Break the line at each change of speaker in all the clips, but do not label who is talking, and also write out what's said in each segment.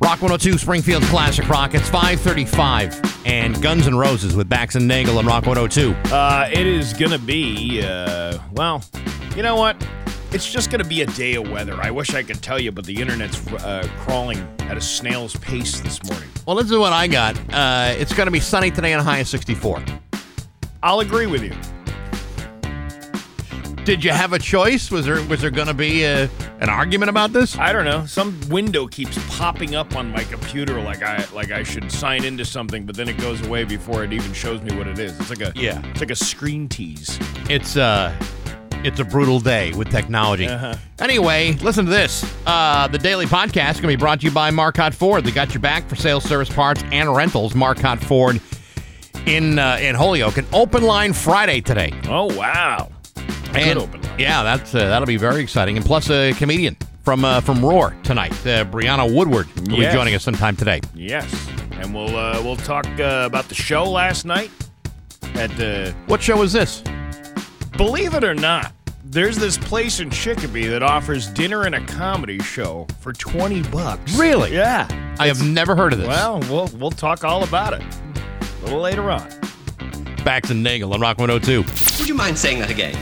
Rock 102 Springfield Classic Rock. It's 535 and Guns N' Roses with Bax and Nagel on Rock 102.
Uh, it is going to be, uh, well, you know what? It's just going to be a day of weather. I wish I could tell you, but the internet's uh, crawling at a snail's pace this morning.
Well, this is what I got. Uh, it's going to be sunny today and a high of 64.
I'll agree with you.
Did you have a choice? Was there was there going to be uh an argument about this?
I don't know. Some window keeps popping up on my computer, like I like I should sign into something, but then it goes away before it even shows me what it is. It's like a
Yeah.
It's like a screen tease.
It's uh it's a brutal day with technology.
Uh-huh.
Anyway, listen to this. Uh, the daily podcast is going to be brought to you by Marcotte Ford. They got your back for sales, service, parts, and rentals. Marcotte Ford in uh, in Holyoke. An open line Friday today.
Oh wow!
And-
open line.
Yeah, that's uh, that'll be very exciting. And plus, a comedian from uh, from Roar tonight, uh, Brianna Woodward, will
Yes.
be joining us sometime today.
Yes, and we'll uh, we'll talk uh, about the show last night at the.
What show is this?
Believe it or not, there's this place in Chicopee that offers dinner and a comedy show for 20 bucks.
Really?
Yeah.
I have never heard of this.
Well, we'll we'll talk all about it a little later on.
Bax and Nagel on Rock 102.
Would you mind saying that again?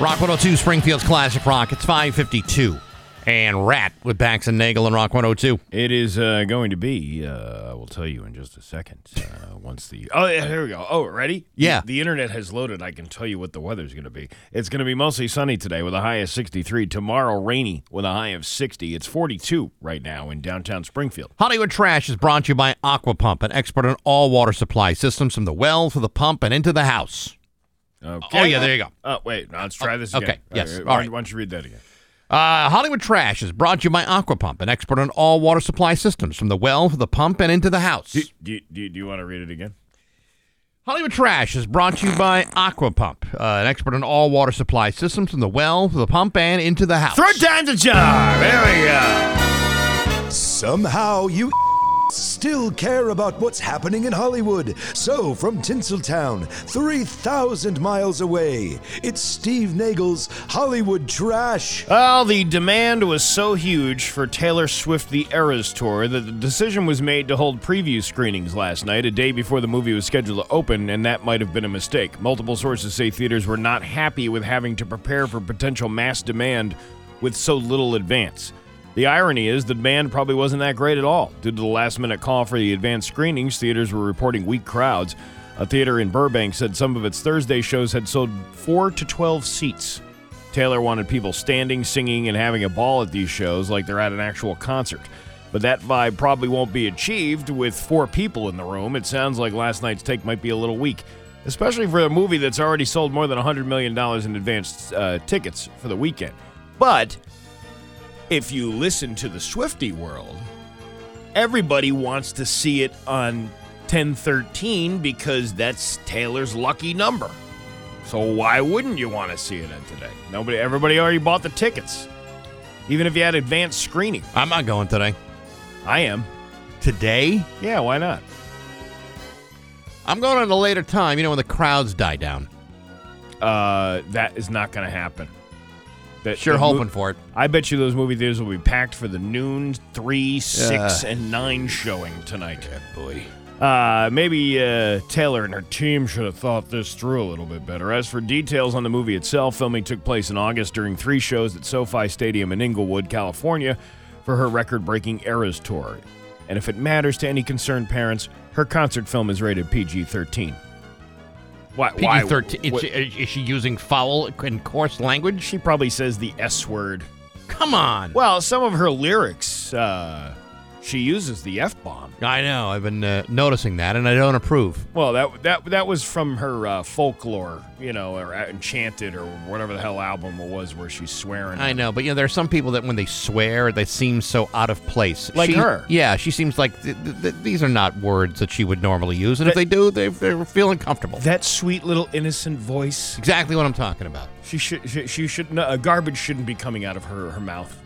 Rock 102, Springfield's Classic Rock. It's 552. And Rat with Bax and Nagel on Rock 102.
It is uh, going to be. Uh, I will tell you in just a second. Uh, once the oh yeah, here we go. Oh, ready?
Yeah.
The, internet has loaded. I can tell you what the weather's going to be. It's going to be mostly sunny today with a high of 63. Tomorrow rainy with a high of 60. It's 42 right now in downtown Springfield.
Hollywood Trash is brought to you by Aqua Pump, an expert in all water supply systems from the well to the pump and into the house.
Okay.
Oh, yeah, there you go.
Oh wait, no, let's try this
okay,
again.
yes,
why-
all right.
Why don't you read that again?
Uh, Hollywood Trash is brought to you by Aqua Pump, an expert on all water supply systems from the well to the pump and into the house.
Do, do, do, do you want to read it again?
Hollywood Trash is brought to you by Aqua Pump, uh, an expert on all water supply systems from the well to the pump and into the house.
down the jar. There
Somehow you still care about what's happening in Hollywood. So, from Tinseltown, 3,000 miles away, it's Steve Nagel's Hollywood Trash.
we go. Well, the demand was so huge for Taylor Swift The Eras Tour that the decision was made to hold preview screenings last night, a day before the movie was scheduled to open, and that might have been a mistake. Multiple sources say theaters were not happy with having to prepare for potential mass demand with so little advance. The irony is the demand probably wasn't that great at all. Due to the last minute call for the advanced screenings, theaters were reporting weak crowds. A theater in Burbank said some of its Thursday shows had sold 4 to 12 seats. Taylor wanted people standing, singing, and having a ball at these shows like they're at an actual concert. But that vibe probably won't be achieved with four people in the room. It sounds like last night's take might be a little weak, especially for a movie that's already sold more than $100 million in advanced uh, tickets for the weekend. But if you listen to the Swifty world, everybody wants to see it on 1013 because that's Taylor's lucky number. So why wouldn't you want to see it in today? Nobody, everybody already bought the tickets. Even if you had advanced screening,
I'm not going today.
I am.
Today?
Yeah, why not?
I'm going at a later time, you know, when the crowds die down.
Uh, that is not going to happen. That,
Sure
that mo-
hoping for it.
I bet you those movie theaters will be packed for the noon, three, six, and nine showing tonight. boy. Uh, maybe uh, Taylor and her team should have thought this through a little bit better. As for details on the movie itself, filming took place in August during three shows at SoFi Stadium in Inglewood, California, for her record-breaking Eras tour. And if it matters to any concerned parents, her concert film is rated PG-13. Why? why-
PG 13.
what-
Is, she- is she using foul and coarse language?
she probably says the S word.
Come on.
Well, some of her lyrics, uh, she uses the f bomb.
I know. I've been uh, noticing that, and I don't approve.
Well, that that that was from her uh, folklore, you know, or uh, Enchanted or whatever the hell album it was where she's swearing.
I know, but you know, there are some people that when they swear, they seem so out of place.
Like
She-
her.
Yeah, she seems like th- th- th- these are not words that she would normally use, and if they do, they, they feel uncomfortable.
That sweet little innocent voice.
exactly what I'm talking about.
She should. She, she should. No, uh, garbage shouldn't be coming out of her her mouth.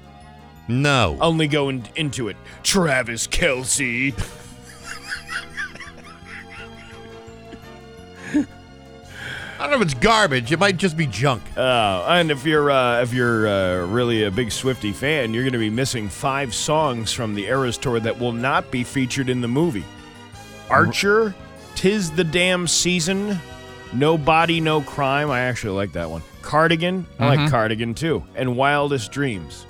No.
Only go in, into it. Travis Kelsey.
I don't know if it's garbage. It might just be junk.
Uh, and if you're uh, if you're uh, really a big Swifty fan, you're going to be missing five songs from the Eras tour that will not be featured in the movie. Archer, Tis the Damn Season, No Body, No Crime. I actually like that one. Cardigan, I like Cardigan too, and Wildest Dreams.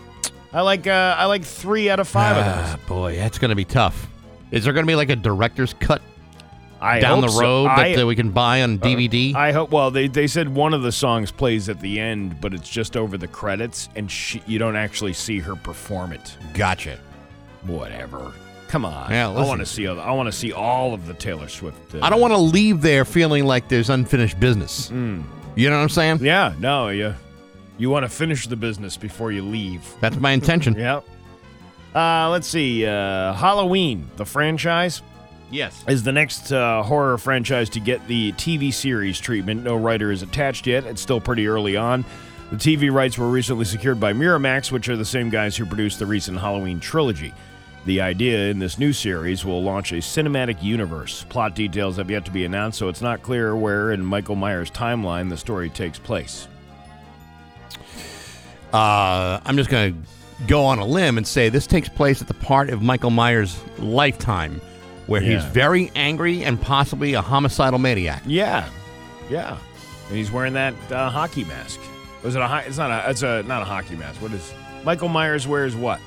I like uh, I like three out of five of those.
Ah, boy, that's going to be tough. Is there going to be like a director's cut
I
down the
hope so.
road that,
I- Uh,
that we can buy on DVD?
I hope. Well, they, they said one of the songs plays at the end, but it's just over the credits, and she, you don't actually see her perform it.
gotcha.
Whatever. Come on.
Yeah,
I
listen.
want to see. all- I want to see all of the Taylor Swift. uh,
I don't want to leave there feeling like there's unfinished business.
Mm.
You know what I'm saying?
Hmm. Yeah. No. Yeah. You want to finish the business before you leave.
That's my intention.
Yep. Uh, let's see. Uh, Halloween, the franchise,
Yes.
is the next uh, horror franchise to get the TV series treatment. No writer is attached yet. It's still pretty early on. The TV rights were recently secured by Miramax, which are the same guys who produced the recent Halloween trilogy. The idea in this new series will launch a cinematic universe. Plot details have yet to be announced, so it's not clear where in Michael Myers' timeline the story takes place.
Uh, I'm just going to go on a limb and say this takes place at the part of Michael Myers' lifetime where he's
Yeah.
very angry and possibly a homicidal maniac.
Yeah, yeah. And he's wearing that uh, hockey mask. Was it a? Ho- it's not a. It's a not a hockey mask. What is Michael Myers wears? What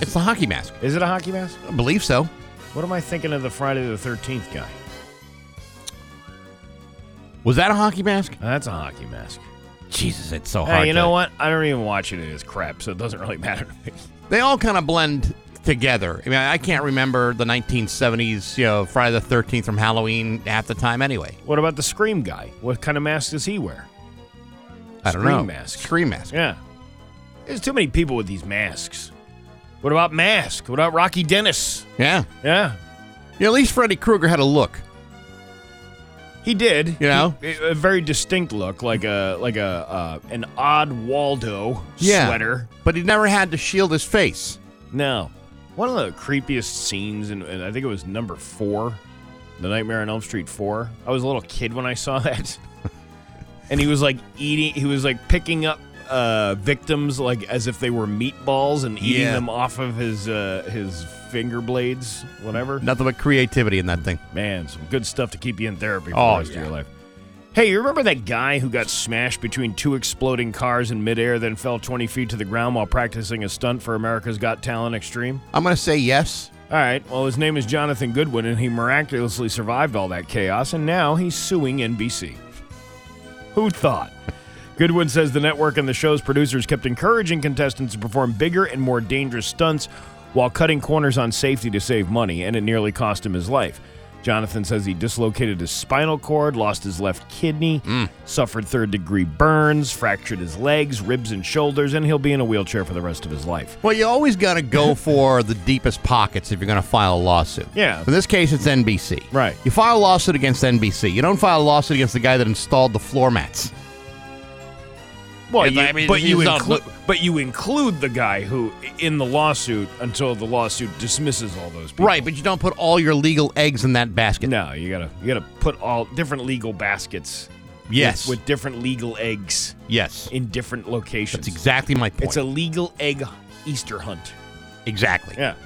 It's the hockey mask.
is it? A hockey mask?
I believe so.
What am I thinking of the Friday the Thirteenth guy?
Was that a hockey mask?
Uh, that's a hockey mask.
Jesus, it's so hard.
Hey, you
to-
know what? I don't even watch any of this crap, so it doesn't really matter to me.
They all kind of blend together. I mean, I can't remember the 1970s, you know, Friday the 13th from Halloween half the time anyway.
What about the Scream guy? What kind of mask does he wear?
I don't
Scream
know.
mask.
Scream mask.
Yeah. There's too many people with these masks. What about Mask? What about Rocky Dennis?
Yeah.
Yeah.
You know, at least Freddy Krueger had a look.
He did,
You know?
He- a very distinct look, like a like a uh, an odd Waldo
Yeah.
sweater.
But he never had to shield his face.
No, one of the creepiest scenes, in, and I think it was number four, The Nightmare on Elm Street four. I was a little kid when I saw that, and he was like eating. He was like picking up uh, victims like as if they were meatballs and eating
Yeah.
them off of his uh, his finger blades, whatever.
Nothing but creativity in that thing.
Man, some good stuff to keep you in therapy for
Oh,
the rest
yeah.
of your life. Hey, you remember that guy who got smashed between two exploding cars in midair, then fell 20 feet to the ground while practicing a stunt for America's Got Talent Extreme?
I'm going to say yes.
All right, well, his name is Jonathan Goodwin, and he miraculously survived all that chaos, and now he's suing NBC. Who thought? Goodwin says the network and the show's producers kept encouraging contestants to perform bigger and more dangerous stunts while cutting corners on safety to save money, and it nearly cost him his life. Jonathan says he dislocated his spinal cord, lost his left kidney, suffered third degree burns, fractured his legs, ribs, and shoulders, and he'll be in a wheelchair for the rest of his life.
Well, you always got to go for the deepest pockets if you're going to file a lawsuit.
Yeah.
In this case, it's NBC.
Right.
You file a lawsuit against NBC. You don't file a lawsuit against the guy that installed the floor mats.
Well,
If
you,
I mean,
but you
he's not-
include, but you include the guy who in the lawsuit until the lawsuit dismisses all those people.
Right, but you don't put all your legal eggs in that basket.
No, you gotta you gotta put all different legal baskets. with-
Yes.
With, different legal eggs
Yes.
in different locations.
That's exactly my point.
It's a legal egg Easter hunt.
exactly.
Yeah.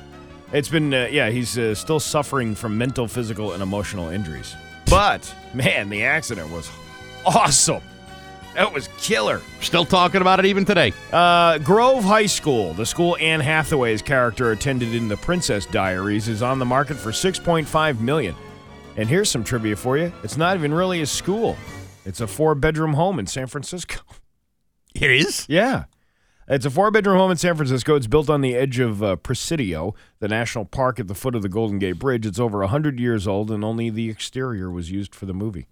It's been uh, yeah. He's uh, still suffering from mental, physical, and emotional injuries. But man, the accident was awesome. That was killer.
Still talking about it even today.
Uh, Grove High School, the school Anne Hathaway's character attended in The Princess Diaries, is on the market for 6.5 million. And here's some trivia for you: it's not even really a school; it's a four-bedroom home in San Francisco.
It is?
Yeah. It's a four bedroom home in San Francisco. It's built on the edge of uh, Presidio, the national park at the foot of the Golden Gate Bridge. It's over 100 years old, and only the exterior was used for the movie.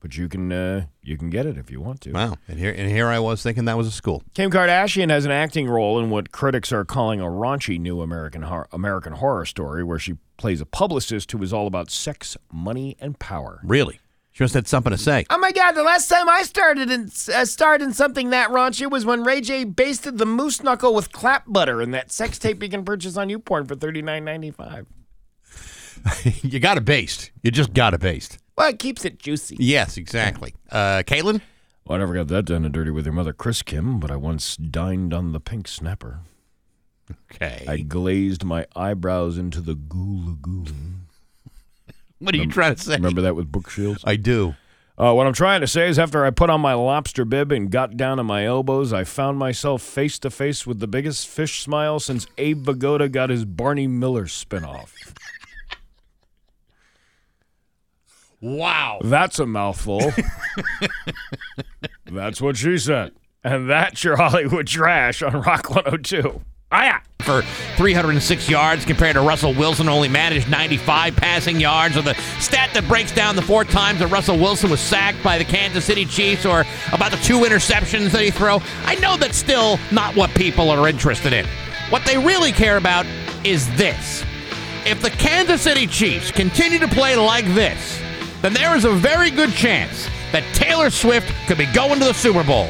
But you can uh, you can get it if you want to.
Wow. And here and here I was thinking that was a school.
Kim Kardashian has an acting role in what critics are calling a raunchy new American hor- American horror story, where she plays a publicist who is all about sex, money, and power.
Really? She must have had something to say.
Oh my God! The last time I started in uh, starred in something that raunchy was when Ray J basted the moose knuckle with clap butter in that sex tape you can purchase on YouPorn for thirty nine ninety five.
you got it based. You just got it based.
Well, it keeps it juicy.
Yes, exactly. Uh, Caitlin?
Well, I never got that done and dirty with your mother, Chris Kim, but I once dined on the pink snapper.
Okay.
I glazed my eyebrows into the goo lagoon.
what are you trying to say?
Remember that with book shields?
I do.
Uh, what I'm trying to say is, after I put on my lobster bib and got down on my elbows, I found myself face to face with the biggest fish smile since Abe Vigoda got his Barney Miller spinoff.
Wow.
That's a mouthful. That's what she said. And that's your Hollywood trash on Rock 102. Hiya!
For 306 yards compared to Russell Wilson, who only managed 95 passing yards. Or the stat that breaks down the four times that Russell Wilson was sacked by the Kansas City Chiefs, or about the two interceptions that he threw. I know that's still not what people are interested in. What they really care about is this. If the Kansas City Chiefs continue to play like this, then there is a very good chance that Taylor Swift could be going to the Super Bowl.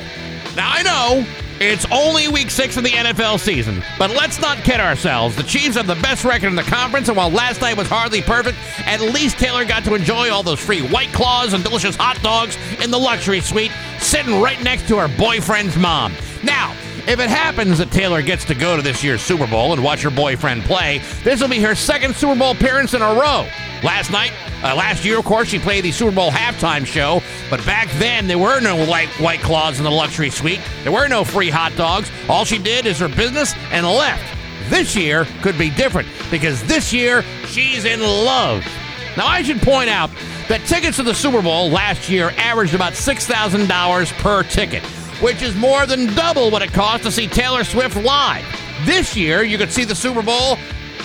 Now, I know it's only week six of the NFL season, but let's not kid ourselves. The Chiefs have the best record in the conference, and while last night was hardly perfect, at least Taylor got to enjoy all those free white claws and delicious hot dogs in the luxury suite, sitting right next to her boyfriend's mom. Now, if it happens that Taylor gets to go to this year's Super Bowl and watch her boyfriend play, this will be her second Super Bowl appearance in a row. Last night, uh, last year, of course, she played the Super Bowl halftime show, but back then there were no light white claws in the luxury suite. There were no free hot dogs. All she did is her business and left. This year could be different because this year she's in love. Now, I should point out that tickets to the Super Bowl last year averaged about $6,000 per ticket, which is more than double what it cost to see Taylor Swift live. This year, you could see the Super Bowl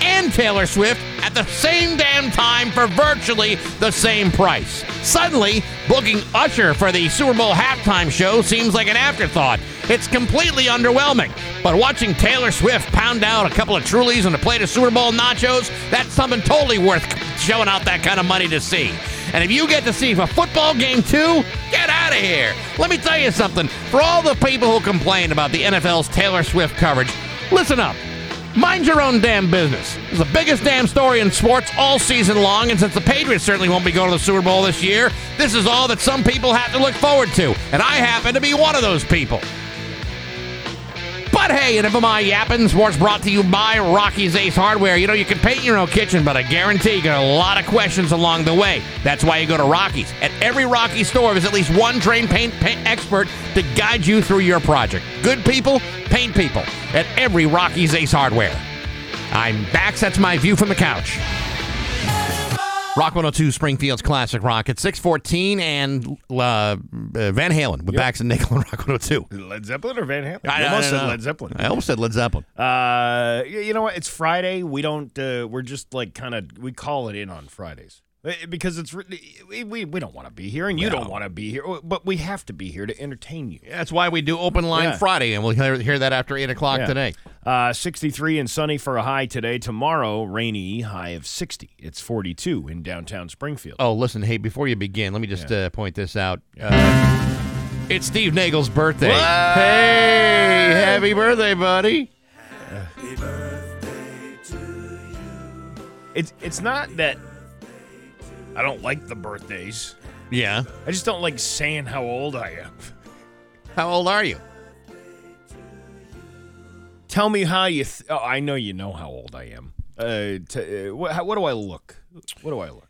and Taylor Swift at the same damn time for virtually the same price. Suddenly, booking Usher for the Super Bowl halftime show seems like an afterthought. It's completely underwhelming. But watching Taylor Swift pound down a couple of Trulies and a plate of Super Bowl nachos, that's something totally worth showing out that kind of money to see. And if you get to see a football game too, get out of here. Let me tell you something. For all the people who complain about the NFL's Taylor Swift coverage, listen up. Mind your own damn business. It's the biggest damn story in sports all season long, and since the Patriots certainly won't be going to the Super Bowl this year, this is all that some people have to look forward to, and I happen to be one of those people. But hey, and if am I yapping, sports brought to you by Rocky's Ace Hardware. You know, you can paint your own kitchen, but I guarantee you got a lot of questions along the way. That's why you go to Rocky's. At every Rocky store, there's at least one trained paint, paint expert to guide you through your project. Good people, paint people. At every Rocky's Ace Hardware. I'm back. That's my view from the couch. Rock 102 Springfield's Classic Rock at 614 and uh, uh, Van Halen with Bax and Nickel and Rock 102.
Led Zeppelin or Van Halen?
I-
You
I
almost
don't
said
know.
Led Zeppelin.
I almost said Led Zeppelin.
Uh, y- you know what? It's Friday. We don't. Uh, we're just like kind of. We call it in on Fridays Uh, because it's re- we we, we don't want to be here, and you don't want to be here, but we have to be here to entertain you.
That's why we do open line
Yeah.
Friday, and we'll hear, hear that after eight o'clock
Yeah.
today.
Uh, 63 and sunny for a high today. Tomorrow, rainy, high of 60. It's 42 in downtown Springfield.
Oh, listen, hey, before you begin, let me just uh, point this out. Uh, it's Steve Nagel's birthday. Hey, happy birthday, buddy!
It's it's not that I don't like the birthdays.
Yeah.
I just don't like saying how old I am.
How old are you?
Tell me how you. Th- oh, I know you know how old I am. Uh, t- uh, what, how, what do I look? What do I look?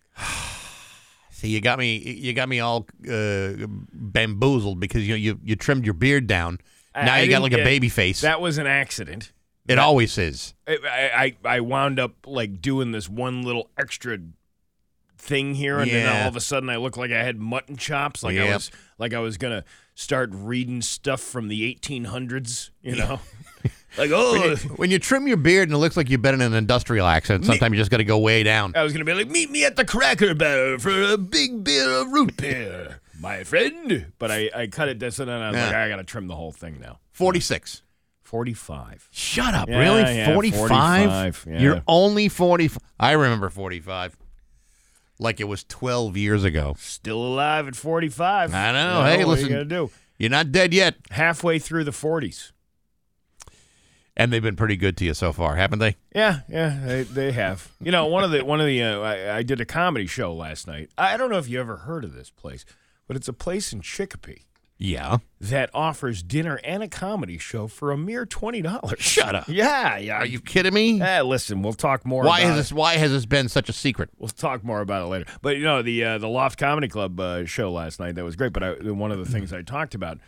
See, you got me, you got me all uh, bamboozled because you you you trimmed your beard down.
I-
now
I
you got
didn't
like a
get-
baby face.
That was an accident.
it always is.
I, I I- I wound up like doing this one little extra thing here, and
Yeah.
then all of a sudden I looked like I had mutton chops, like I
Yep.
was like I was gonna start reading stuff from the 1800s, you know, like oh,
When you trim your beard and it looks like you've been in an industrial accident, sometimes you just got to go way down.
I was gonna be like, meet me at the Cracker Barrel for a big beer of root beer, my friend. But I I cut it this and then I was like,
Yeah.
I gotta trim the whole thing now.
Forty six.
45.
Shut up!
Yeah,
really,
yeah,
45?
45, yeah.
You're only forty. I remember forty-five, like it was twelve years ago.
Still alive at 45.
I know.
You
Hey,
what
listen.
are you gonna do?
You're not dead yet.
Halfway through the 40s.
And they've been pretty good to you so far, haven't they?
Yeah, yeah, they, they have. You know, one of the one of the uh, I, I did a comedy show last night. I don't know if you ever heard of this place, but it's a place in Chicopee
Yeah.
that offers dinner and a comedy show for a mere twenty dollars.
Shut up.
Yeah, yeah.
Are you kidding me?
Eh, listen, we'll talk more.
Why
about
has
it.
this why has this been such a secret?
We'll talk more about it later. But you know the uh, the Loft Comedy Club uh, show last night that was great. But I, one of the things I talked about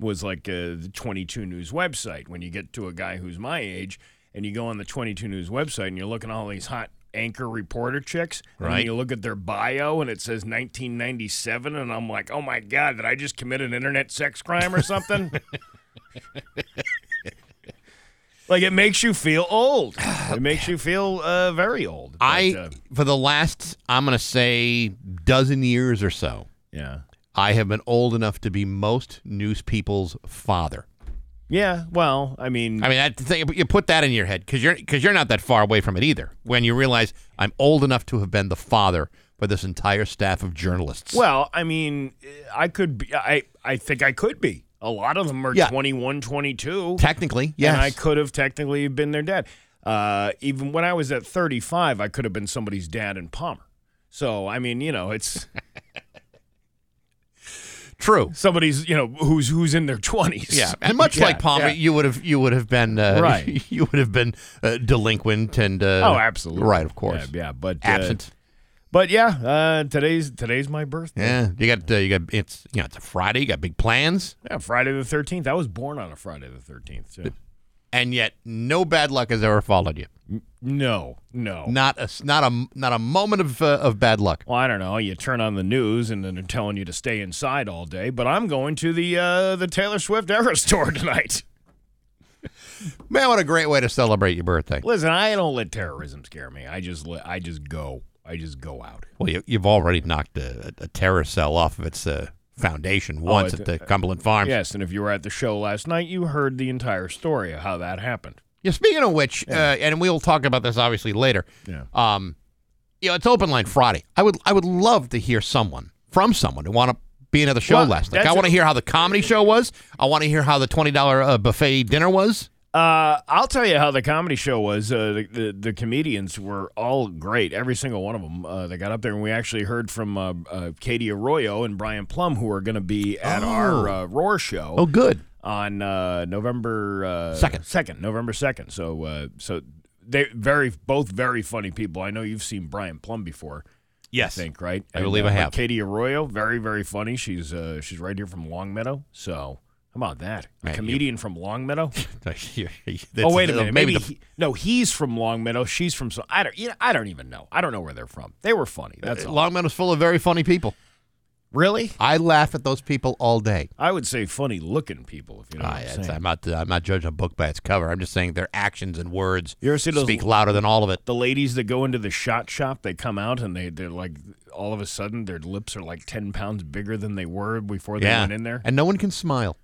was like uh, the 22 News website. When you get to a guy who's my age and you go on the 22 News website and you're looking at all these hot anchor reporter chicks, and then
Right.
you look at their bio and it says 1997, and I'm like, oh my god, did I just commit an internet sex crime or something? Like it makes you feel old. It makes you feel uh, very old. But,
I
uh,
for the last I'm going to say dozen years or so,
yeah.
I have been old enough to be most news people's father.
Yeah, well, I mean,
I mean, that thing, you put that in your head because you're because you're not that far away from it either. When you realize I'm old enough to have been the father for this entire staff of journalists.
well, I mean, I could be. I I think I could be. A lot of them are
Yeah.
twenty one, twenty two. 21, 22.
technically, yes.
And I could have technically been their dad. Uh, even when I was at 35, I could have been somebody's dad in Palmer. So, I mean, you know, it's
True.
somebody's, you know, who's who's in their 20s.
Yeah, and much
Yeah,
like Palmer,
yeah.
you would have you would have been uh,
Right.
You would have been uh, delinquent and uh,
Oh, absolutely.
right, of course,
Yeah, yeah, but uh,
absent.
But yeah, uh, today's today's my birthday.
Yeah, you got uh, you got it's you know it's a Friday. You got big plans,
Yeah, Friday the 13th. I was born on a Friday the 13th. too.
and yet no bad luck has ever followed you.
Mm. No, no.
Not a s- not a not a moment of uh, of bad luck.
Well, I don't know. You turn on the news and then they're telling you to stay inside all day. But I'm going to the uh, the Taylor Swift Eras tour tonight.
Man, what a great way to celebrate your birthday.
Listen, I don't let terrorism scare me. I just let, I just go. I just go out.
Well, you, you've already knocked a, a terror cell off of its uh, foundation once
it-
at the Cumberland Farms.
Yes, and if you were at the show last night, you heard the entire story of how that happened.
Yeah, speaking of which, uh, and we'll talk about this obviously later.
Yeah.
Um, you know, it's open line Friday. I would I would love to hear someone from someone who want to be another show
Well,
last night.
that's
I want
a-
to hear how the comedy show was. I want to hear how the twenty dollar uh, buffet dinner was.
Uh, I'll tell you how the comedy show was. Uh, the, the the comedians were all great, every single one of them. Uh, they got up there, and we actually heard from uh, uh, Katie Arroyo and Brian Plum, who are going to be at our uh, Roar show.
Oh, good.
on uh, November uh,
Second.
second, November second. So, uh, so they very both very funny people. I know you've seen Brian Plum before.
Yes.
I think right.
I believe
uh,
I
but
have.
Katie Arroyo, very very funny. She's uh, she's right here from Longmeadow. So how about that? A
Man, you-
comedian from Longmeadow.
oh
oh wait a minute. Maybe,
the-
he, no, he's from Longmeadow. She's from some. I don't. You know, I don't even know. I don't know where they're from. They were
Uh,
funny. That's all.
Longmeadow's full of very funny people.
really.
I laugh at those people all day.
I would say funny looking people. If you know
Ah,
what I'm
it's-
saying.
I'm not. I'm not judging a book by its cover. I'm just saying their actions and words
You ever see those
speak louder than all of it.
the ladies that go into the shot shop, they come out and they they're like all of a sudden their lips are like ten pounds bigger than they were before they
yeah.
went in there.
and no one can smile.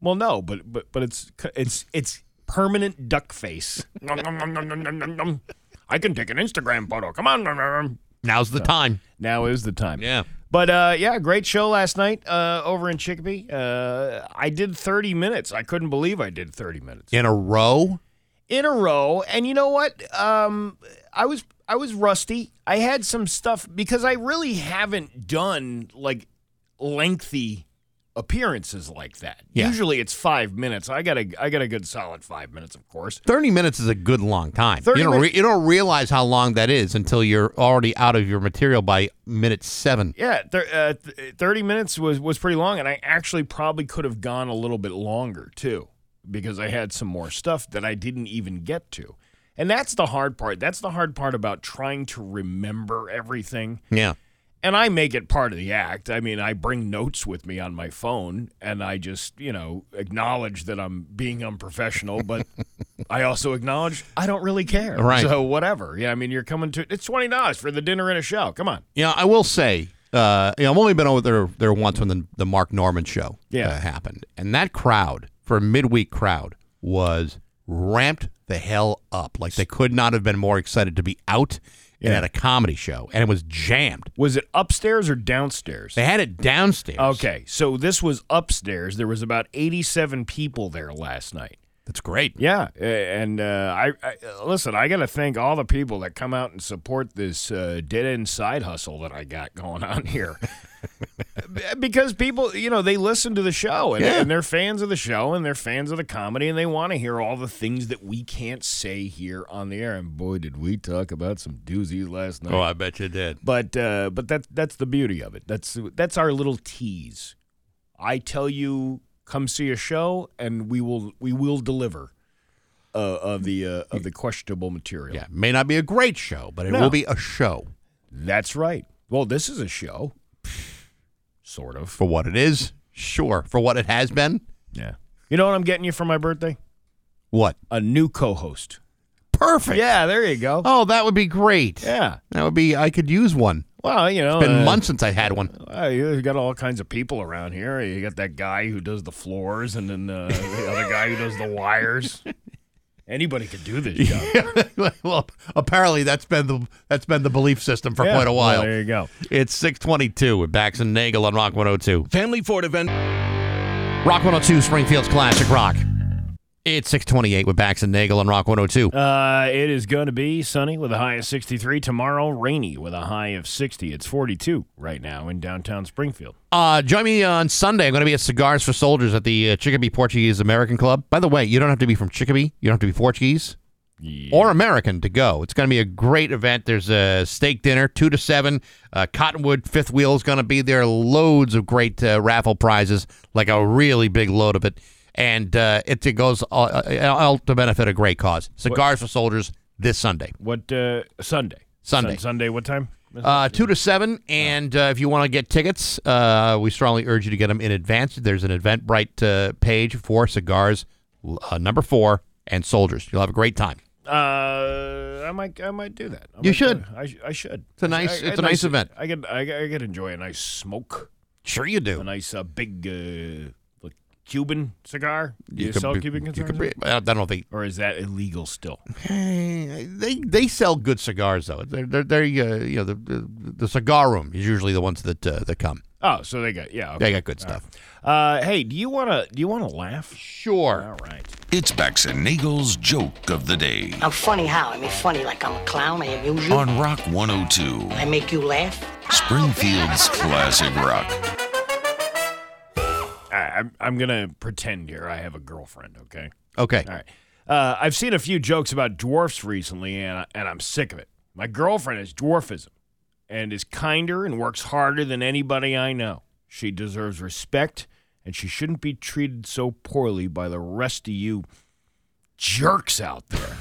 Well, no, but but but it's it's it's permanent duck face. Nom, nom, nom, nom, nom, nom, nom, nom. I can take an Instagram photo. Come on. nom, nom, nom.
Now's the time.
Now is the time.
Yeah.
But uh, yeah, great show last night uh, over in Chicopee. Uh, I did 30 minutes. I couldn't believe I did 30 minutes.
In a row.
in a row. And you know what? Um, I was I was rusty. I had some stuff because I really haven't done like lengthy appearances like that.
Yeah.
Usually it's five minutes. I got a I got a good solid five minutes, of course.
Thirty minutes is a good long time.
30
You don't,
minutes-
re- you don't realize how long that is until you're already out of your material by minute seven.
Yeah, thir- uh, th- thirty minutes was was pretty long, and I actually probably could have gone a little bit longer too, because I had some more stuff that I didn't even get to, and that's the hard part. That's the hard part about trying to remember everything.
Yeah.
and I make it part of the act. I mean, I bring notes with me on my phone and I just, you know, acknowledge that I'm being unprofessional, but I also acknowledge I don't really care.
Right.
So whatever. Yeah, I mean, you're coming to it's twenty dollars for the dinner and a show. Come on.
You know, I will say, uh, you know, I've only been over there there once when the, the Mark Norman show
Yeah.
uh, happened, and that crowd for a midweek crowd was ramped the hell up. Like they could not have been more excited to be out and at a comedy show, and it was jammed.
Was it upstairs or downstairs?
They had it downstairs.
Okay, so this was upstairs. There was about eighty-seven people there last night.
That's great.
Yeah, uh, and uh, I, I listen. I got to thank all the people that come out and support this uh, dead end side hustle that I got going on here. B- because people, you know, they listen to the show and, and they're fans of the show and they're fans of the comedy and they want to hear all the things that we can't say here on the air. And boy, did we talk about some doozies last night.
Oh, I bet you did.
But uh, but that that's the beauty of it. That's that's our little tease. I tell you, come see a show, and we will we will deliver uh, of the uh, of the questionable material.
Yeah, may not be a great show, but it
No.
will be a show
That's right. Well, this is a show, sort of.
for what it is. Sure, for what it has been.
Yeah. You know what I'm getting you for my birthday?
What?
A new co-host.
Perfect.
Yeah, there you go.
Oh, that would be great.
Yeah.
That would be. I could use one.
Well, you know,
It's been
uh,
months since I had one.
Well, you got all kinds of people around here. You got that guy who does the floors, and then uh, the other guy who does the wires. Anybody could do this job.
well, apparently that's been the that's been the belief system for
Yeah.
quite a while.
Well, there you go.
It's 622 with Bax and Nagel on Rock 102.
Family Ford event.
Rock 102, Springfield's Classic Rock. It's 628 with Bax and Nagel on Rock 102.
Uh, it is going to be sunny with a high of 63 tomorrow. Rainy with a high of 60. It's 42 right now in downtown Springfield.
Uh, join me on Sunday. I'm going to be at Cigars for Soldiers at the uh, Chicopee Portuguese American Club. By the way, you don't have to be from Chicopee. You don't have to be Portuguese or American to go. It's going to be a great event. There's a steak dinner, 2 to 7. Uh, Cottonwood Fifth Wheel is going to be there. Loads of great uh, raffle prizes, like a really big load of it. And uh, it, it goes all, uh, all to benefit a great cause. Cigars for Soldiers this Sunday.
What uh, Sunday?
Sunday.
Sun- Sunday. What time?
Uh, two to seven, and uh, if you want to get tickets, uh, we strongly urge you to get them in advance. There's an Eventbrite uh, page for cigars, uh, number four, and soldiers. You'll have a great time.
Uh, I might, I might do that.
You
I might do
should.
that. I, sh- I should.
It's a nice- it's a nice event.
I could, I, I could enjoy a nice smoke.
Sure, you
a
do.
nice uh, big uh, like Cuban cigar. Do you,
could
sell
be-
Cuban
you
cigars?
could be- I don't think
or is that illegal still?
eh, they they sell good cigars though. They're they're, they're uh, you know the, the the cigar room is usually the ones that uh, that come.
Oh, so they got yeah.
They
Okay.
got good stuff.
Uh, hey, do you wanna do you wanna laugh?
Sure.
All right.
It's Bax and Nagel's joke of the day
I'm funny how? I mean, funny like I'm a clown. I amuse you.
on Rock 102,
I make you laugh.
Springfield's classic rock.
All right I'm I'm gonna pretend here I have a girlfriend. Okay.
Okay.
All right. Uh, I've seen a few jokes about dwarfs recently, and I, and I'm sick of it. My girlfriend has dwarfism, and is kinder and works harder than anybody I know. She deserves respect, and she shouldn't be treated so poorly by the rest of you jerks out there.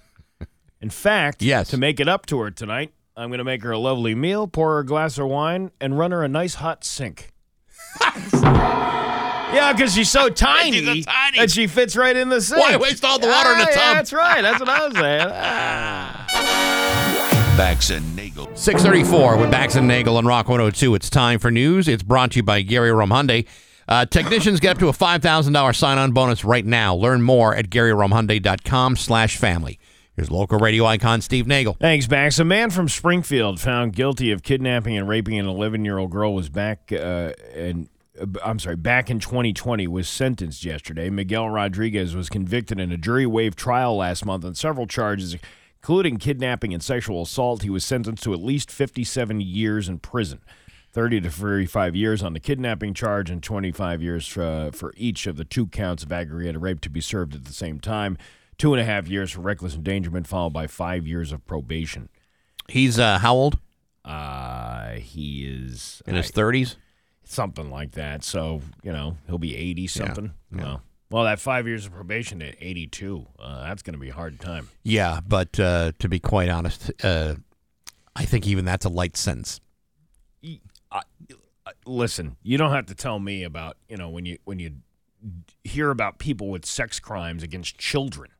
In fact,
Yes.
to make it up to her tonight, I'm going to make her a lovely meal, pour her a glass of wine, and run her a nice hot sink. yeah, because she's so tiny,
She's so tiny.
that she fits right in the sink.
Why waste all the water in the
Ah, yeah,
tub?
that's right. That's what I was saying. Ah.
Bax and Nagel.
634 with Bax and Nagel on Rock 102. It's time for news. It's brought to you by Gary Rome Hyundai. Uh, technicians get up to a $5,000 sign-on bonus right now. Learn more at GaryRomeHyundai.com slash family. Here's local radio icon Steve Nagel.
Thanks, Bax. A man from Springfield found guilty of kidnapping and raping an 11-year-old girl was back uh, and uh, I'm sorry, back in 2020 was sentenced yesterday. Miguel Rodriguez was convicted in a jury waived trial last month on several charges, including kidnapping and sexual assault. He was sentenced to at least 57 years in prison. 30 to 35 years on the kidnapping charge and 25 years uh, for each of the two counts of aggravated rape to be served at the same time. Two and a half years for reckless endangerment, followed by five years of probation.
He's uh, how old?
Uh, he is uh,
In his 30s?
something like that. So, you know, he'll be 80 something. Well, well, that five years of probation at 82, uh, that's going to be a hard time.
Yeah, but uh, to be quite honest, uh, I think even that's a light sentence.
listen, you don't have to tell me about you know when you when you hear about people with sex crimes against children.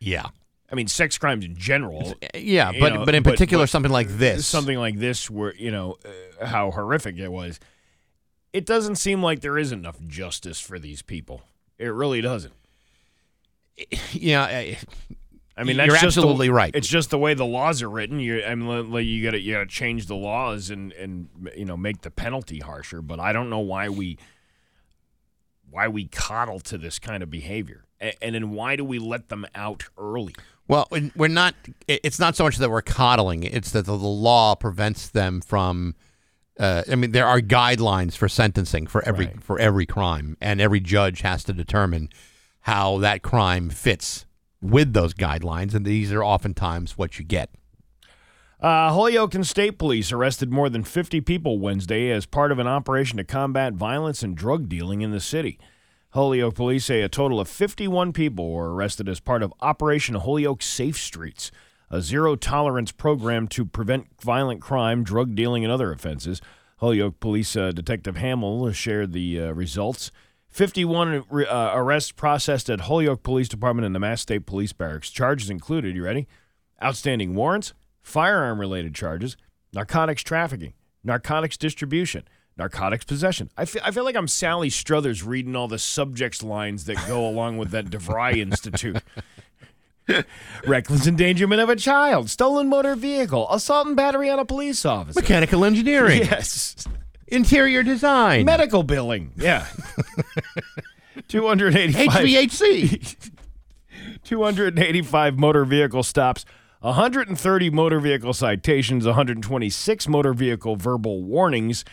Yeah.
I mean, sex crimes in general.
uh, Yeah,
You
but,
know,
but in
but-
particular,
but-
something like this.
Something like this, where you know uh, how horrific it was. It doesn't seem like there is enough justice for these people. It really doesn't.
Yeah, I-
I mean,
You're
that's just the-
absolutely right.
It's just the way the laws are written. You, I mean, like, you got to you got to change the laws and and you know make the penalty harsher. But I don't know why we why we coddle to this kind of behavior. A- And then why do we let them out early?
Well, we- we're not. it- It's not so much that we're coddling; it's that the the law prevents them from. Uh, I mean, there are guidelines for sentencing for every for every crime, and every judge has to determine how that crime fits with those guidelines, and these are oftentimes what you get.
Uh, Holyoke and State Police arrested more than 50 people Wednesday as part of an operation to combat violence and drug dealing in the city. Holyoke police say a total of 51 people were arrested as part of Operation Holyoke Safe Streets, a zero tolerance program to prevent violent crime, drug dealing, and other offenses. Holyoke Police uh, Detective Hamill shared the uh, results. 51 re- uh, arrests processed at Holyoke Police Department and the Mass State Police Barracks. Charges included, you ready? Outstanding warrants, firearm related charges, narcotics trafficking, narcotics distribution, narcotics possession. I feel, I feel like I'm Sally Struthers reading all the subjects lines that go along with that DeVry Institute. Reckless endangerment of a child, stolen motor vehicle, assault and battery on a police officer.
Mechanical engineering,
Yes.
interior design,
Medical billing. Yeah. 285.
HVAC.
285 motor vehicle stops, 130 motor vehicle citations, 126 motor vehicle verbal warnings,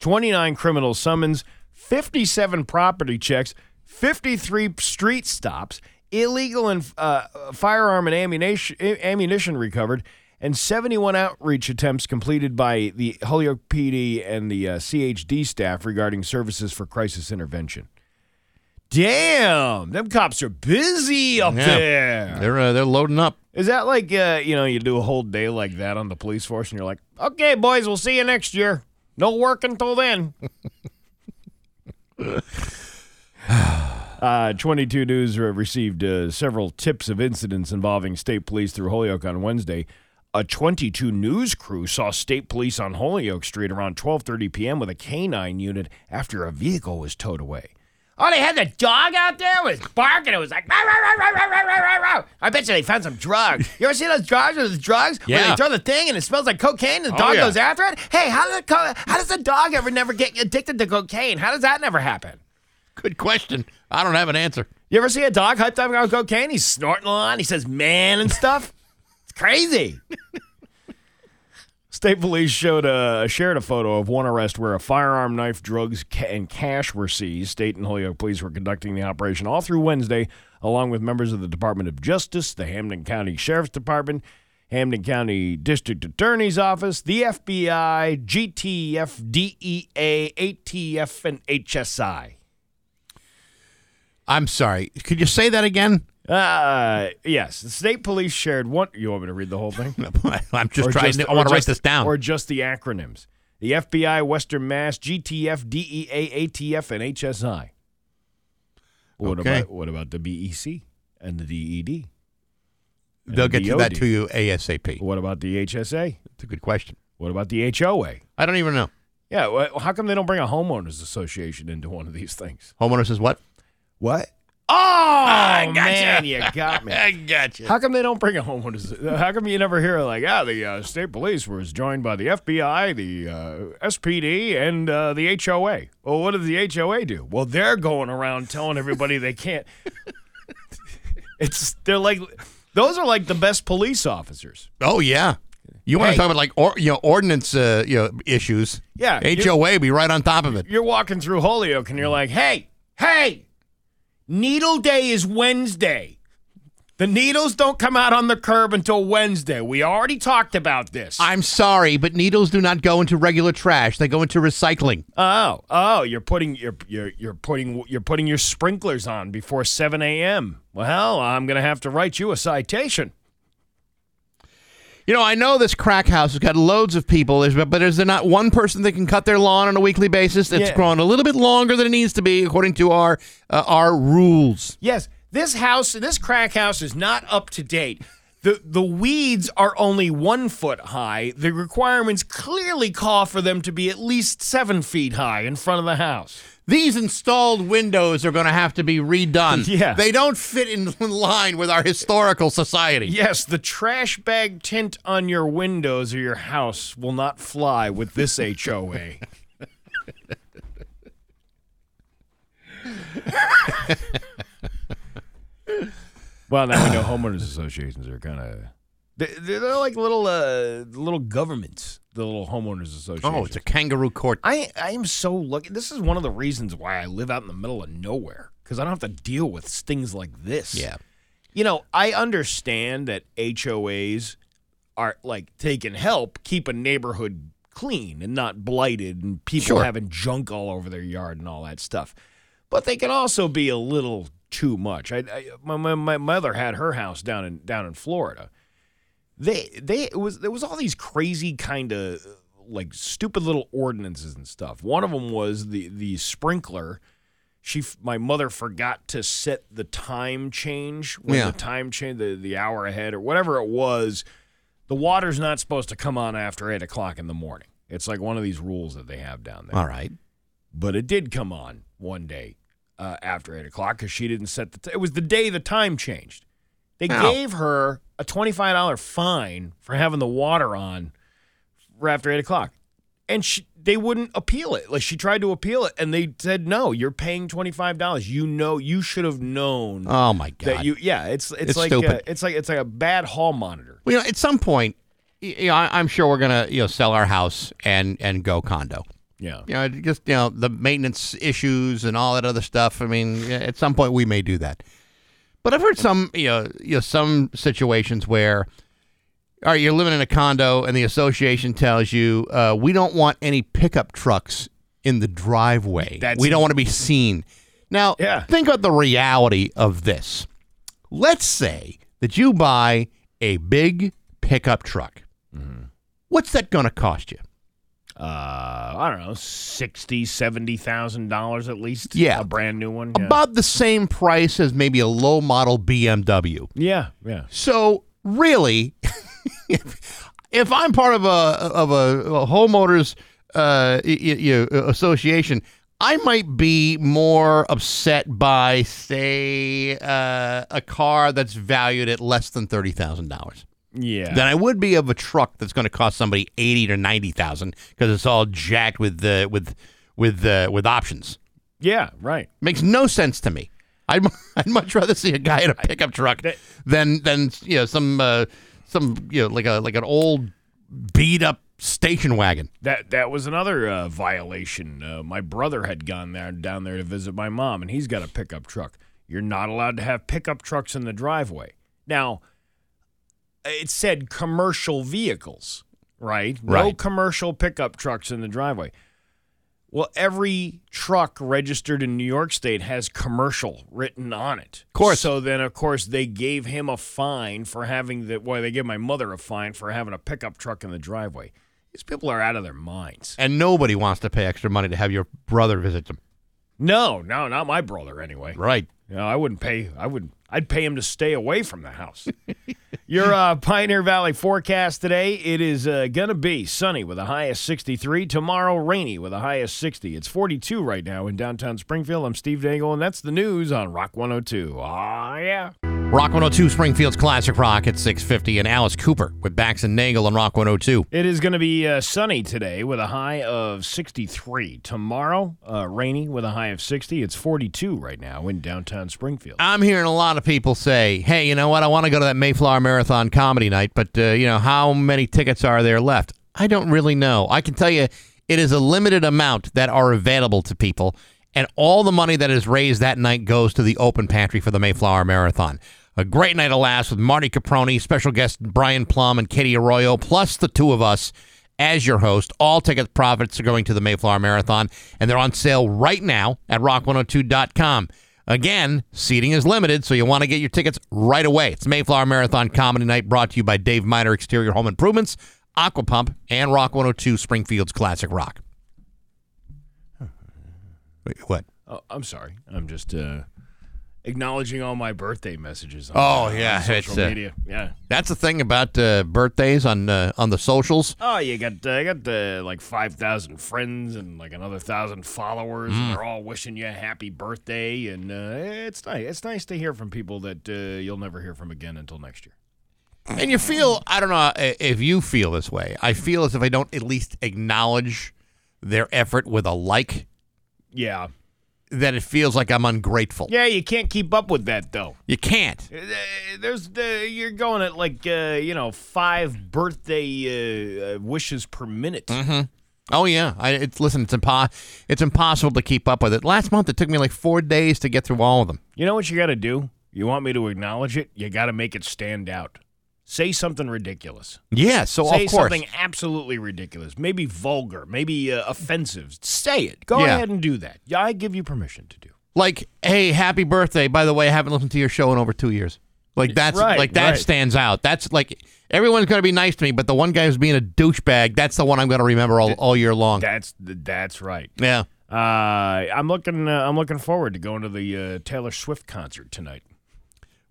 29 criminal summons, 57 property checks, 53 street stops, illegal and uh, firearm and ammunition, ammunition recovered, and 71 outreach attempts completed by the Holyoke PD and the uh, CHD staff regarding services for crisis intervention. Damn, them cops are busy up
Yeah.
there.
they're uh, they're loading up.
Is that like uh, you know you do a whole day like that on the police force and you're like, okay, boys, we'll see you next year. No work until then. Uh, 22 News re- received uh, several tips of incidents involving state police through Holyoke on Wednesday. A 22 News crew saw state police on Holyoke Street around 12:30 p.m. with a K-9 unit after a vehicle was towed away. Oh, they had the dog out there it was barking. It was like, "Meow, meow, meow, meow, meow, meow, meow, meow." I bet you they found some drugs. You ever see those drugs with the drugs where
Yeah. Oh,
they throw the thing and it smells like cocaine and the dog
yeah.
goes after it? Hey, how does, co- how does the dog ever never get addicted to cocaine? How does that never happen?
Good question. I don't have an answer.
You ever see a dog hyped up on cocaine? He's snorting a lot. He says "man" and stuff. it's crazy. State police showed a, shared a photo of one arrest where a firearm, knife, drugs, ca- and cash were seized. State and Holyoke police were conducting the operation all through Wednesday, along with members of the Department of Justice, the Hamden County Sheriff's Department, Hamden County District Attorney's Office, the FBI, GTF, DEA, ATF, and HSI.
I'm sorry. Could you say that again?
Uh, yes. The state police shared one. You want me to read the whole thing?
I'm just
Or
trying.
just-
to, I
or
want to write
just-
this down.
Or just the acronyms: the FBI, Western Mass, GTF, DEA, ATF, and HSI. What
Okay.
about what about the BEC and the DED? And
They'll
the
get you that
DOD?
to you ASAP.
What about the HSA?
It's a good question.
What about the HOA?
I don't even know.
Yeah, wh- how come they don't bring a homeowners association into one of these things?
Homeowner says what?
What? Oh
Ah,
man, you got me.
gotcha.
How come they don't bring a homeowners? How come you never hear like, ah, the uh, state police was joined by the FBI, the uh, SPD, and uh, the HOA? Well, what did the HOA do? Well, they're going around telling everybody they can't. It's they're like, those are like the best police officers.
Oh yeah. You want
Hey.
to talk about like or, you know ordinance uh, you know issues?
Yeah, you-
HOA be right on top of it.
You're walking through Holyoke and you're like, hey, hey, Needle Day is Wednesday. The needles don't come out on the curb until Wednesday. We already talked about this.
I'm sorry, but needles do not go into regular trash. They go into recycling.
Oh, oh, you're putting you're you're you're putting you're putting your sprinklers on before 7 a.m. Well, I'm gonna have to write you a citation.
You know, I know this crack house has got loads of people, is- but is there not one person that can cut their lawn on a weekly basis? It's
Yeah.
grown a little bit longer than it needs to be according to our uh, our rules.
Yes, this house, this crack house, is not up to date. the The weeds are only one foot high. The requirements clearly call for them to be at least seven feet high in front of the house.
These installed windows are going to have to be redone.
Yeah.
They don't fit in line with our historical society.
Yes, the trash bag tint on your windows or your house will not fly with this HOA. Well, now we know homeowners associations are kind of they're, they're like little uh, little governments. The little homeowners associations.
Oh, it's a kangaroo court.
I I am so lucky. This is one of the reasons why I live out in the middle of nowhere because I don't have to deal with things like this.
Yeah.
You know, I understand that HOAs are like they can help keep a neighborhood clean and not blighted and people
Sure.
having junk all over their yard and all that stuff. But they can also be a little too much. I, I my, my my mother had her house down in down in Florida. They they it was there was all these crazy kind of like stupid little ordinances and stuff. One of them was the the sprinkler she f- my mother forgot to set the time change when
Yeah.
the time change the, the hour ahead or whatever it was the water's not supposed to come on after eight o'clock in the morning it's like one of these rules that they have down there
All right.
but it did come on one day uh, after eight o'clock because she didn't set the. T- it was the day the time changed. They
Ow.
gave her a twenty-five dollar fine for having the water on for after eight o'clock, and she, they wouldn't appeal it. Like she tried to appeal it, and they said, "No, you're paying twenty-five dollars. You know, you should have known
Oh my God.
that you. Yeah, it's it's,
It's
like
stupid.
uh it's like it's like a bad hall monitor.
Well, you know, at some point, y- you know, I- I'm sure we're gonna you know sell our house and and go condo.
Yeah,
You know, it just you know the maintenance issues and all that other stuff. I mean, yeah, at some point we may do that. But I've heard some you know, you know some situations where, all right, you're living in a condo and the association tells you uh, we don't want any pickup trucks in the driveway.
That's-
we don't want to be seen. Now,
Yeah.
think about the reality of this. Let's say that you buy a big pickup truck.
Mm-hmm.
What's that going to cost you?
uh, I don't know, sixty, seventy thousand dollars at least.
Yeah.
a brand new one. Yeah.
about the same price as maybe a low model BMW.
Yeah, yeah.
So really, if, if I'm part of a of a, a homeowners uh, y- y- you know, association, I might be more upset by say uh, a car that's valued at less than thirty thousand dollars
Yeah.
than I would be of a truck that's going to cost somebody eighty to ninety thousand because it's all jacked with the with with uh, with options.
yeah, right.
Makes no sense to me. I'd, mu- I'd much rather see a guy in a pickup truck
that-
than than you know some uh, some you know like a like an old beat up station wagon.
That that was another uh, violation. Uh, my brother had gone there down there to visit my mom and he's got a pickup truck. You're not allowed to have pickup trucks in the driveway. Now, it said commercial vehicles, right? No
Right.
commercial pickup trucks in the driveway. Well, every truck registered in New York State has commercial written on it. Of
course.
So then, of course, they gave him a fine for having the. Well, they gave my mother a fine for having a pickup truck in the driveway. These people are out of their minds.
And nobody wants to pay extra money to have your brother visit them.
No, no, not my brother anyway.
Right.
No, I wouldn't pay. I would. I'd pay him to stay away from the house. Your uh, Pioneer Valley forecast today: it is uh, gonna be sunny with a high of 63. Tomorrow, rainy with a high of 60. It's 42 right now in downtown Springfield. I'm Steve Dangle, and that's the news on Rock 102. Ah, yeah.
Rock 102 Springfield's Classic Rock at 650 and Alice Cooper with Bax and Nagel on Rock 102.
It is going to be uh, sunny today with a high of 63. Tomorrow, uh, rainy with a high of 60. It's 42 right now in downtown Springfield.
I'm hearing a lot of people say, "Hey, you know what? I want to go to that Mayflower Marathon comedy night, but uh, you know how many tickets are there left? I don't really know. I can tell you, it is a limited amount that are available to people, and all the money that is raised that night goes to the open pantry for the Mayflower Marathon. A great night, alas, with Marty Caproni, special guest Brian Plum and Katie Arroyo, plus the two of us." As your host, all ticket profits are going to the Mayflower Marathon, and they're on sale right now at rock102.com. Again, seating is limited, so you want to get your tickets right away. It's Mayflower Marathon Comedy Night brought to you by Dave Miner Exterior Home Improvements, Aquapump, and Rock 102 Springfield's Classic Rock. Wait, what?
Oh, I'm sorry. I'm just uh, acknowledging all my birthday messages. On,
Oh,
on
yeah,
social
it's, uh,
media. Yeah.
That's the thing about uh, birthdays on uh, on the socials.
Oh, you got uh, I got uh, like five thousand friends and like another thousand followers,
Mm.
and they're all wishing you a happy birthday. And uh, it's nice. It's nice to hear from people that uh, you'll never hear from again until next year.
And you feel, I don't know i- if you feel this way. I feel as if I don't at least acknowledge their effort with a like.
Yeah.
that it feels like I'm ungrateful.
Yeah, you can't keep up with that though.
You can't.
Uh, There's the you're going at like uh, you know five birthday uh, uh, wishes per minute.
Oh yeah, I it's, listen. It's impo- It's impossible to keep up with it. Last month it took me like four days to get through all of them.
You know what you got to do? You want me to acknowledge it? You got to make it stand out. Say something ridiculous.
Yeah, so
Say
of course.
something absolutely ridiculous. Maybe vulgar. Maybe uh, offensive. Say it. Go
Yeah.
ahead and do that. Yeah, I give you permission to do.
like hey happy birthday by the way i haven't listened to your show in over two years like that's
Right,
like that
right.
stands out that's like everyone's going to be nice to me but the one guy who's being a douchebag that's the one i'm going to remember all, all year long
That's that's right.
yeah
Uh, I'm looking. Uh, I'm looking forward to going to the uh, Taylor Swift concert tonight.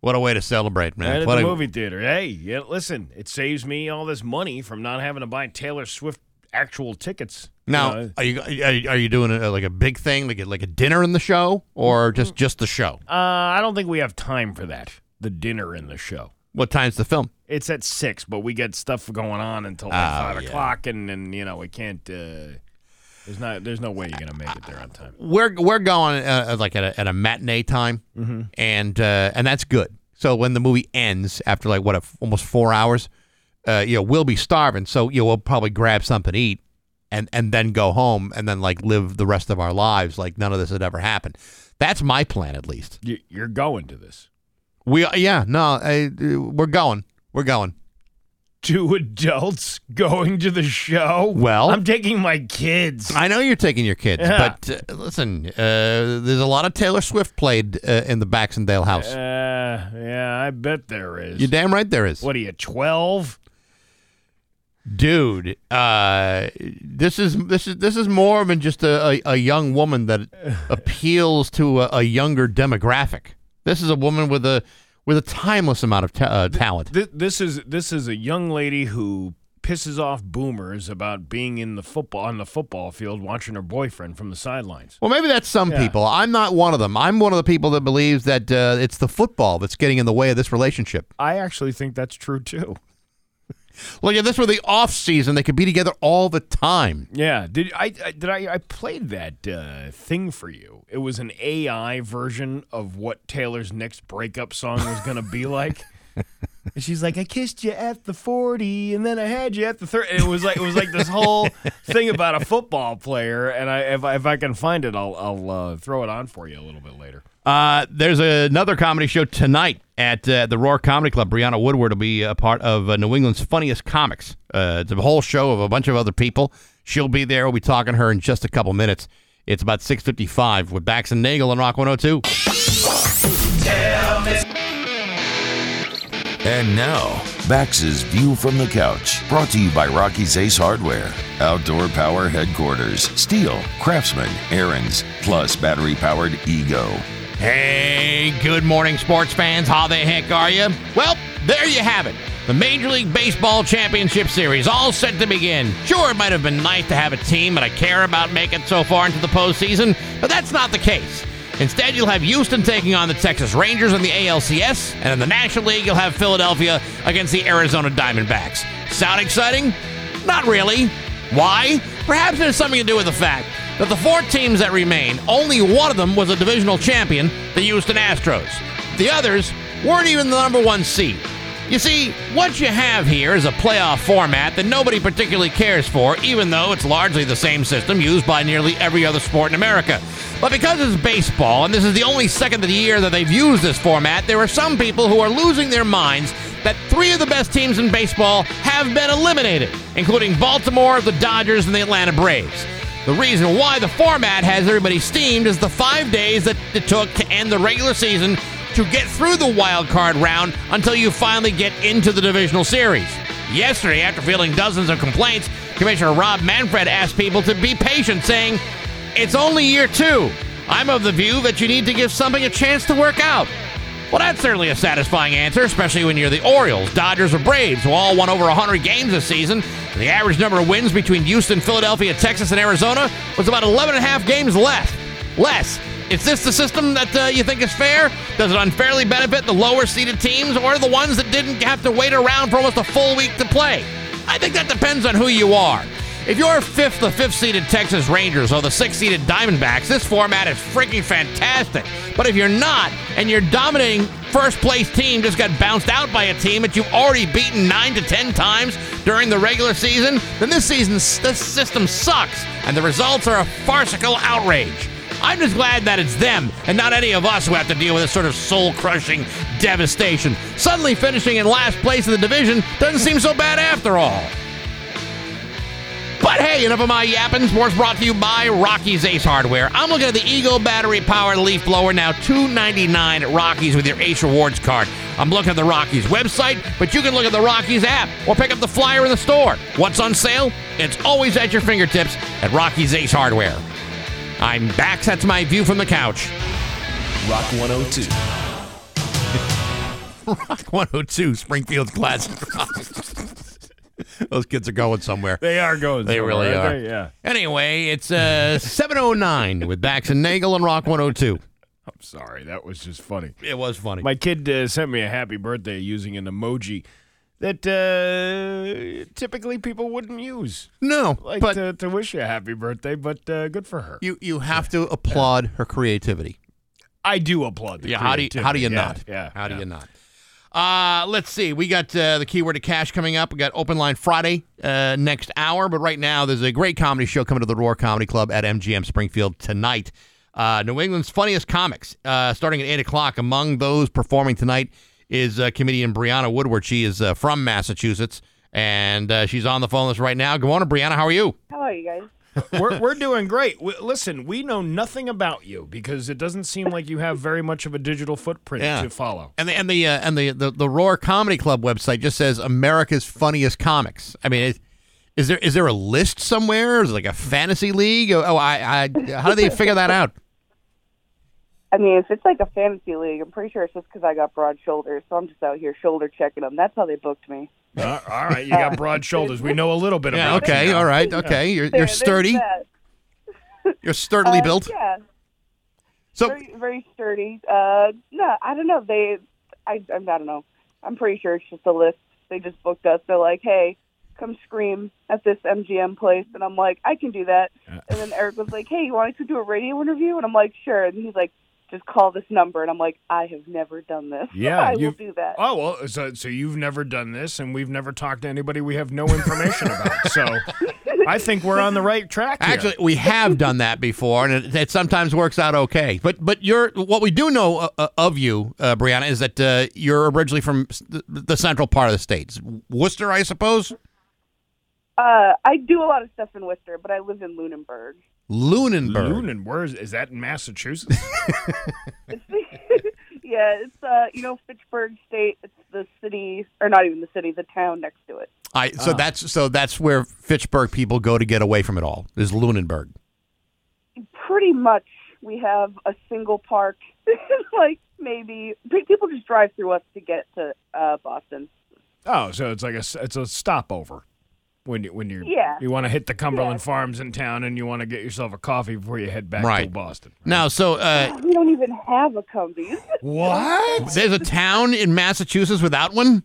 what a way to celebrate man
Right at
What
the
a-
movie theater. Hey, yeah, listen, it saves me all this money from not having to buy Taylor Swift actual tickets.
now
You know,
are you are you- are you doing a, like a big thing like a, like a dinner in the show
Mm-hmm.
or just just the show
uh, I don't think we have time for that. The dinner in the show.
what time's the film
It's at six, but we got stuff going on until like
Oh,
five
yeah.
o'clock, and and you know we can't. Uh, there's not. There's no way you're gonna make it there on time.
we're we're going uh, like at a, at a matinee time,
Mm-hmm.
and uh, and that's good. So when the movie ends after like what a, almost four hours, uh, you know we'll be starving. So you know we'll probably grab something to eat, and and then go home and then like live the rest of our lives like none of this had ever happened. That's my plan at least.
You, you're going to this
We yeah no I, we're going we're going.
two adults going to the show.
Well-
I'm taking my kids.
I know you're taking your kids,
Yeah.
but uh, listen, uh, there's a lot of Taylor Swift played uh, in the Baxendale house.
Uh, yeah, I bet there is.
You're damn right there is.
What are you, 12?
dude uh this is this is this is more than just a, a, a young woman that appeals to a, a younger demographic this is a woman with a with a timeless amount of ta- uh, talent
Th- this is this is a young lady who pisses off boomers about being in the football on the football field watching her boyfriend from the sidelines.
well maybe that's some people i'm not one of them i'm one of the people that believes that uh, it's the football that's getting in the way of this relationship
I actually think that's true too.
look if this were the off season they could be together all the time
Yeah, did I, I did I I played that uh, thing for you. It was an AI version of what Taylor's next breakup song was going to be like. And she's like, "I kissed you at the 40 and then I had you at the 30." And It was like it was like this whole thing about a football player and I if I, if I can find it I'll I'll uh, throw it on for you a little bit later.
Uh, there's another comedy show tonight at uh, the Roar Comedy Club. Brianna Woodward will be a part of uh, New England's Funniest Comics. Uh, it's a whole show of a bunch of other people. She'll be there. We'll be talking to her in just a couple minutes. It's about 6.55 with Bax and Nagel on Rock 102.
And now, Bax's View from the Couch, brought to you by Rocky's Ace Hardware, Outdoor Power Headquarters, Steel, Craftsman, Aaron's, plus battery powered Ego.
Hey, good morning, sports fans. How the heck are you? Well, there you have it. The Major League Baseball Championship Series all set to begin. Sure, it might have been nice to have a team that I care about make it so far into the postseason, but that's not the case. Instead, you'll have Houston taking on the Texas Rangers in the ALCS, and in the National League, you'll have Philadelphia against the Arizona Diamondbacks. Sound exciting? Not really. Why? Perhaps it has something to do with the fact that the four teams that remain, only one of them was a divisional champion, the Houston Astros. The others weren't even the number one seed. You see, what you have here is a playoff format that nobody particularly cares for, even though it's largely the same system used by nearly every other sport in America. But because it's baseball, and this is the only second of the year that they've used this format, there are some people who are losing their minds that three of the best teams in baseball have been eliminated, including Baltimore, the Dodgers, and the Atlanta Braves. The reason why the format has everybody steamed is the five days that it took to end the regular season to get through the wild card round until you finally get into the divisional series. Yesterday, after fielding dozens of complaints, Commissioner Rob Manfred asked people to be patient, saying, It's only year two. I'm of the view that you need to give something a chance to work out. Well, that's certainly a satisfying answer, especially when you're the Orioles, Dodgers, or Braves, who all won over 100 games this season. The average number of wins between Houston, Philadelphia, Texas, and Arizona was about 11 and a half games left. Less. Is this the system that uh, you think is fair? Does it unfairly benefit the lower seeded teams or the ones that didn't have to wait around for almost a full week to play? I think that depends on who you are. If you're fifth, the fifth seeded Texas Rangers or the sixth seeded Diamondbacks, this format is freaking fantastic. But if you're not, and your dominating first place team just got bounced out by a team that you've already beaten nine to ten times during the regular season, then this season's this system sucks, and the results are a farcical outrage. I'm just glad that it's them and not any of us who have to deal with this sort of soul crushing devastation. Suddenly finishing in last place in the division doesn't seem so bad after all. But hey, enough of my yapping. Sports brought to you by Rocky's Ace Hardware. I'm looking at the Ego battery powered leaf blower now, $2.99 at Rocky's with your Ace Rewards card. I'm looking at the Rockies website, but you can look at the Rockies app or pick up the flyer in the store. What's on sale? It's always at your fingertips at Rocky's Ace Hardware. I'm back. That's my view from the couch.
Rock 102.
Rock 102, Springfield's classic rock. Those kids are going somewhere.
They are going.
They
somewhere,
really
aren't
are.
they? Yeah.
Anyway, it's uh, 709 with Bax and Nagel and Rock 102.
I'm sorry. That was just funny.
It was funny.
My kid uh, sent me a happy birthday using an emoji that uh, typically people wouldn't use,
no,
like
but
to, to wish you a happy birthday. But uh, good for her.
you you have to applaud her creativity.
I do applaud. The
Yeah, how do you, how do you
creativity.
not?
Yeah. yeah,
how do
yeah.
you not? Uh, let's see. We got uh, the keyword to cash coming up. We got open line Friday uh, next hour, but right now there's a great comedy show coming to the Roar Comedy Club at MGM Springfield tonight. Uh, New England's funniest comics, uh, starting at eight o'clock. Among those performing tonight is uh, comedian Brianna Woodward. She is uh, from Massachusetts, and uh, she's on the phone list right now. Good morning, Brianna. How are you?
Hello, you guys.
we're, we're doing great. We, listen, we know nothing about you because it doesn't seem like you have very much of a digital footprint
Yeah.
to follow.
And the and the uh, and the, the the Roar Comedy Club website just says America's funniest comics. I mean, is, is there is there a list somewhere? Is it like a fantasy league? Oh, oh, I, I how do they figure that out?
I mean, if it's like a fantasy league, I'm pretty sure it's just because I got broad shoulders, so I'm just out here shoulder checking them. That's how they booked me.
Uh, all right, you got broad shoulders. We know a little bit
Yeah,
about. you
okay,
now.
all right, okay. You're
There,
you're
there's
sturdy.
that.
You're sturdily
Uh,
built.
Yeah,
So
very, very sturdy. Uh, no, I don't know. They, I, I don't know. I'm pretty sure it's just a list. They just booked us. They're like, hey, come scream at this MGM place, and I'm like, I can do that. And then Eric was like, hey, you want to do a radio interview? And I'm like, sure. And he's like, just call this number, and I'm like, I have never done this.
Yeah,
I will
you've-
do that.
Oh well, so so you've never done this, and we've never talked to anybody we have no information about. So I think we're on the right track. here.
Actually, we have done that before, and it, it sometimes works out okay. But but you're what we do know uh, uh, of you, uh, Brianna, is that uh, you're originally from s- the, the central part of the states, Worcester, I suppose.
Uh, I do a lot of stuff in Worcester, but I live in Lunenburg.
Lunenburg.
Lunan, where is is that in Massachusetts?
yeah, it's uh, you know, Fitchburg State. It's the city, or not even the city, the town next to it.
I
Uh.
so that's so that's where Fitchburg people go to get away from it all is Lunenburg.
Pretty much, we have a single park. like maybe pe- people just drive through us to get to uh, Boston.
oh, so it's like a s- it's a stopover when you when you
Yeah.
you want to hit the Cumberland
Yeah.
Farms in town, and you want to get yourself a coffee before you head back to
Right.
Boston.
Now, so uh,
We don't even have a Cumbies.
What?
there's a town in Massachusetts without one.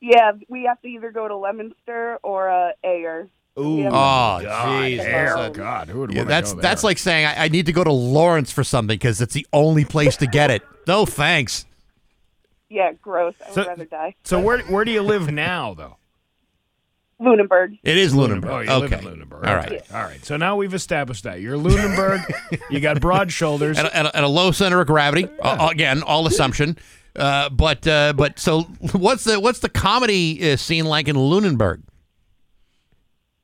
yeah, we have to either go to Leominster or uh, Ayer.
Ooh,
Yeah.
Oh,
God,
jeez,
air.
that's a-
God, who would
Yeah,
wanna
that's
go there?
that's like saying I, I need to go to Lawrence for something because it's the only place to get it. No thanks.
Yeah, gross. I would
So-
rather die.
So where where do you live now though?
Lunenburg.
It is Lunenburg.
Oh, you
okay.
live in Lunenburg.
All right.
All right. So now we've established that. You're Lunenburg. you got broad shoulders.
At, a, at, a, at a low center of gravity. Uh, again, all assumption. Uh, but uh, but so what's the what's the comedy uh, scene like in Lunenburg?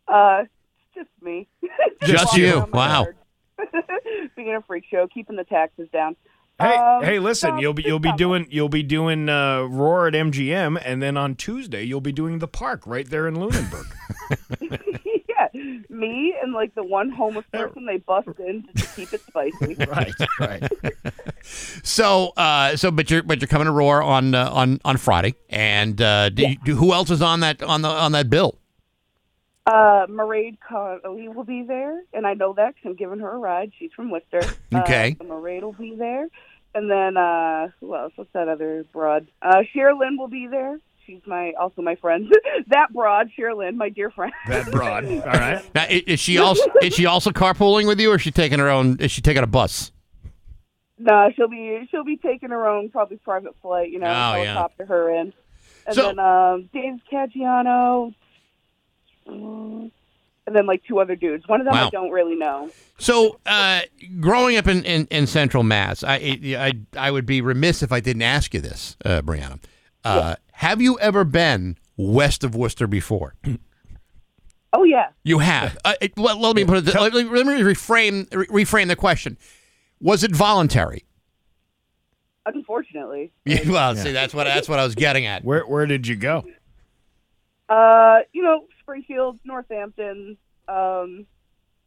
Uh, just me.
Just
walking
you.
around my
Wow.
yard. Being a freak show, keeping the taxes down.
Hey,
Oh,
Um,
hey, listen,
no,
you'll be
just
you'll be
not
doing you'll be doing uh, Roar at MGM, and then on Tuesday you'll be doing the park right there in Lunenburg.
much. yeah, me and like the one homeless person they bust in just to keep it spicy.
Uh, right, right.
So, uh, so but you're but you're coming to Roar on uh, on on Friday, and uh, do you, do, who else is on that on the on that bill?
Uh, Maraid Connolly will be there, and I know that 'cause I'm giving her a ride. She's from Worcester.
Okay.
Uh, Maraid will be there, and then uh, who else? What's that other broad? Uh, Sherilyn will be there. she's my also my friend. that broad, Sherilyn, my dear friend.
That broad. All right.
Now, i- is, she also is she also carpooling with you, or is she taking her own? Is she taking a bus?
no, she'll be she'll be taking her own probably private flight. You know,
Oh, yeah.
helicopter her in. And
So-
then um, Dave Caggiano, mm, and then like two other dudes. One of them
Wow.
I don't really know.
So, uh, growing up in, in, in Central Mass, I, I I would be remiss if I didn't ask you this, uh, Brianna. Uh, Have you ever been west of Worcester before?
Oh yeah,
You have. Uh, it- well, let me put it. let, me, let me reframe re- reframe the question. Was it voluntary?
unfortunately.
Yeah, well, see, that's what that's what I was getting at.
Where where did you go?
Uh, you know, Springfield, Northampton, um,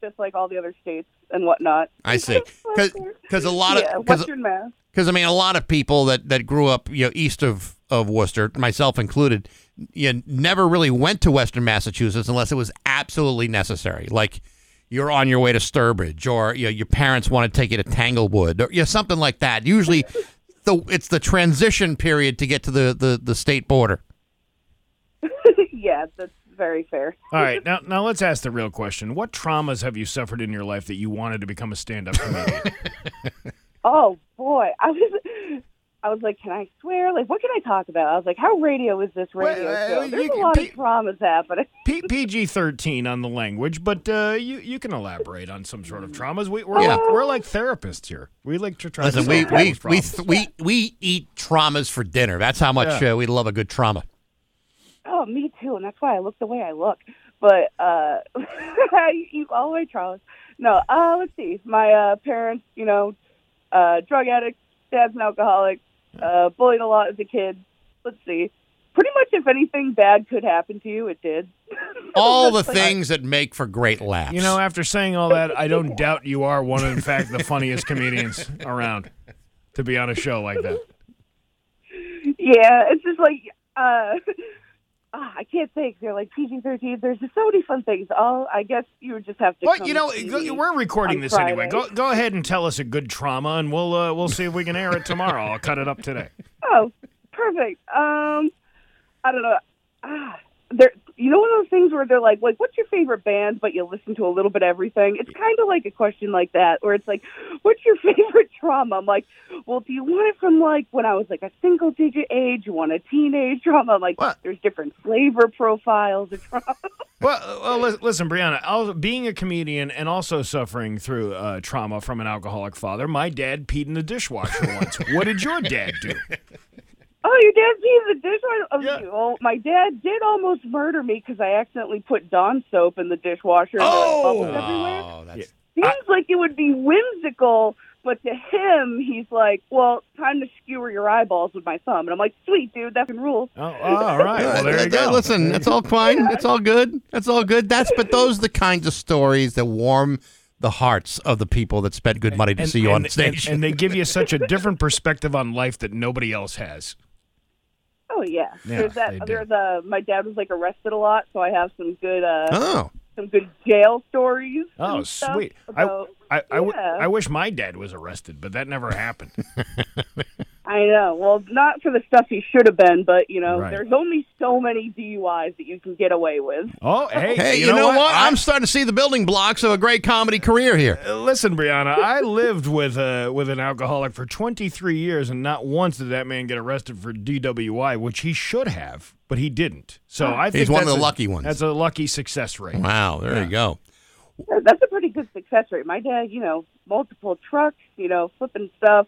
just like all the other states and whatnot.
I see, because a lot
yeah,
of because
Western Mass.
Because I mean, a lot of people that, that grew up, you know, east of, of Worcester, myself included, you never really went to Western Massachusetts unless it was absolutely necessary. Like you're on your way to Sturbridge, or you know, your parents want to take you to Tanglewood, or you know, something like that. Usually, the it's the transition period to get to the, the, the state border.
yeah, that's very fair.
All right. Now now let's ask the real question. What traumas have you suffered in your life that you wanted to become a stand up comedian?
Oh boy, I was, I was like, can I swear? Like, what can I talk about? I was like, how radio is this radio
Well, uh,
show?
you
There's a
can-
lot
pe-
of traumas happening.
P- PG thirteen on the language, but uh, you you can elaborate on some sort of traumas. We, we're
Yeah.
like, we're like therapists here. We like to try
Listen,
to
we
solve
we
people's
we,
problems.
th- we we eat traumas for dinner. That's how much
Yeah.
uh, we love a good trauma.
Oh, me too, and that's why I look the way I look. But uh, I eat all my traumas. No, uh, let's see. My uh, parents, you know, uh, drug addict, dad's an alcoholic, uh, bullied a lot as a kid. Let's see. Pretty much, if anything bad could happen to you, it did.
All the
That's like-
things that make for great laughs.
You know, after saying all that, I don't doubt you are one of, in fact, the funniest comedians around to be on a show like that.
Yeah, it's just like uh, ah, I can't think. They're like PG thirteen. There's just so many fun things. All I guess you would just have to.
But
come
you know,
see
go-
me.
we're recording
on
this anyway. Go,
Friday.
go ahead and tell us a good trauma, and we'll uh, we'll see if we can air it tomorrow. I'll cut it up today.
Oh, perfect. Um, I don't know. Ah, there. You know, one of those things where they're like, like, what's your favorite band? But you listen to a little bit of everything. It's kind of like a question like that, where it's like, what's your favorite trauma? I'm like, well, do you want it from like when I was like a single digit age? You want a teenage trauma? I'm like,
What?
there's different flavor profiles of trauma.
Well, uh, well lis- listen, Brianna, I'll, being a comedian and also suffering through uh, trauma from an alcoholic father, my dad peed in the dishwasher once. What did your dad do?
Oh, your dad pees the dishwasher. Oh,
Yeah.
well, my dad did almost murder me because I accidentally put Dawn soap in the dishwasher. And there were
Oh!
bubbles everywhere.
Oh, that's
seems like it would be whimsical, but to him, he's like, "Well, time to skewer your eyeballs with my thumb." And I'm like, "Sweet, dude, that can rule."
Oh, all right. Well, there you
Uh,
go.
Listen, that's all fine. It's all good. That's all good. That's but those are the kinds of stories that warm the hearts of the people that spent good money to see you on
and-
stage.
And, they give you such a different perspective on life that nobody else has.
Oh yeah,
Yeah,
there's
they
that.
do.
There's uh, my dad was like arrested a lot, so I have some good uh,
oh,
some good jail stories.
Oh,
and stuff
sweet. I,
About,
I, I w-
Yeah.
I wish my dad was arrested, but that never happened.
I know. Well, not for the stuff he should have been, but you know,
Right.
there's only so many DUIs that you can get away with.
Oh, hey,
hey, you, know, what? I'm starting to see the building blocks of a great comedy career here.
I- listen, Brianna. I lived with uh, with an alcoholic for 23 years, and not once did that man get arrested for DWI, which he should have, but he didn't. So I think
He's one of
that's
the
a-
lucky ones.
That's a lucky success rate.
Wow, there you go.
That's a pretty good success rate. My dad, you know, multiple trucks, you know, flipping stuff,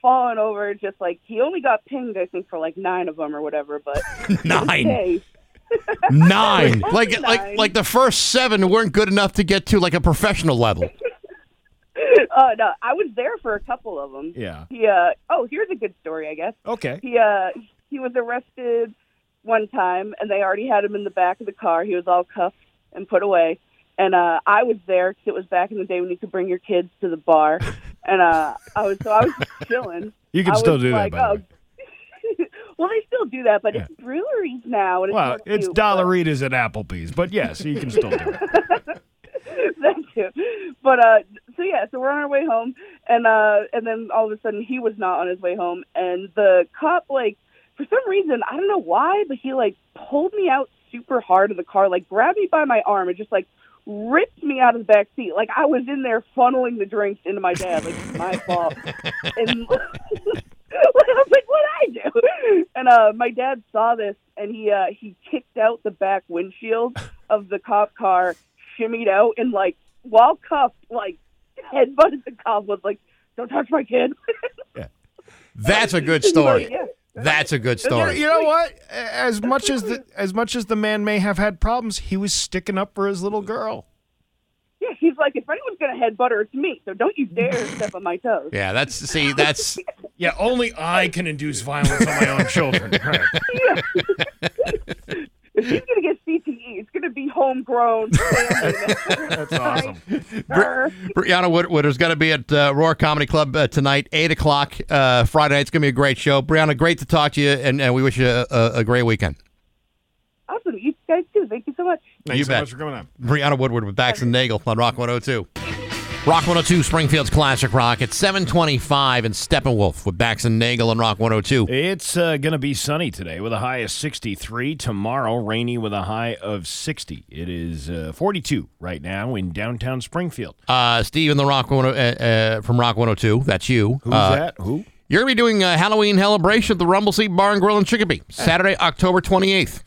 falling over, just like he only got pinged, I think, for like nine of them or whatever. But
Nine,
hey,
nine, like like
Nine.
like the first seven weren't good enough to get to like a professional level.
uh, no, I was there for a couple of them.
Yeah.
He, uh, oh, here's a good story, I guess.
Okay.
He, uh, he was arrested one time, and they already had him in the back of the car. He was all cuffed and put away. And uh, I was there 'cause it was back in the day when you could bring your kids to the bar, and uh, I was so I was chilling.
You can
I
still
was
do
like,
that,
oh.
by the way.
well, they still do that, but
Yeah.
it's breweries now. And it's
Well,
more
it's
cute,
Dollaritas at Applebee's, but yes, you can still do it.
but- That's it. But uh, so yeah, so we're on our way home, and uh, and then all of a sudden he was not on his way home, and the cop like for some reason, I don't know why, but he like pulled me out super hard of the car, like grabbed me by my arm and just like ripped me out of the back seat. Like I was in there funneling the drinks into my dad. Like it's my fault. And I was like, what I do? And uh, my dad saw this and he uh, he kicked out the back windshield of the cop car, shimmied out, and like while cuffed, like headbutted the cop was like, "Don't touch my kid."
That's a good story.
Yeah.
That's a good
You
story.
know what? As much as the as much as the man may have had problems, he was sticking up for his little girl.
Yeah, he's like, if anyone's gonna headbutt her, it's me. So don't you dare step on my toes.
Yeah, that's see, that's
Yeah, only I can induce violence on my own children.
If he's gonna get CTE, it's gonna be homegrown. That's
awesome.
Brianna Wood- Woodard's going to be at uh, Roar Comedy Club uh, tonight, eight o'clock uh, Friday. night. It's going to be a great show. Brianna, great to talk to you, and, and we wish you a, a, a great weekend.
Awesome, you guys too. Thank you so much.
Thanks
You
so
bet.
much for coming on.
Brianna Woodward with Bax and Nagel on Rock 102. Rock 102, Springfield's Classic Rock at 725 and Steppenwolf with Bax and Nagel on Rock 102.
It's uh, going to be sunny today with a high of 63. Tomorrow, rainy with a high of 60. It is uh, 42 right now in downtown Springfield.
Uh, Steve in the Rock 10, uh, uh, from Rock 102, that's you.
Who's
Uh,
that? Who?
You're going to be doing a Halloween celebration at the Rumble Seat Bar and Grill in Chicopee,
Eh.
Saturday, October 28th.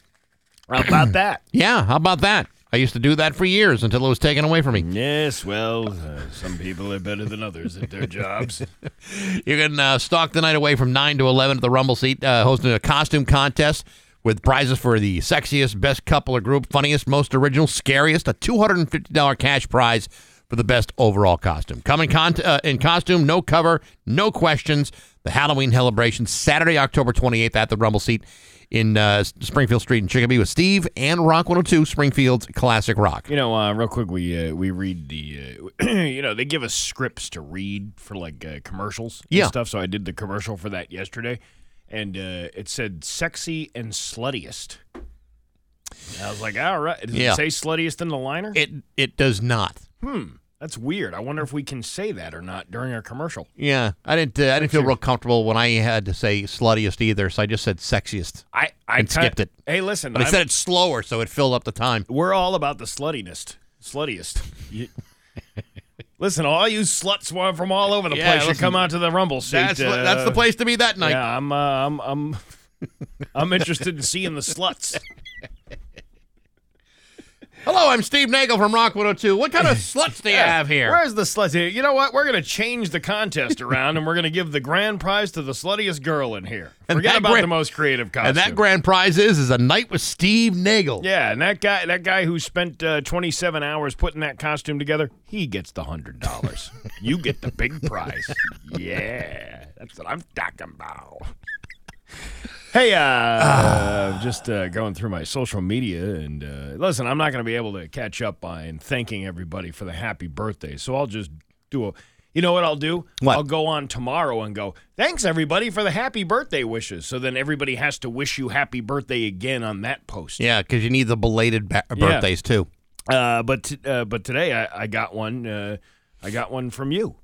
How about that?
Yeah, how about that? I used to do that for years until it was taken away from me.
Yes, well, uh, some people are better than others at their jobs.
You can uh, stalk the night away from 9 to 11 at the Rumble Seat, uh, hosting a costume contest with prizes for the sexiest, best couple or group, funniest, most original, scariest, a $250 cash prize for the best overall costume. Come in, con- uh, in costume, no cover, no questions. The Halloween celebration, Saturday, October 28th at the Rumble Seat in uh, S- Springfield Street in Chicopee with Steve and Rock 102, Springfield's Classic Rock.
You know, uh, real quick, we uh, we read the, uh, you know, they give us scripts to read for like uh, commercials and
Yeah.
stuff. So I did the commercial for that yesterday, and uh, it said "sexy and sluttiest." And I was like, all right. Does
Yeah.
it say sluttiest in the liner? Hmm,
It, it does not.
That's weird. I wonder if we can say that or not during our commercial.
Yeah, I didn't. Uh, I didn't feel real comfortable when I had to say sluttiest either, so I just said sexiest.
I I
And skipped it.
Hey, listen,
But I
I'm-
said it slower, so it filled up the time.
we're all about the sluttiest, sluttiest. You- listen, all you sluts wa- from all over the
Yeah,
place,
listen.
you come out to the Rumble seat.
That's the- that's the
uh,
place to be that night.
Yeah, I'm uh, I'm I'm I'm interested in seeing the sluts.
Hello, I'm Steve Nagel from Rock 102. What kind of sluts do you have here?
Where's the sluts? You know what? We're gonna change the contest around, and we're gonna give the grand prize to the sluttiest girl in here.
And
Forget
that
about
grand-
the most creative costume.
and that grand prize is is a night with Steve Nagel.
Yeah, and that guy, that guy who spent uh, 27 hours putting that costume together, he gets the hundred dollars. you get the big prize. Yeah, that's what I'm talking about. Hey, uh, uh, just uh, going through my social media, and uh, listen, I'm not going to be able to catch up on thanking everybody for the happy birthday, so I'll just do a. You know what I'll do?
What?
I'll go on tomorrow and go, thanks everybody for the happy birthday wishes. So then everybody has to wish you happy birthday again on that post.
yeah, because you need the belated ba- birthdays too.
Uh, but t- uh, but today I, I got one. Uh, I got one from you.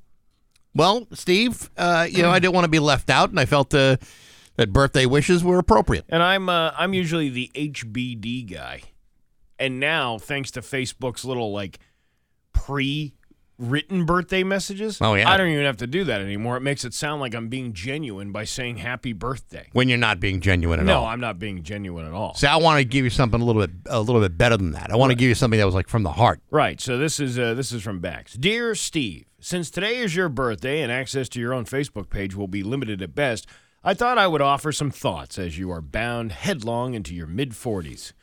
Well, Steve, uh, you know I didn't want to be left out, and I felt uh, that birthday wishes were appropriate.
And I'm uh, I'm usually the HBD guy, and now thanks to Facebook's little like pre-written birthday messages.
Oh, yeah.
I don't even have to do that anymore. It makes it sound like I'm being genuine by saying happy birthday.
When you're not being genuine at
no,
all.
I'm not being genuine at all.
See, I want to give you something a little bit a little bit better than that. I want to give you something that was like from the heart.
Right. So this is uh, this is from Bax. Dear Steve, since today is your birthday and access to your own Facebook page will be limited at best, I thought I would offer some thoughts as you are bound headlong into your mid 40s.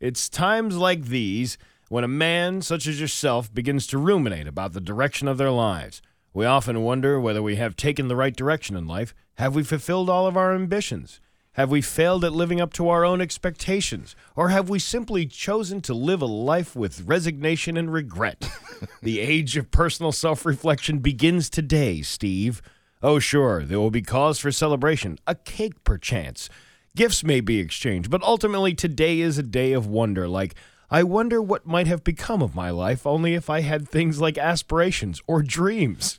It's times like these when a man such as yourself begins to ruminate about the direction of their lives. We often wonder whether we have taken the right direction in life. Have we fulfilled all of our ambitions? Have we failed at living up to our own expectations? Or have we simply chosen to live a life with resignation and regret? the age of personal self reflection begins today, Steve. Oh, sure, there will be cause for celebration, a cake perchance. Gifts may be exchanged, but ultimately today is a day of wonder. Like, I wonder what might have become of my life only if I had things like aspirations or dreams.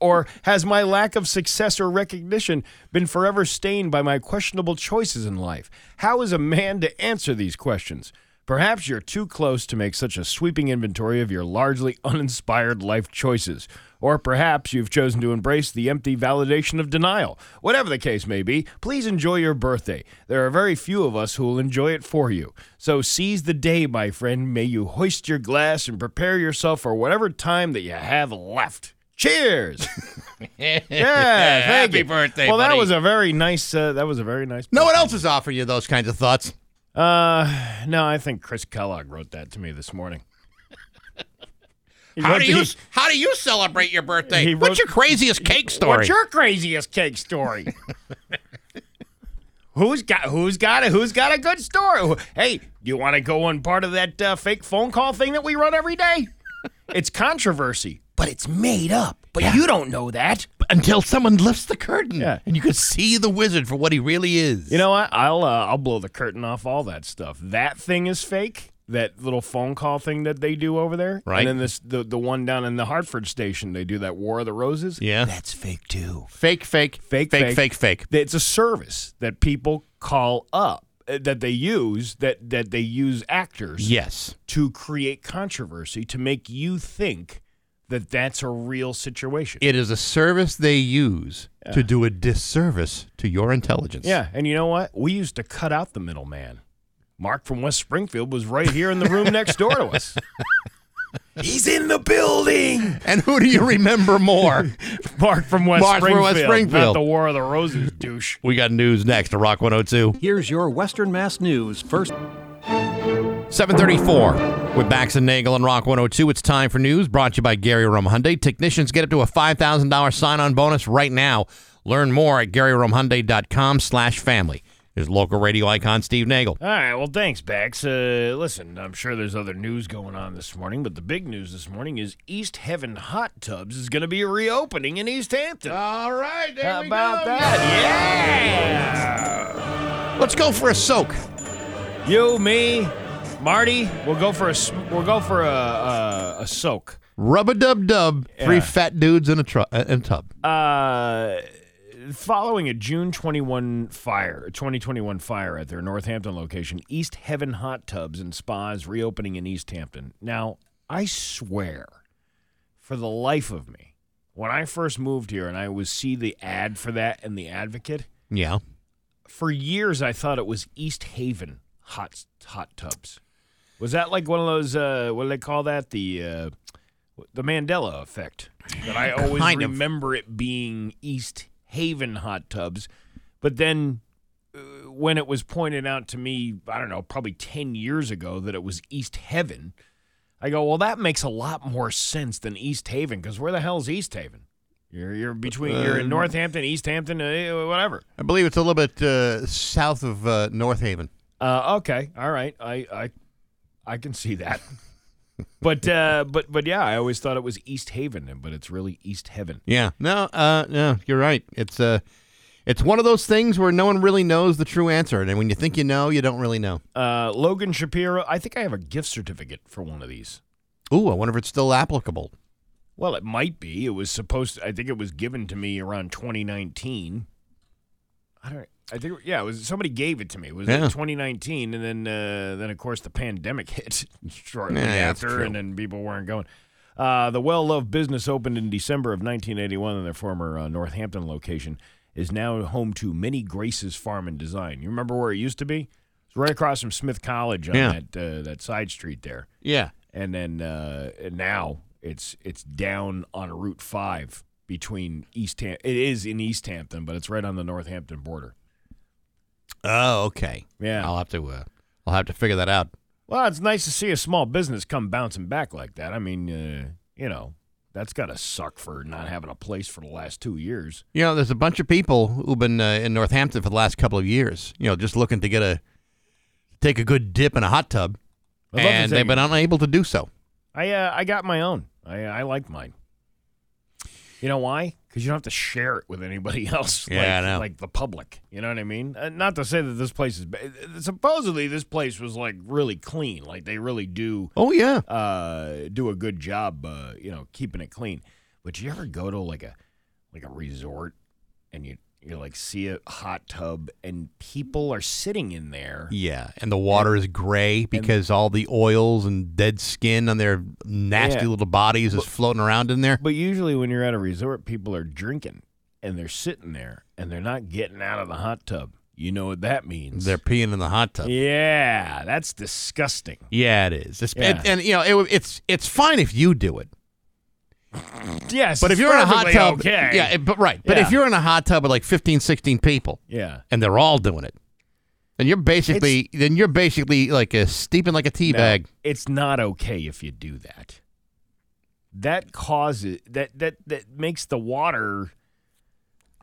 Or has my lack of success or recognition been forever stained by my questionable choices in life? How is a man to answer these questions? Perhaps you're too close to make such a sweeping inventory of your largely uninspired life choices. Or perhaps you've chosen to embrace the empty validation of denial. Whatever the case may be, please enjoy your birthday. There are very few of us who will enjoy it for you. So seize the day, my friend. May you hoist your glass and prepare yourself for whatever time that you have left. Cheers! yeah, thank
Happy
you.
birthday,
Well, that
buddy.
was a very nice. Uh, that was a very nice.
No one else is offering you those kinds of thoughts.
Uh, no, I think Chris Kellogg wrote that to me this morning. He
How
wrote
do you
the-
how do you celebrate your birthday?
He
What's
wrote-
your craziest cake story?
What's your craziest cake story? who's got who's got it? Who's got a good story? Who- Hey, do you want to go on part of that uh, fake phone call thing that we run every day? it's controversy, but it's made up. But you don't know that.
Until someone lifts the curtain
Yeah.
and you can see the wizard for what he really is.
You know what? I'll uh, I'll blow the curtain off all that stuff. That thing is fake. That little phone call thing that they do over there,
Right.
And then this the the one down in the Hartford station they do that War of the Roses.
yeah.
that's fake too.
Fake, fake,
Fake,
fake,
fake.
fake, fake.
It's a service that people call up uh, that they use that that they use actors
Yes.
to create controversy to make you think that that's a real situation.
It is a service they use to do a disservice to your intelligence.
Yeah, and you know what? We used to cut out the middleman. Mark from West Springfield was right here in the room next door to us. He's in the building.
And who do you remember more?
Mark from West
Mark from
Springfield.
West
Not
Springfield.
the War of the Roses douche.
we got news next to Rock 102.
Here's your Western Mass News first.
734 with Bax and Nagel on Rock 102. It's time for news brought to you by Gary Rum Hyundai. Technicians get up to a $5,000 sign-on bonus right now. Learn more at GaryRumHyundai.com slash family. There's local radio icon Steve Nagel.
All right, well, thanks, Bax. Uh, listen, I'm sure there's other news going on this morning, but the big news this morning is East Heaven Hot Tubs is going to be reopening in East Hampton.
All right, there
How about that?
Let's go for a soak.
Yeah. You, me, Marty, we'll go for a s- we'll go for a a, a soak.
Rub a dub dub. Three
Yeah.
fat dudes in a, tru- uh, in a tub.
Uh, following a June 21 fire, 2021 fire at their Northampton location, East Heaven Hot Tubs and Spas reopening in East Hampton. Now, I swear, for the life of me, when I first moved here and I was see the ad for that in the Advocate,
Yeah.
for years I thought it was East Haven Hot Hot Tubs. Was that like one of those? Uh, what do they call that? The uh, the Mandela effect. That I always
Kind of.
remember it being East Haven hot tubs, but then uh, when it was pointed out to me, I don't know, probably ten years ago, that it was East Heaven. I go, well, that makes a lot more sense than East Haven, because where the hell is East Haven? You're you're between you're
Um,
in Northampton, East Hampton, uh, whatever.
I believe it's a little bit uh, south of uh, North Haven.
Uh, okay, all right, I, I, I can see that. but uh, but but yeah, I always thought it was East Haven, but it's really East Heaven.
Yeah. No, uh, no, you're right. It's uh, it's one of those things where no one really knows the true answer, and when you think you know, you don't really know.
Uh, Logan Shapiro, I think I have a gift certificate for one of these.
Ooh, I wonder if it's still applicable.
Well, it might be. It was supposed. I think it was given to me around 2019. I don't. I think yeah, it was somebody gave it to me. It was like
Yeah.
2019, and then uh, then of course the pandemic hit shortly
Yeah, that's
after,
true.
and then people weren't going. Uh, the well-loved business opened in December of 1981 in their former uh, Northampton location is now home to Minnie Grace's Farm and Design. You remember where it used to be? It's right across from Smith College on
Yeah.
that uh, that side street there
Yeah.
and then uh, and now it's it's down on Route Five between East Ham- it is in East Hampton, but it's right on the Northampton border.
Oh, okay.
Yeah.
I'll have to. Uh, I'll have to figure that out.
Well, it's nice to see a small business come bouncing back like that. I mean, uh, you know, that's gotta suck for not having a place for the last two years.
You know, there's a bunch of people who've been uh, in Northampton for the last couple of years. You know, just looking to get a take a good dip in a hot tub,
I'd love to
and
take
they've been
it.
unable to do so.
I uh, I got my own. I I like mine. You know why? Because you don't have to share it with anybody else.
Yeah,
like,
I know.
like the public. You know what I mean? Uh, not to say that this place is. ba- Supposedly, this place was like really clean. Like they really do
Oh yeah.
uh, do a good job. Uh, you know, keeping it clean. But you ever go to like a like a resort and you you like see a hot tub and people are sitting in there?
Yeah, and the water is gray because all the oils and dead skin on their nasty
Yeah.
little bodies is floating around in there.
But usually when you're at a resort, people are drinking and they're sitting there and they're not getting out of the hot tub. You know what that means?
They're peeing in the hot tub.
yeah, that's disgusting.
Yeah, it is. It's,
Yeah.
and, and, you know, it, it's it's fine if you do it,
Yes,
but if
it's
you're in a hot
perfectly
tub,
okay.
yeah, it- but right. But
Yeah.
if you're in a hot tub with like 15, 16 people,
yeah.
and they're all doing it, then you're basically then you're basically like a steeping like a tea
No,
bag.
It's not okay if you do that. That causes that that that makes the water.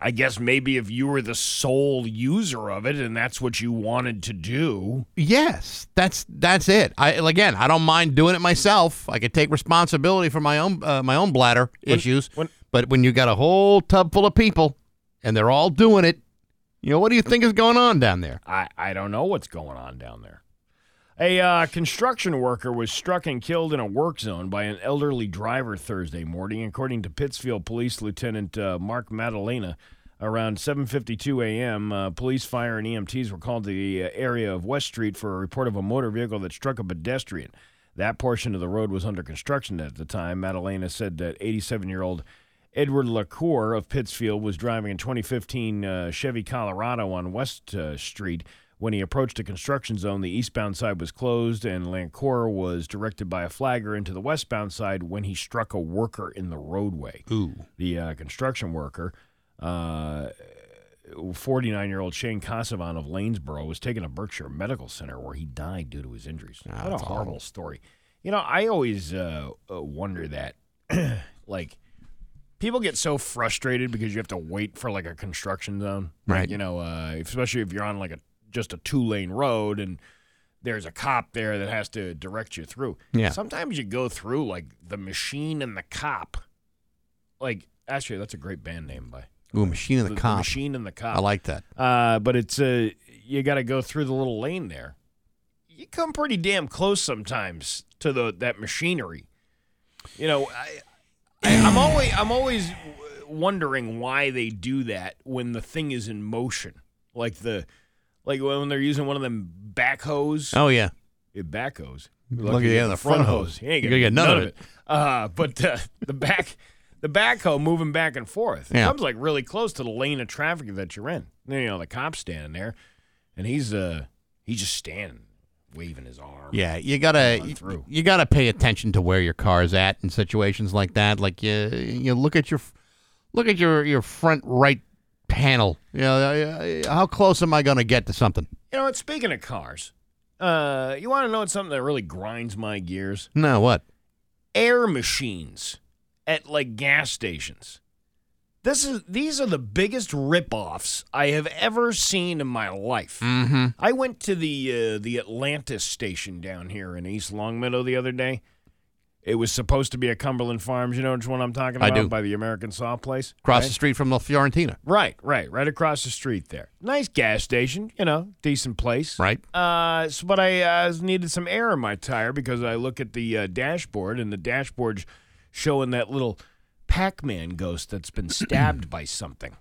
I guess maybe if you were the sole user of it and that's what you wanted to do.
Yes, that's that's it. I again, I don't mind doing it myself. I could take responsibility for my own uh, my own bladder issues.
when-
but when you got a whole tub full of people and they're all doing it, you know what do you think is going on down there?
I, I don't know what's going on down there. A uh, construction worker was struck and killed in a work zone by an elderly driver Thursday morning, according to Pittsfield Police Lieutenant uh, Mark Maddalena. Around 7:52 a.m., uh, police, fire, and EMTs were called to the uh, area of West Street for a report of a motor vehicle that struck a pedestrian. That portion of the road was under construction at the time. Maddalena said that 87-year-old Edward LaCour of Pittsfield was driving a 2015 uh, Chevy Colorado on West uh, Street. When he approached a construction zone, the eastbound side was closed, and LaCour was directed by a flagger into the westbound side when he struck a worker in the roadway. Ooh. The uh, construction worker, 49 year old Shane Casavan of Lanesboro, was taken to Berkshire Medical Center where he died due to his injuries. what a Ah, horrible, story. You know, I always uh, uh, wonder that. like, people get so frustrated because you have to wait for like a construction zone, Like,
Right.
You know, uh, especially if you're on like a just a two lane road and there's a cop there that has to direct you through.
Yeah.
Sometimes you go through like the machine and the cop. Like, actually, that's a great band name by
Ooh, machine and the, cop.
machine and the cop.
I like that.
Uh, but it's uh, you got to go through the little lane there. You come pretty damn close sometimes to the that machinery. You know, I, I, I'm always I'm always w- wondering why they do that when the thing is in motion, like the like when they're using one of them backhoes.
Oh yeah,
Yeah, back hose.
Lucky you got the front hose.
You ain't
You
gonna
gotta
get none, of it. Uh, but uh, the back, the backhoe moving back and forth.
Yeah.
It comes like really close to the lane of traffic that you're in. You know, the cop's standing there, and he's uh, he's just standing, waving his arm.
yeah. You gotta
Going
you,
through.
you gotta pay attention to where your car's at in situations like that. Like you you look at your look at your your front right panel. You know, uh, uh, how close am I gonna get to something?
You know, what? speaking of cars, uh, you want to know what's something that really grinds my gears?
No, what?
Air machines at like gas stations. This is these are the biggest ripoffs I have ever seen in my life.
Mm-hmm.
I went to the uh, the Atlantis station down here in East Longmeadow the other day. It was supposed to be a Cumberland Farms. You know which one I'm talking
I
about?
do.
By the American Saw Place.
Across
right?
the street from La Fiorentina,
Right, right, right across the street there. Nice gas station, you know, decent place.
right?
Uh, s- but I uh, needed some air in my tire because I look at the uh, dashboard and the dashboard's showing that little Pac-Man ghost that's been stabbed by something.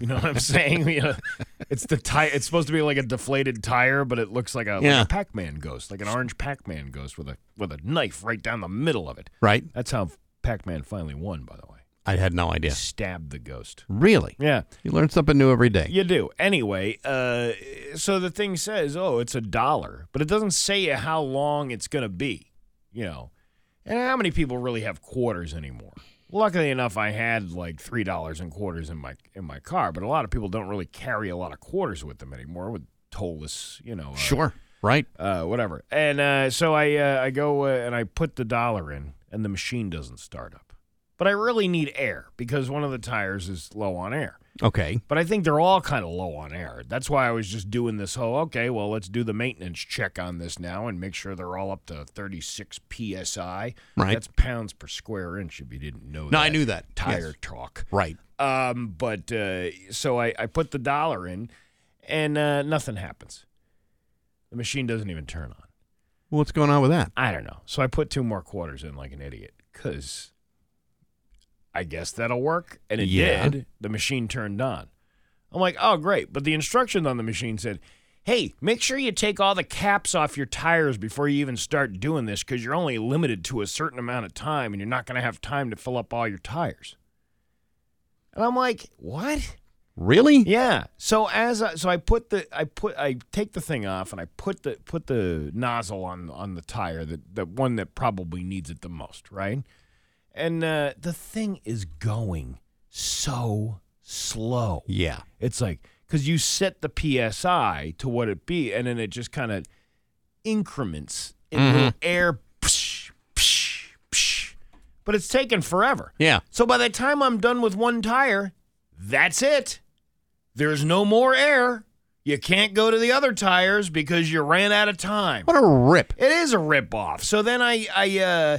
You know what I'm saying? You know, it's the tire. It's supposed to be like a deflated tire, but it looks like a, like a
Yeah.
Pac-Man ghost, like an orange Pac-Man ghost with a with a knife right down the middle of it.
Right?
That's how Pac-Man finally won, by the way.
I had no idea.
Stabbed the ghost.
Really?
Yeah.
You learn something new every day.
You do. Anyway, uh, so the thing says, oh, it's a dollar, but it doesn't say you how long it's going to be, you know. And how many people really have quarters anymore? Luckily enough, I had like three dollars in quarters in my in my car, but a lot of people don't really carry a lot of quarters with them anymore with tollless, you know, uh,
Sure. Right?
uh, whatever. And uh, so I uh, I go uh, and I put the dollar in, and the machine doesn't start up. But I really need air because one of the tires is low on air.
Okay.
But I think they're all kind of low on air. That's why I was just doing this whole okay, well, let's do the maintenance check on this now and make sure they're all up to 36 psi.
Right.
That's pounds per square inch if you didn't know that.
No, I knew that.
Tire
Yes.
talk.
Right.
Um, but uh, so I, I put the dollar in and uh, nothing happens. The machine doesn't even turn on.
What's going on with that?
I don't know. So I put two more quarters in like an idiot because I guess that'll work. And it
Yeah.
did. The machine turned on. I'm like, oh, great. But the instructions on the machine said, hey, make sure you take all the caps off your tires before you even start doing this because you're only limited to a certain amount of time and you're not going to have time to fill up all your tires. And I'm like, what?
Really?
Yeah. So as I, so I put the I put I take the thing off and I put the put the nozzle on on the tire the the one that probably needs it the most, right? And uh, the thing is going so slow.
Yeah.
It's like because you set the psi to what it be, and then it just kind of increments in
Mm-hmm.
little air. Psh, psh, psh. But it's taking forever.
Yeah.
So by the time I'm done with one tire, that's it. There's no more air. You can't go to the other tires because you ran out of time.
What a rip.
It is a ripoff. So then I I uh,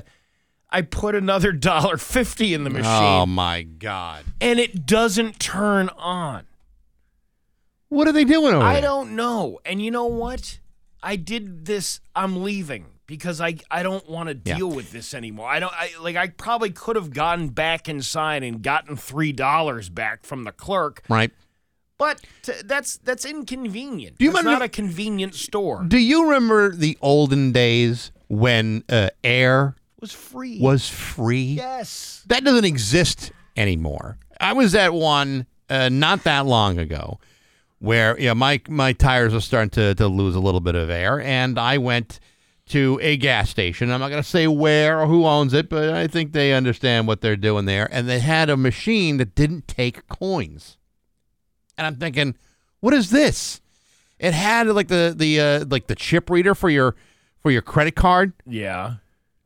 I put another dollar fifty in the machine,
Oh my God.
and it doesn't turn on.
What are they doing over
I
there?
don't know. And you know what? I did this. I'm leaving because I I don't want to
Yeah.
deal with this anymore. I don't I like I probably could have gotten back inside and gotten $3 back from the clerk,
Right.
but t- that's that's inconvenient.
Do you
it's
mind
not
if-
a convenient store.
Do you remember the olden days when uh, air
it was free.
was free?
yes.
that doesn't exist anymore. I was at one uh, not that long ago where you know, my my tires are starting to, to lose a little bit of air, and I went to a gas station. I'm not going to say where or who owns it, but I think they understand what they're doing there. And they had a machine that didn't take coins, and I'm thinking, what is this? It had like the the uh, like the chip reader for your for your credit card.
Yeah.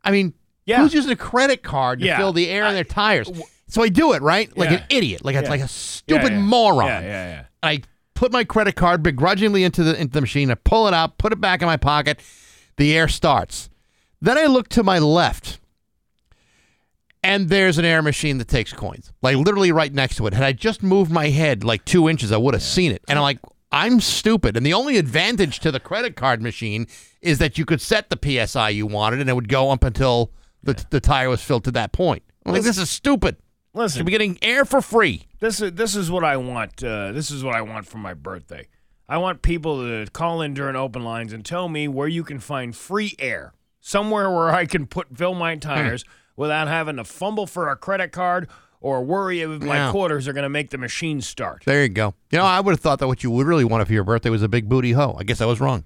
I mean,
Yeah.
who's using a credit card to
Yeah.
fill the air in
I-
their tires? So I do it, right? Like an
Yeah.
idiot, like a,
Yeah.
like a stupid
yeah.
moron.
Yeah, yeah, yeah.
I put my credit card begrudgingly into the into the machine. I pull it out, put it back in my pocket. The air starts. Then I look to my left, and there's an air machine that takes coins, like literally right next to it. Had I just moved my head like two inches, I would have seen it. And I'm like, I'm stupid. And the only advantage to the credit card machine is that you could set the psi you wanted, and it would go up until the, the tire was filled to that point. I'm like, this is stupid.
Listen,
Should be getting air for free.
This is this is what I want. Uh, this is what I want for my birthday. I want people to call in during open lines and tell me where you can find free air, somewhere where I can put fill
Hmm.
my tires without having to fumble for a credit card or worry if my
Yeah.
quarters are going to make the machine start.
There you go. You know, I would have thought that what you would really wanted for your birthday was a big booty hoe. I guess I was wrong.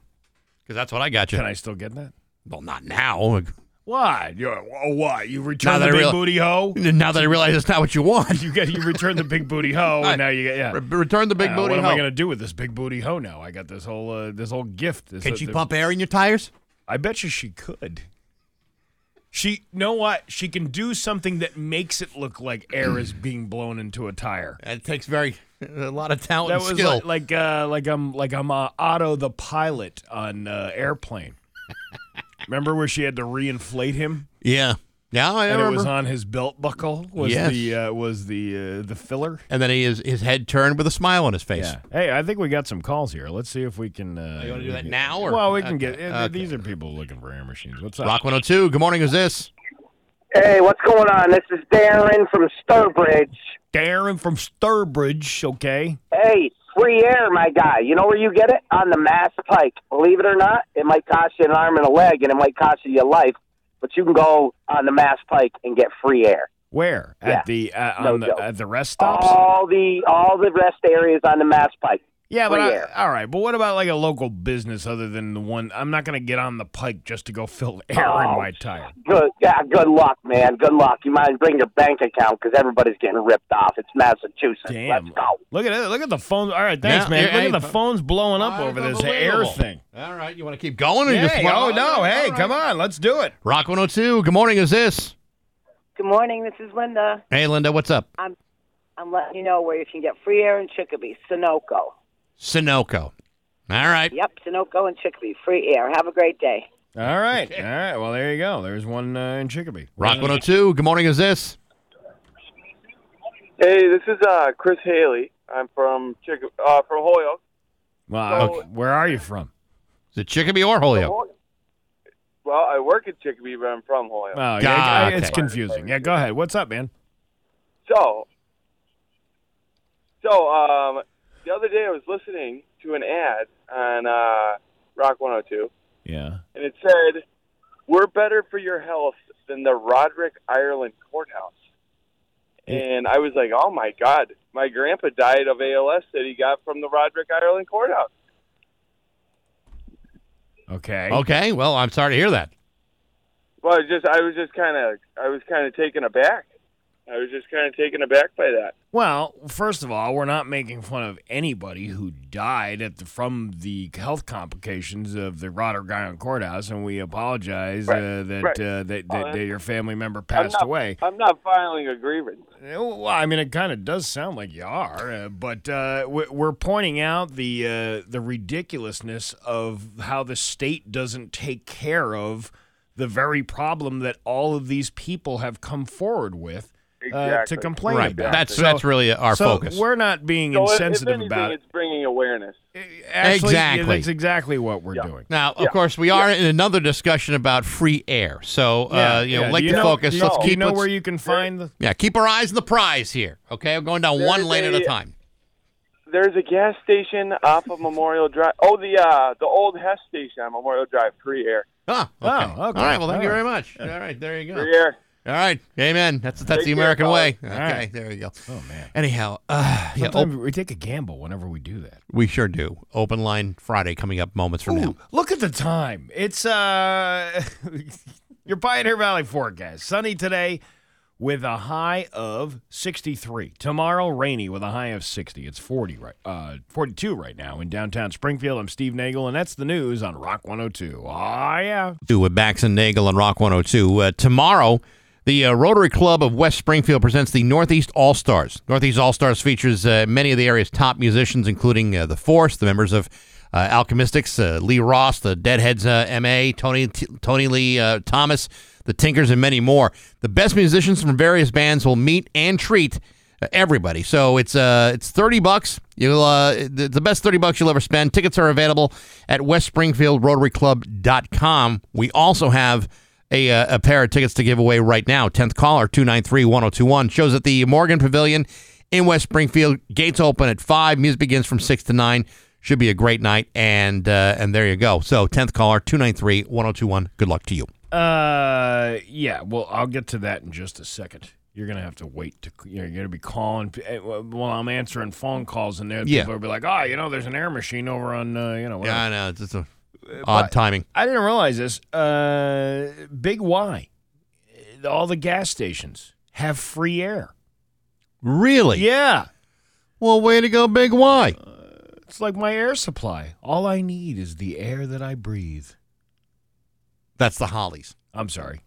Because that's what I got you.
Can I still get that?
well, not now.
Why? You're, oh, why? You
Now
return
that
the
I
big
real-
booty hoe.
Now that I realize it's not what you want.
You get you return the big booty hoe, and now you get yeah.
Re- return the big
Uh,
booty
what am
hoe.
I going to do with this big booty hoe now? I got this whole uh, this whole gift. This,
Can
uh,
she
the-
pump air in your tires?
I bet you she could. She know what? She can do something that makes it look like air is being blown into a tire.
It takes very a lot of talent
That
and
was
skill.
like like, uh, like I'm like I'm uh, Otto the pilot on uh, airplane. Remember where she had to reinflate him,
yeah. Yeah, I
and
remember.
it was on his belt buckle was
Yes.
the uh, was the uh, the filler.
and then he is, his head turned with a smile on his face.
Hey, I think we got some calls here. Let's see if we can. Uh,
Oh, You want to
we
do that
can-
now? Or?
Well, we can get.
Okay.
uh,
Okay.
These are people looking for air machines. What's up?
Rock 102. Good morning. Is this?
Hey, what's going on? This is Darren from Sturbridge.
Darren from Sturbridge. Okay.
Hey, free air, my guy. You know where you get it? On the Mass Pike. Believe it or not, it might cost you an arm and a leg, and it might cost you your life, but you can go on the Mass Pike and get free air.
Where
Yeah.
at the uh,
No
on the,
joke.
at the rest stops?
All the all the rest areas on the Mass Pike.
yeah, but
free
I-
air.
all right. But what about like a local business other than the one? I'm not going to get on the pike just to go fill air in
Oh.
my tire.
Good, yeah, good luck, man. Good luck. You might bring your bank account because everybody's getting ripped off. It's Massachusetts.
Damn.
Let's go.
Look at it. Look at the phones. All right, thanks,
Yeah,
man.
yeah,
Look
hey,
at the
fu-
phones blowing up over this air
Unbelievable.
thing.
All right. You want to keep going? Or you
Yeah,
just wanna-
oh no! Hey,
All right.
come on, let's do it.
Rock 102. Good morning. Is this?
Good morning. This is Linda.
Hey, Linda. What's up?
I'm letting you know where you can get free air in Chicopee, Sunoco.
Sunoco. All right.
Yep, Sunoco and Chicopee, free air. Have a great day.
All right, all right. Well, there you go. There's one uh, in Chicopee.
Rock 102. Good morning. Is this?
Hey, this is uh, Chris Haley. I'm from Chick- uh, from Holyoke.
Well, Oh,
So-
okay, where are you from?
Is it Chicopee or Holyoke?
Well, I work in Chickabee, but I'm from Holyoke.
Oh, yeah, I- I-
Okay.
it's confusing. Yeah, go ahead. What's up, man?
So, so um, the other day I was listening to an ad on uh, Rock 102,
Yeah.
and it said, "We're better for your health than the Roderick Ireland Courthouse." And I was like, "Oh my God, my grandpa died of ALS that he got from the Roderick Ireland Courthouse."
Okay.
Okay. Well, I'm sorry to hear that.
Well, I just I was just kind of I was kind of taken aback. I was just kind of taken aback by that.
Well, first of all, we're not making fun of anybody who died at the, from the health complications of the Roderick Ireland Courthouse, and we apologize uh, that,
right.
uh, that,
Oh,
that,
yeah.
that your family member
I'm
passed
not-
away.
I'm not filing a grievance.
Yeah, Well, I mean, it kind of does sound like you are, uh, but uh, we- we're pointing out the uh, the ridiculousness of how the state doesn't take care of the very problem that all of these people have come forward with uh, to
Exactly.
complain
Right.
about.
That's-
So-
that's really our
so
focus.
We're not being
So if- if
insensitive
anything,
about Eh, it.
It's bringing awareness.
Actually, yeah,
Exactly.
that's exactly what we're doing.
Now, of
Yeah.
course, we are in another discussion about free air. So, uh, you know,
yeah.
like
Do
to
know-
focus.
do you-
Let's
do
keep.
you know
let's-
where you can find the.
yeah, keep our eyes on the prize here. Okay, we're going down
There
one
is
lane at a
a-
time.
There's a gas station off of Memorial Drive. Oh, the uh, the old Hess station on Memorial Drive, free air,
Ah, okay.
Oh, okay.
All right. Well, thank
All
you
right.
very much. All right, there you go.
free air.
All right, amen. That's that's
Take
the
care,
American
fellas.
way. Okay,
All right.
there you go.
Oh man.
Anyhow, uh, yeah,
Sometimes we take a gamble whenever we do that.
op- we sure do. Open line Friday coming up moments from now.
Ooh, look at the time. It's uh your Pioneer Valley forecast. Sunny today with a high of 63. Tomorrow rainy with a high of 60. It's 40 right uh 42 right now in downtown Springfield. I'm Steve Nagel and that's the news on Rock 102. Oh yeah.
do with Bax and Nagel and uh, Rock 102. Uh, tomorrow, the uh, Rotary Club of West Springfield presents the Northeast All Stars. Northeast All Stars features uh, many of the area's top musicians, including uh, the Force, the members of uh, Alchemistics, uh, Lee Ross, the Deadheads, uh, MA, Tony T- Tony Lee uh, Thomas, the Tinkers, and many more. The best musicians from various bands will meet and treat uh, everybody. So it's uh it's 30 bucks. You'll uh th- the best 30 bucks you'll ever spend. Tickets are available at westspringfieldrotaryclub.com. We also have a, uh, a pair of tickets to give away right now. 10th caller 293-1021 shows at the Morgan Pavilion in West Springfield. Gates open at 5, music begins from 6 to 9. Should be a great night and uh, and there you go. So 10th caller 293-1021. Good luck to you.
Uh, yeah. Well, I'll get to that in just a second. You're gonna have to wait to. You know, you're gonna be calling eh, while I'm answering phone calls, and there
Yeah.
people will be like, "Oh, you know, there's an air machine over on, uh, you know." Whatever.
Yeah, I know. It's just a
Uh,
odd timing.
I didn't realize this. Uh, Big Y, all the gas stations have free air.
Really?
Yeah, Uh,
Well, way to go, Big Y.
it's like my air supply. All I need is the air that I breathe.
That's the Hollies.
I'm sorry.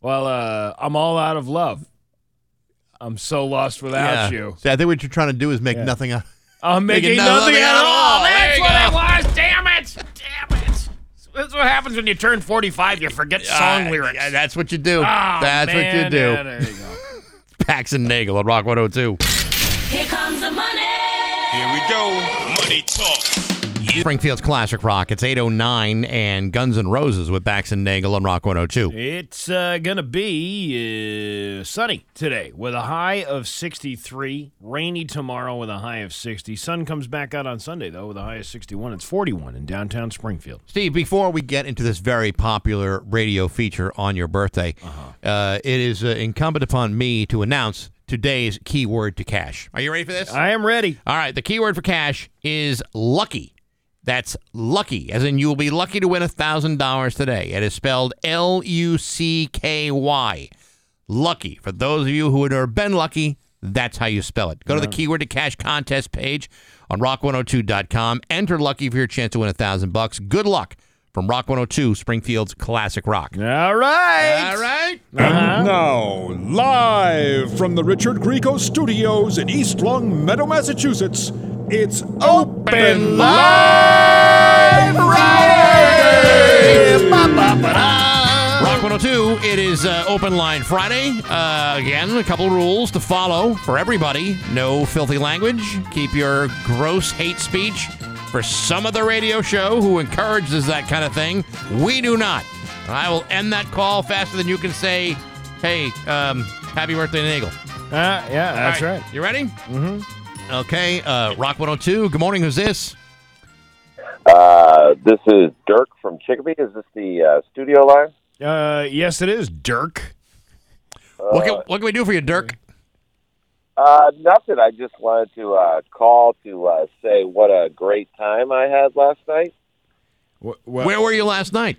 Well, uh, I'm all out of love. I'm so lost without
Yeah.
you.
See, I think what you're trying to do is make
Yeah.
nothing up.
I'm
Making
making,
nothing
nothing,
at
at
all.
all.
There
That's
you
what
go.
I was. Damn it. Damn it. That's what happens when you turn 45. You forget song
Uh,
lyrics.
yeah, that's what you do.
Oh,
that's what you
man.
do.
Yeah, there you go.
Pax and Nagel on Rock 102.
Here comes the money.
Here we go. Money talk.
Springfield's Classic Rock. It's 809 and Guns N' Roses with Pax and Nagel on Rock 102.
It's uh, going to be uh, sunny today with a high of 63, rainy tomorrow with a high of 60. Sun comes back out on Sunday, though, with a high of 61. It's 41 in downtown Springfield.
Steve, before we get into this very popular radio feature on your birthday, uh it is uh, incumbent upon me to announce today's keyword to cash. Are you ready for this?
I am ready.
All right, the keyword for cash is lucky. That's lucky, as in you will be lucky to win $1,000 today. It is spelled L U C K Y. Lucky. For those of you who have never been lucky, that's how you spell it. Go to the keyword to cash contest page on rock102.com. Enter lucky for your chance to win 1000 bucks. Good luck from Rock 102, Springfield's classic rock.
All right. Uh-huh.
All right.
And now, live from the Richard Grieco Studios in East Long Meadow, Massachusetts, it's Open Live Friday!
Rock 102, it is uh, open line Friday. Uh, again, a couple rules to follow for everybody. No filthy language. Keep your gross hate speech for some other radio show who encourages that kind of thing. We do not. And I will end that call faster than you can say, hey, um, happy birthday, Nagel.
Ah, yeah,
All
that's right.
You ready? Mm-hmm. Okay, uh, Rock 102. Good morning. Who's this?
Uh, this is Dirk from Chicopee. Is this the uh, studio line?
Uh, yes, it is Dirk.
what, can, what can we do for you, Dirk?
Uh, nothing. I just wanted to uh, call to uh, say what a great time I had last night.
Where were you last night?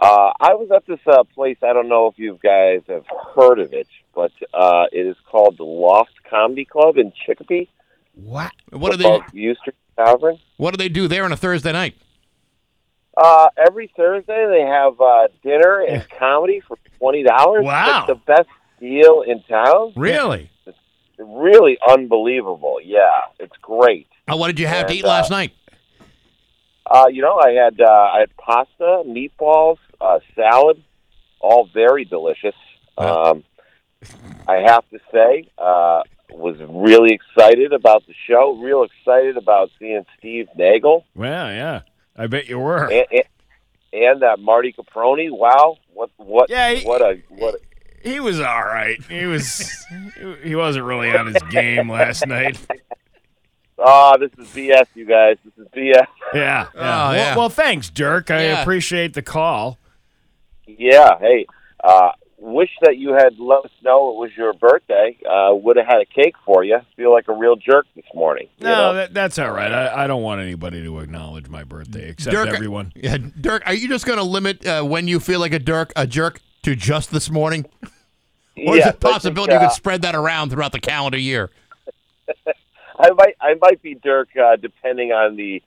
Uh, I was at this uh, place. I don't know if you guys have heard of it, but uh, it is called the Loft Comedy Club in Chicopee.
What? What do they
above U Street Tavern.
What do they do there on a Thursday night?
Uh, every Thursday they have uh, dinner and comedy for twenty dollars. it's
Wow.
the best deal in town.
Really?
it's really unbelievable. Yeah, it's great.
Uh, what did you have to
And,
eat last
uh,
night?
Uh, you know, I had uh, I had pasta, meatballs, uh, salad, all very delicious. Um, I have to say, uh, was really excited about the show. Real excited about seeing Steve Nagel
Well, yeah. I bet you were.
and, and, and uh, Marty Caproni. Wow, what what
Yeah, he-
what a what a,
He was all right. He was. he wasn't really on his game last night.
Ah, this is BS, you guys. This is BS.
Yeah. yeah. well,
yeah.
well, thanks, Dirk. I
Yeah.
appreciate the call.
Yeah, hey, uh, wish that you had let us know it was your birthday. Uh, would have had a cake for you. Feel like a real jerk this morning. you
No,
know?
that, that's all right. I, I don't want anybody to acknowledge my birthday except
Dirk,
everyone.
Yeah, Dirk, are you just going to limit uh, when you feel like a Dirk, a jerk, to just this morning?
Yes, I
Or is it a
think,
possibility you
uh,
could spread that around throughout the calendar year?
I might, I might be Dirk, uh, depending on the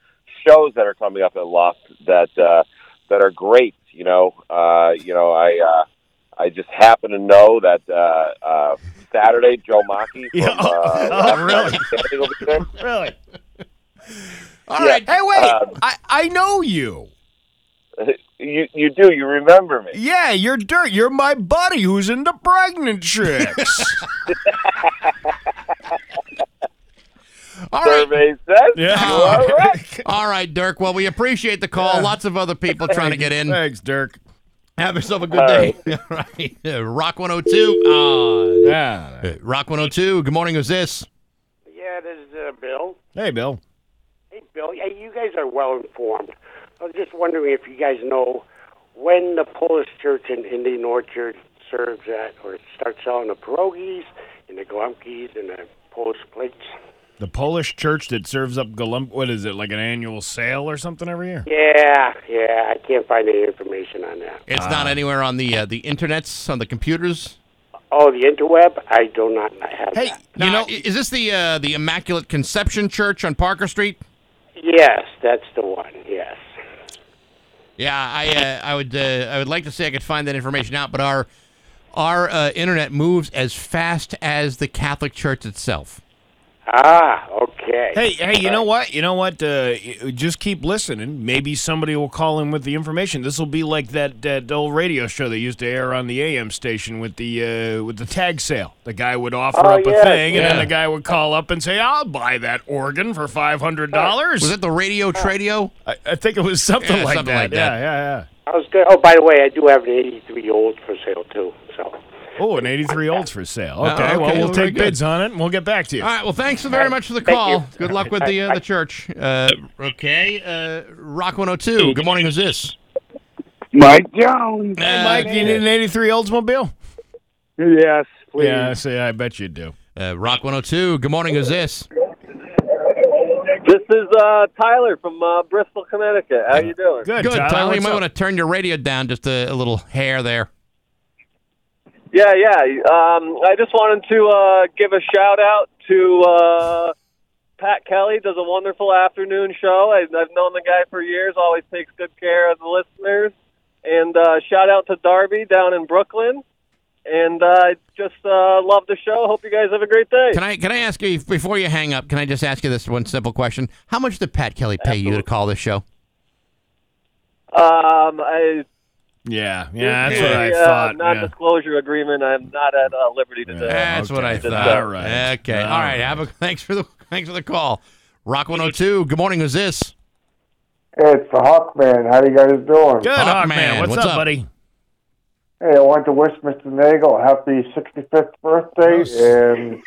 shows that are coming up at Loft that uh, that are great. You know, uh, you know, I uh, I just happen to know that uh, uh, Saturday Joe Mackey. From,
Yeah,
uh,
oh, really?
will be there.
Really? All
Yeah,
right. Hey, wait.
um,
I, I know you.
You you do you remember me?
Yeah, you're Dirk. You're my buddy who's into pregnant chicks.
All right.
Survey says
Yeah.
you are right.
All right, Dirk. Well, we appreciate the call. Lots of other people trying to get in.
Thanks, Dirk.
Have yourself a good
All
day. All right. Uh, Rock 102. Uh,
Yeah.
uh, Rock 102. Good morning. Who's this?
Yeah, this is uh, Bill.
Hey, Bill.
Hey, Bill. Hey, you guys are well informed. I was just wondering if you guys know when the Polish Church in Indian Orchard serves at or starts selling the pierogies and the glumkies and the Polish plates.
The Polish church that serves up galump. What is it? Like an annual sale or something every year?
Yeah, yeah. I can't find any information on that.
It's not anywhere on the uh, the internets, on the computers.
Oh, the interweb. I do not have. Hey,
you know, is this the uh, the Immaculate Conception Church on Parker Street?
Yes, that's the one. Yes.
Yeah, I uh, I would uh, I would like to say I could find that information out, but our our uh, internet moves as fast as the Catholic Church itself.
Ah, okay.
Hey, hey, you know what? You know what? Uh, y- just keep listening. Maybe somebody will call in with the information. This will be like that, that old radio show they used to air on the AM station with the uh, with the tag sale. The guy would offer
Oh,
up a
yes,
thing, and then
yeah.
the guy would call up and say, "I'll buy that organ for five hundred dollars."
Was it the Radio Tradio?
I, I think it was something,
Yeah,
like,
something
that.
like that.
Yeah, yeah,
I was good. Oh, by the way, I do have an '83 old for sale too. So.
yeah. Oh, an eighty-three olds for sale.
Oh,
Okay, well,
okay,
we'll
well, very
take
good.
bids on it, and we'll get back to you.
All right. Well, thanks very much for the call. Good luck with the uh, the church. Uh, okay. Uh, Rock 102. Good morning. Who's this?
Mike Jones.
Hey, Mike, you need an eighty-three Oldsmobile?
Yes, please.
Yeah, see, I bet you do.
Uh, Rock 102. Good morning. Who's this?
This is uh, Tyler from uh, Bristol, Connecticut. How you doing?
Good,
Good, Tyler. you
what's
might
up?
want to turn your radio down just a, a little hair there.
Yeah, yeah. Um, I just wanted to uh, give a shout out to uh, Pat Kelly. Does a wonderful afternoon show. I, I've known the guy for years. Always takes good care of the listeners. And uh, shout out to Darby down in Brooklyn. And uh, just uh, love the show. Hope you guys have a great day.
Can I can I ask you before you hang up? Can I just ask you this one simple question? How much did Pat Kelly pay you to call this show?
Um, I,
Yeah, yeah, that's what I
uh,
thought. yeah.
non-disclosure agreement. I'm not at uh, liberty to.
That's what I
Okay.
thought.
All right.
Okay.
All
All right. Have a thanks for the thanks for the call. Rock 102. Good morning. Who's this?
It's the Hawkman. How you guys doing?
Good,
Hawkman,
Hawkman. What's,
what's
up,
up?
buddy?
Hey, I want to wish Mr. Nagel a happy 65th birthday, and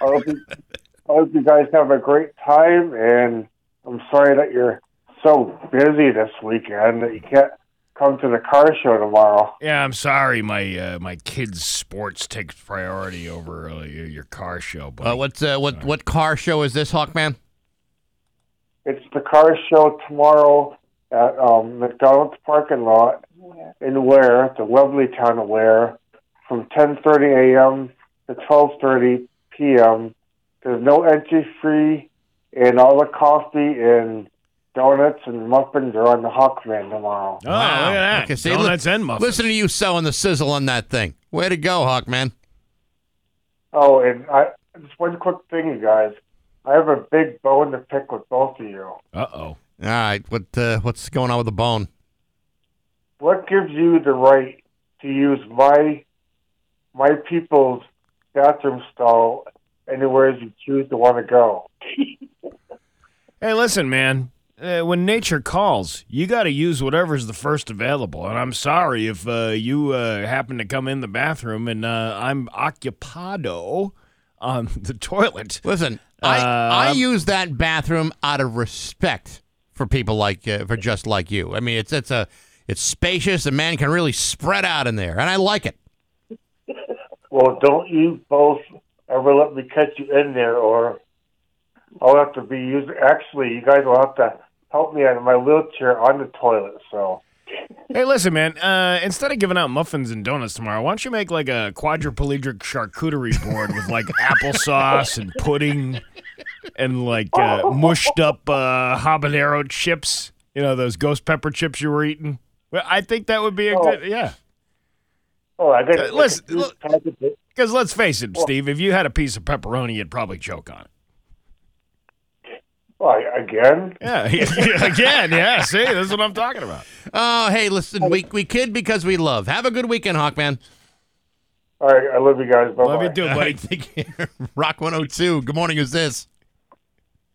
I hope, you, I hope you guys have a great time. And I'm sorry that you're so busy this weekend that you can't come to the car show tomorrow.
Yeah, I'm sorry. My uh, my kids' sports takes priority over uh, your, your car show. But
Uh, what's uh, what what car show is this, Hawkman?
It's the car show tomorrow at um, McDonald's parking lot in Ware, the Webley town of Ware, from 10:30 a.m. to 12:30 p.m. There's no entry fee, and all the coffee and donuts and muffins are on the Hawkman tomorrow.
Oh, look at that.
Okay, see,
Donuts
look-
and muffins.
Listen to you selling the sizzle on that thing. Way to go, Hawkman.
Oh, and I just one quick thing, you guys. I have a big bone to pick with both of you.
Uh oh. All
right, what uh, what's going on with the bone?
What gives you the right to use my my people's bathroom stall anywhere you choose to want to go?
Hey, listen, man. Uh, when nature calls, you got to use whatever's the first available. And I'm sorry if uh, you uh, happen to come in the bathroom and uh, I'm occupado on the toilet.
Listen, I I
Um,
use that bathroom out of respect for people like uh, for just like you. I mean, it's it's a it's spacious. A man can really spread out in there, and I like it.
Well, don't you both ever let me catch you in there, or I'll have to be used. Actually, you guys will have to help me out of my wheelchair on the toilet. So.
Hey, listen, man. Uh, instead of giving out muffins and donuts tomorrow, why don't you make like a quadriplegic charcuterie board with like applesauce and pudding and like uh, mushed up uh, habanero chips? You know those ghost pepper chips you were eating. Well, I think that would be a good yeah.
Oh, I think
Uh, listen, because let's face it, Steve. If you had a piece of pepperoni, you'd probably choke on it.
Well, again?
Yeah, yeah, again, yeah. See, that's what I'm talking about.
Oh, hey, listen, we we kid because we love. Have a good weekend, Hawkman.
All right, I love you guys. Bye.
Love you too, buddy.
Rock 102. Good morning. Who's this?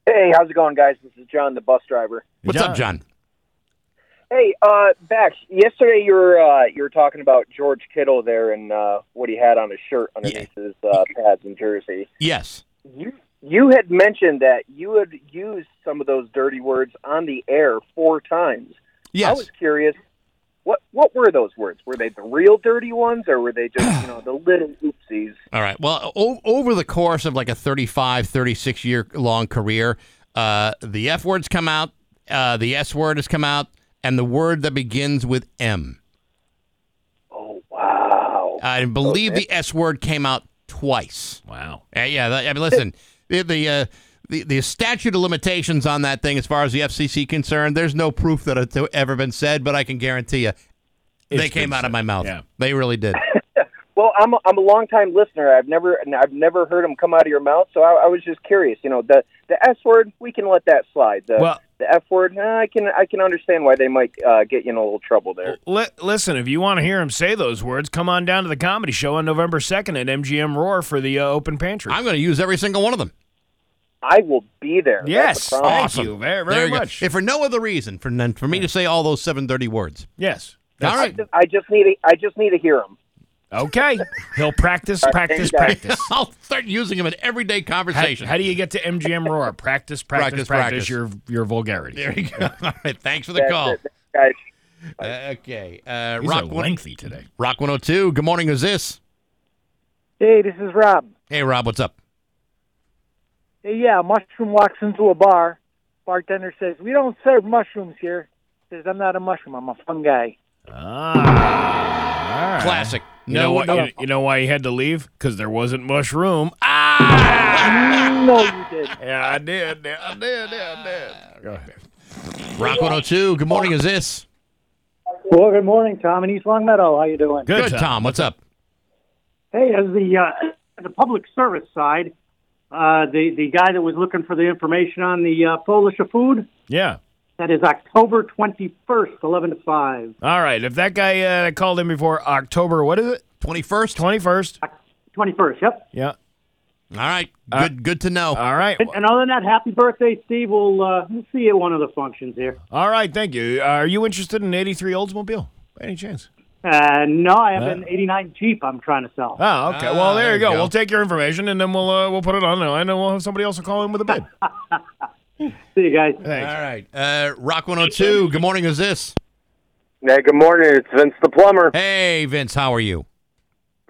Hey, how's it going, guys? This is John, the bus driver.
What's up, John?
Hey, uh, Bax. Yesterday you were uh, you were talking about George Kittle there and uh, what he had on his shirt underneath his uh, pads and jersey.
Yes.
You you had mentioned that you had used some of those dirty words on the air four times.
Yes.
I was curious. What what were those words? Were they the real dirty ones, or were they just you know the little oopsies?
All right. Well, o- over the course of like a 35, 36 year long career, uh, the F word's come out, uh, the S word has come out, and the word that begins with M. Oh, wow. I believe the S word came out twice.
Wow.
Uh, yeah. that- I mean, listen, the, the, uh, the, the statute of limitations on that thing, as far as the FCC concerned, there's no proof that it's ever been said, but I can guarantee you, they
It's
came
been
out of
said,
my mouth.
yeah.
They really did.
Well, I'm a, I'm a long time listener. I've never and I've never heard them come out of your mouth, so I, I was just curious. You know, the the S word, we can let that slide. The
Well-
the F word, eh, I can I can understand why they might uh, get you in a little trouble there.
Li- listen, if you want to hear him say those words, come on down to the comedy show on November 2nd at MGM Roar for the uh, open pantry.
I'm going to use every single one of them.
I will be there.
Yes.
That's a promise.
Thank you very,
There
very
you go.
much.
If for no other reason, for none, for me to say all those seven dirty words.
Yes.
All
I
right.
just, I just need to, I just need to hear them.
Okay. He'll practice,
All right,
practice,
thank you,
practice.
I'll start using them in everyday
How,
conversation.
how do you get to MGM Roar? Practice,
Practice,
practice, practice,
practice.
your your vulgarity.
there you go. All right. Thanks for the
That's
call.
it.
Guys.
Uh, okay. Uh,
These
Rock
are
one-
lengthy today.
Rock 102. Good morning. Who's this?
Hey, this is Rob.
Hey, Rob. What's up?
Hey, yeah, mushroom walks into a bar. Bartender says, "We don't serve mushrooms here." Says, "I'm not a mushroom. I'm a fungi."
Ah. all right.
Classic.
You know,
No,
what,
no.
you, you know why he had to leave? Because there wasn't mushroom. Ah,
no, you did.
Yeah, I did. I did. I did. Go ahead.
Rock 102. Good morning. Is this?
Well, good morning, Tom in East Long Meadow. How you doing?
Tom. What's up?
Hey, as the uh, the public service side, uh, the the guy that was looking for the information on the uh, Polish of food
Yeah.
that is October twenty first, eleven to five.
All right. If that guy uh, called in before October, what is it?
21st?
21st.
21st, Uh, yep.
Yeah. Uh,
All right. Good good to know.
All right.
And, and other than that, happy birthday, Steve. We'll uh, we'll see you at one of the functions here.
All right. Thank you. Are you interested in 83 Oldsmobile? By any chance?
Uh, no, I have an '89 Jeep I'm trying to sell.
Oh, okay.
Ah,
well, there, you go. We'll take your information and then we'll uh, we'll put it online and we'll have somebody else will call in with a bid.
See you guys.
All right. Uh, Rock 102, good morning. Who's this?
Hey, good morning. It's Vince the plumber.
Hey, Vince, how are you?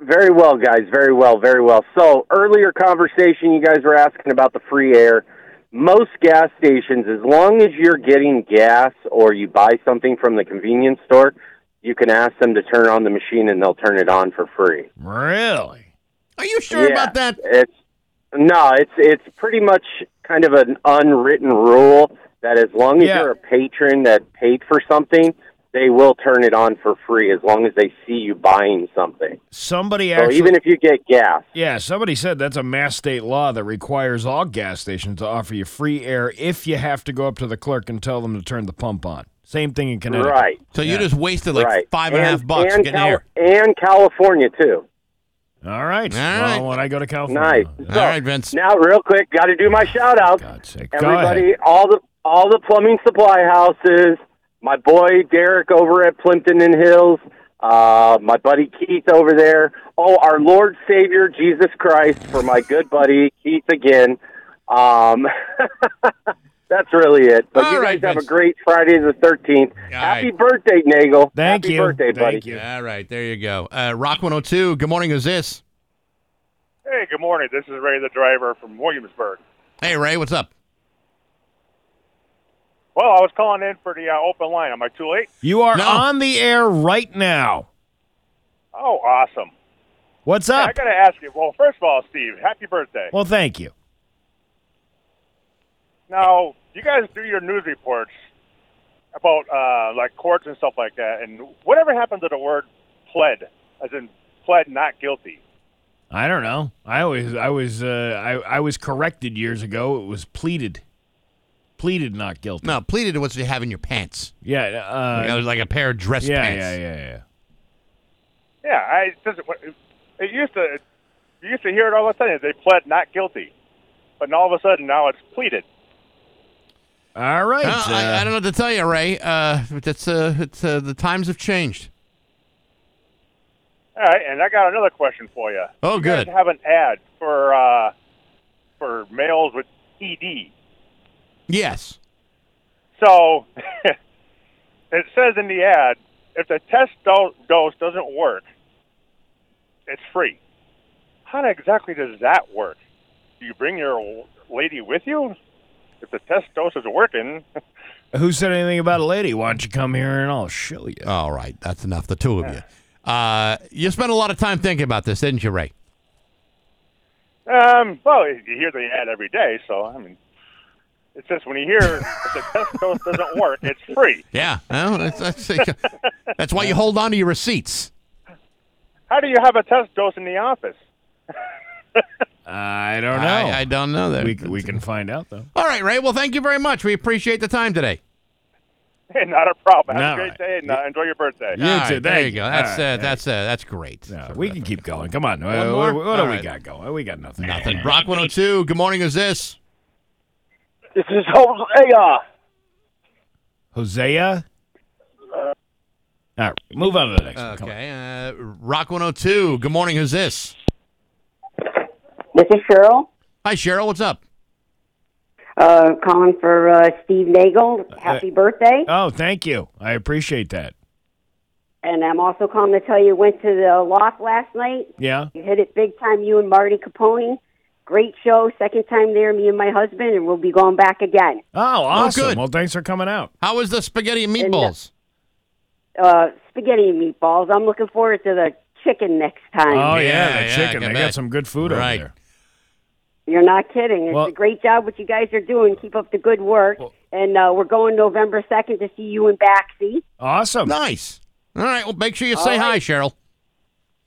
Very well, guys. Very well. Very well. So, earlier conversation, you guys were asking about the free air. Most gas stations, as long as you're getting gas or you buy something from the convenience store, you can ask them to turn on the machine and they'll turn it on for free.
Really? Are you sure about that?
It's no, it's it's pretty much kind of an unwritten rule that as long as
Yeah.
you're a patron that paid for something, they will turn it on for free as long as they see you buying something.
Somebody
so
actually.
even if you get gas,
yeah, somebody said that's a mass state law that requires all gas stations to offer you free air if you have to go up to the clerk and tell them to turn the pump on. Same thing in Connecticut.
Right.
So you just wasted like
right?
five and a half bucks
and
getting air.
and California too.
All right.
All right.
Well, when I go to California.
Nice.
All right, Vince.
Now, real quick, got to do my shout out.
go ahead.
Everybody, all the all the plumbing supply houses. My boy Derek over at Plimpton and Hills. Uh, my buddy Keith over there. Oh, our Lord Savior Jesus Christ for my good buddy Keith again. Um, that's really it. But you guys have a great Friday the thirteenth. Happy birthday, Nagel.
Thank
Happy
you.
birthday, buddy.
All right, there you go. Uh, Rock 102, good morning. Who's this?
Hey, good morning. This is Ray the driver from Williamsburg.
Hey, Ray, what's up?
Well, I was calling in for the uh, open line. Am I too late?
You are on the air right now.
Oh, awesome.
What's
Hey,
up?
I got to ask you. Well, first of all, Steve, happy birthday.
Well, thank you.
now, you guys do your news reports about uh, like courts and stuff like that. And whatever happened to the word pled, as in pled not guilty?
I don't know. I always, I was, uh, I, I was corrected years ago. It was pleaded, pleaded not guilty.
No, pleated to what you have in your pants.
Yeah, uh,
Like, it was like a pair of dress
yeah,
pants.
yeah, yeah, yeah.
Yeah, I it doesn't. It used to. You used to hear it all the time. They pled not guilty, but now all of a sudden now it's pleaded.
All right.
Uh, I, I don't know what to tell you, Ray. Uh, that's uh, it's uh, the times have changed.
All right, and I got another question for you.
Oh,
You guys
good.
have an ad for uh, for males with ED.
Yes.
So it says in the ad, if the test do- dose doesn't work, it's free. How exactly does that work? Do you bring your lady with you? If the test dose is working,
Who said anything about a lady? Why don't you come here and I'll show you?
All right, that's enough. The two of you. Uh, you spent a lot of time thinking about this, didn't you, Ray?
um, well, you hear the ad every day, so I mean, it's just when you hear if the test dose doesn't work, it's free.
Yeah. Well, that's, that's, that's why you hold on to your receipts.
How do you have a test dose in the office?
I don't know.
I, I don't know that.
We, we can find out though.
All right, Ray. Well, thank you very much. We appreciate the time today.
Hey, not a problem. Have
No,
a great day and uh, enjoy your birthday.
All right, there you go. That's uh, that's uh, that's great.
we can keep going. Come on.
One
Uh,
more?
what what do
All
we
right.
got going? We got nothing.
Nothing. Brock 102. Good morning. Is this?
This is Hosea.
Hosea.
Uh,
All right, move on to the next. one.
Okay. Uh, Rock 102. Good morning. Who's this?
This is Cheryl,
Hi, Cheryl. What's up?
uh, calling for uh, Steve Nagel. Happy birthday.
Oh, thank you. I appreciate that.
And I'm also calling to tell you went to the loft last night.
Yeah.
You hit it big time, you and Marty Capone. Great show. Second time there, me and my husband, and we'll be going back again.
Oh, awesome.
good.
Well, thanks for coming out.
How was the spaghetti and meatballs?
Uh, spaghetti and meatballs. I'm looking forward to the chicken next time.
Oh yeah,
Yeah,
the
yeah,
chicken.
I
They
bet.
got some good food
Right.
over there.
You're not kidding. It's
Well-
a great job what you guys are doing. Keep up the good work. and uh, we're going November 2nd to see you in Baxi.
Awesome.
Nice. All right. Well, make sure you say
All
hi, Cheryl.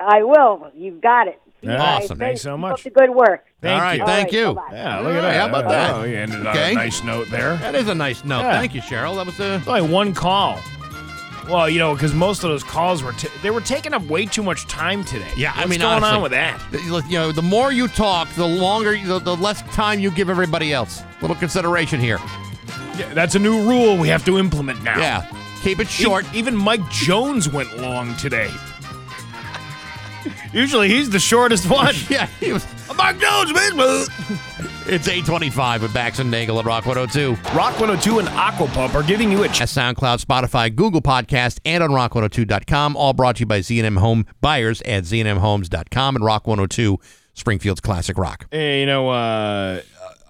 I
Oh,
will. You've got it. See you
Yeah.
guys.
Awesome. Thanks
Keep
so
Up the good work.
All right. Thank you.
Yeah,
All
look at
right,
that.
How about that?
Oh, you ended on
Okay.
a nice note there.
That is a nice note.
Yeah.
Thank you, Cheryl. That was a.
Only one call. Well, you know, because most of those calls were t- they were taking up way too much time today.
Yeah,
What's
I mean,
going
honestly,
on with that?
the- You know, the more you talk, the longer, the, the less time you give everybody else. Little consideration here.
Yeah, that's a new rule we have to implement now.
Yeah. Keep it short.
E- even Mike Jones went long today. Usually he's the shortest one.
yeah, he was. Mike Jones, man. It's 825 with Bax and Nagel at Rock 102.
Rock 102 and Aquapump are giving you a
at SoundCloud, Spotify, Google Podcast, and on rock102.com. All brought to you by ZNM Home Buyers at ZNMHomes.com and Rock 102, Springfield's Classic Rock.
Hey, you know, uh,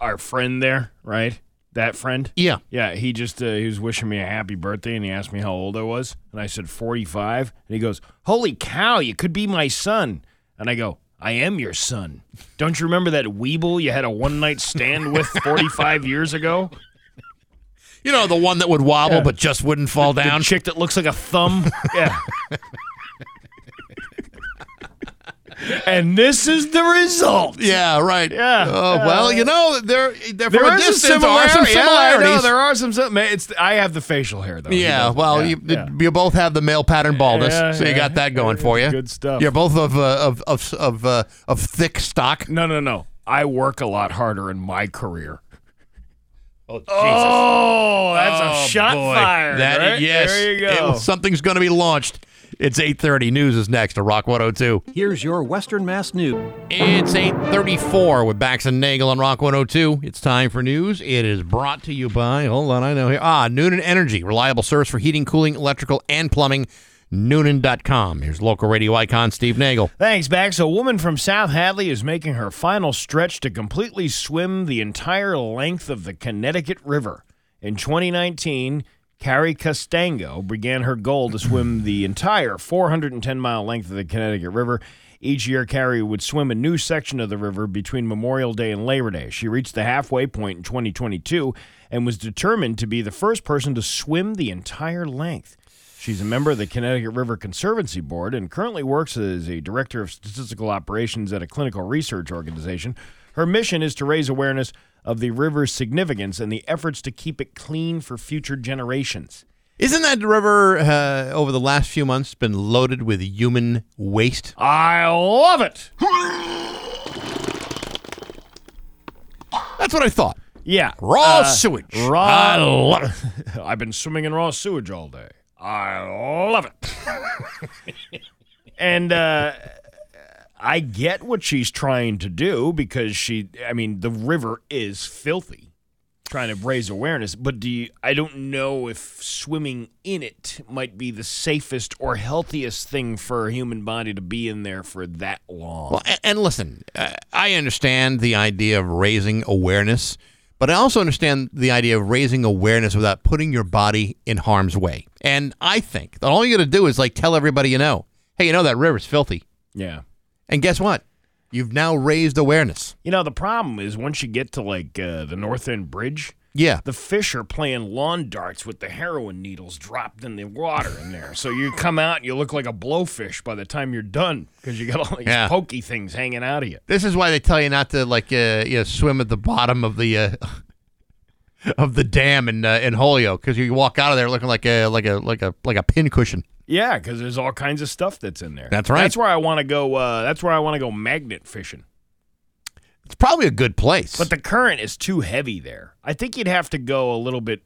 our friend there, right? That friend?
Yeah.
Yeah, he just, uh, he was wishing me a happy birthday and he asked me how old I was. And I said 45. And he goes, Holy cow, you could be my son. And I go, I am your son. Don't you remember that Weeble you had a one night stand with 45 years ago?
You know, the one that would wobble but just wouldn't fall
The
down.
chick that looks like a thumb. yeah. and this is the result.
yeah, right.
Yeah. Uh,
Oh, well, you know, there, there,
There
from a
is a
distance there are some
similarity. Yeah, I know,
similarities.
there are some. sim- Man, it's I have the facial hair though.
Yeah,
You know?
well, you, you both have the male pattern baldness,
Yeah,
so you
yeah.
got that going for you.
Good stuff.
You're both of uh, of of of uh, of thick stock.
No, no, no. I work a lot harder in my career.
Oh, Jesus.
Oh, that's a shot
boy.
fired.
That
right?
yes,
there you go.
It was- something's going to be launched. It's 8:30. News is next to Rock 102.
Here's your Western Mass News.
It's 8:34 with Bax and Nagel on Rock 102. It's time for news. It is brought to you by. Hold on, I know here. Ah, Noonan Energy, reliable source for heating, cooling, electrical, and plumbing. Noonan.com. Here's local radio icon Steve Nagel.
Thanks, Bax. A woman from South Hadley is making her final stretch to completely swim the entire length of the Connecticut River. In 2019, Carrie Castango began her goal to swim the entire 410 mile length of the Connecticut River. Each year, Carrie would swim a new section of the river between Memorial Day and Labor Day. She reached the halfway point in 2022 and was determined to be the first person to swim the entire length. She's a member of the Connecticut River Conservancy Board and currently works as a director of statistical operations at a clinical research organization. Her mission is to raise awareness of the river's significance and the efforts to keep it clean for future generations.
Isn't that river uh, over the last few months been loaded with human waste?
I love it.
That's what I thought.
Yeah. uh,
Raw sewage.
Raw.
I love
it. I've been swimming in raw sewage all day. I love it. and uh, I get what she's trying to do because she, I mean, the river is filthy. Trying to raise awareness, but do you, I don't know if swimming in it might be the safest or healthiest thing for a human body to be in there for that long.
Well, a- and listen, uh, I understand the idea of raising awareness, but I also understand the idea of raising awareness without putting your body in harm's way. And I think that all you got to do is like tell everybody you know, hey, you know that river's filthy.
Yeah.
And guess what? You've now raised awareness.
You know, the problem is once you get to like uh, the North End Bridge,
Yeah.
the fish are playing lawn darts with the heroin needles dropped in the water in there. So you come out and you look like a blowfish by the time you're done because you got all these
Yeah.
pokey things hanging out of you.
This is why they tell you not to like uh, you know, swim at the bottom of the uh, of the dam in uh, in Holyoke because you walk out of there looking like a like a like a like a pincushion.
Yeah, because there's all kinds of stuff that's in there.
That's right.
That's where I want to go. Uh, that's where I want to go magnet fishing.
It's probably a good place.
But the current is too heavy there. I think you'd have to go a little bit,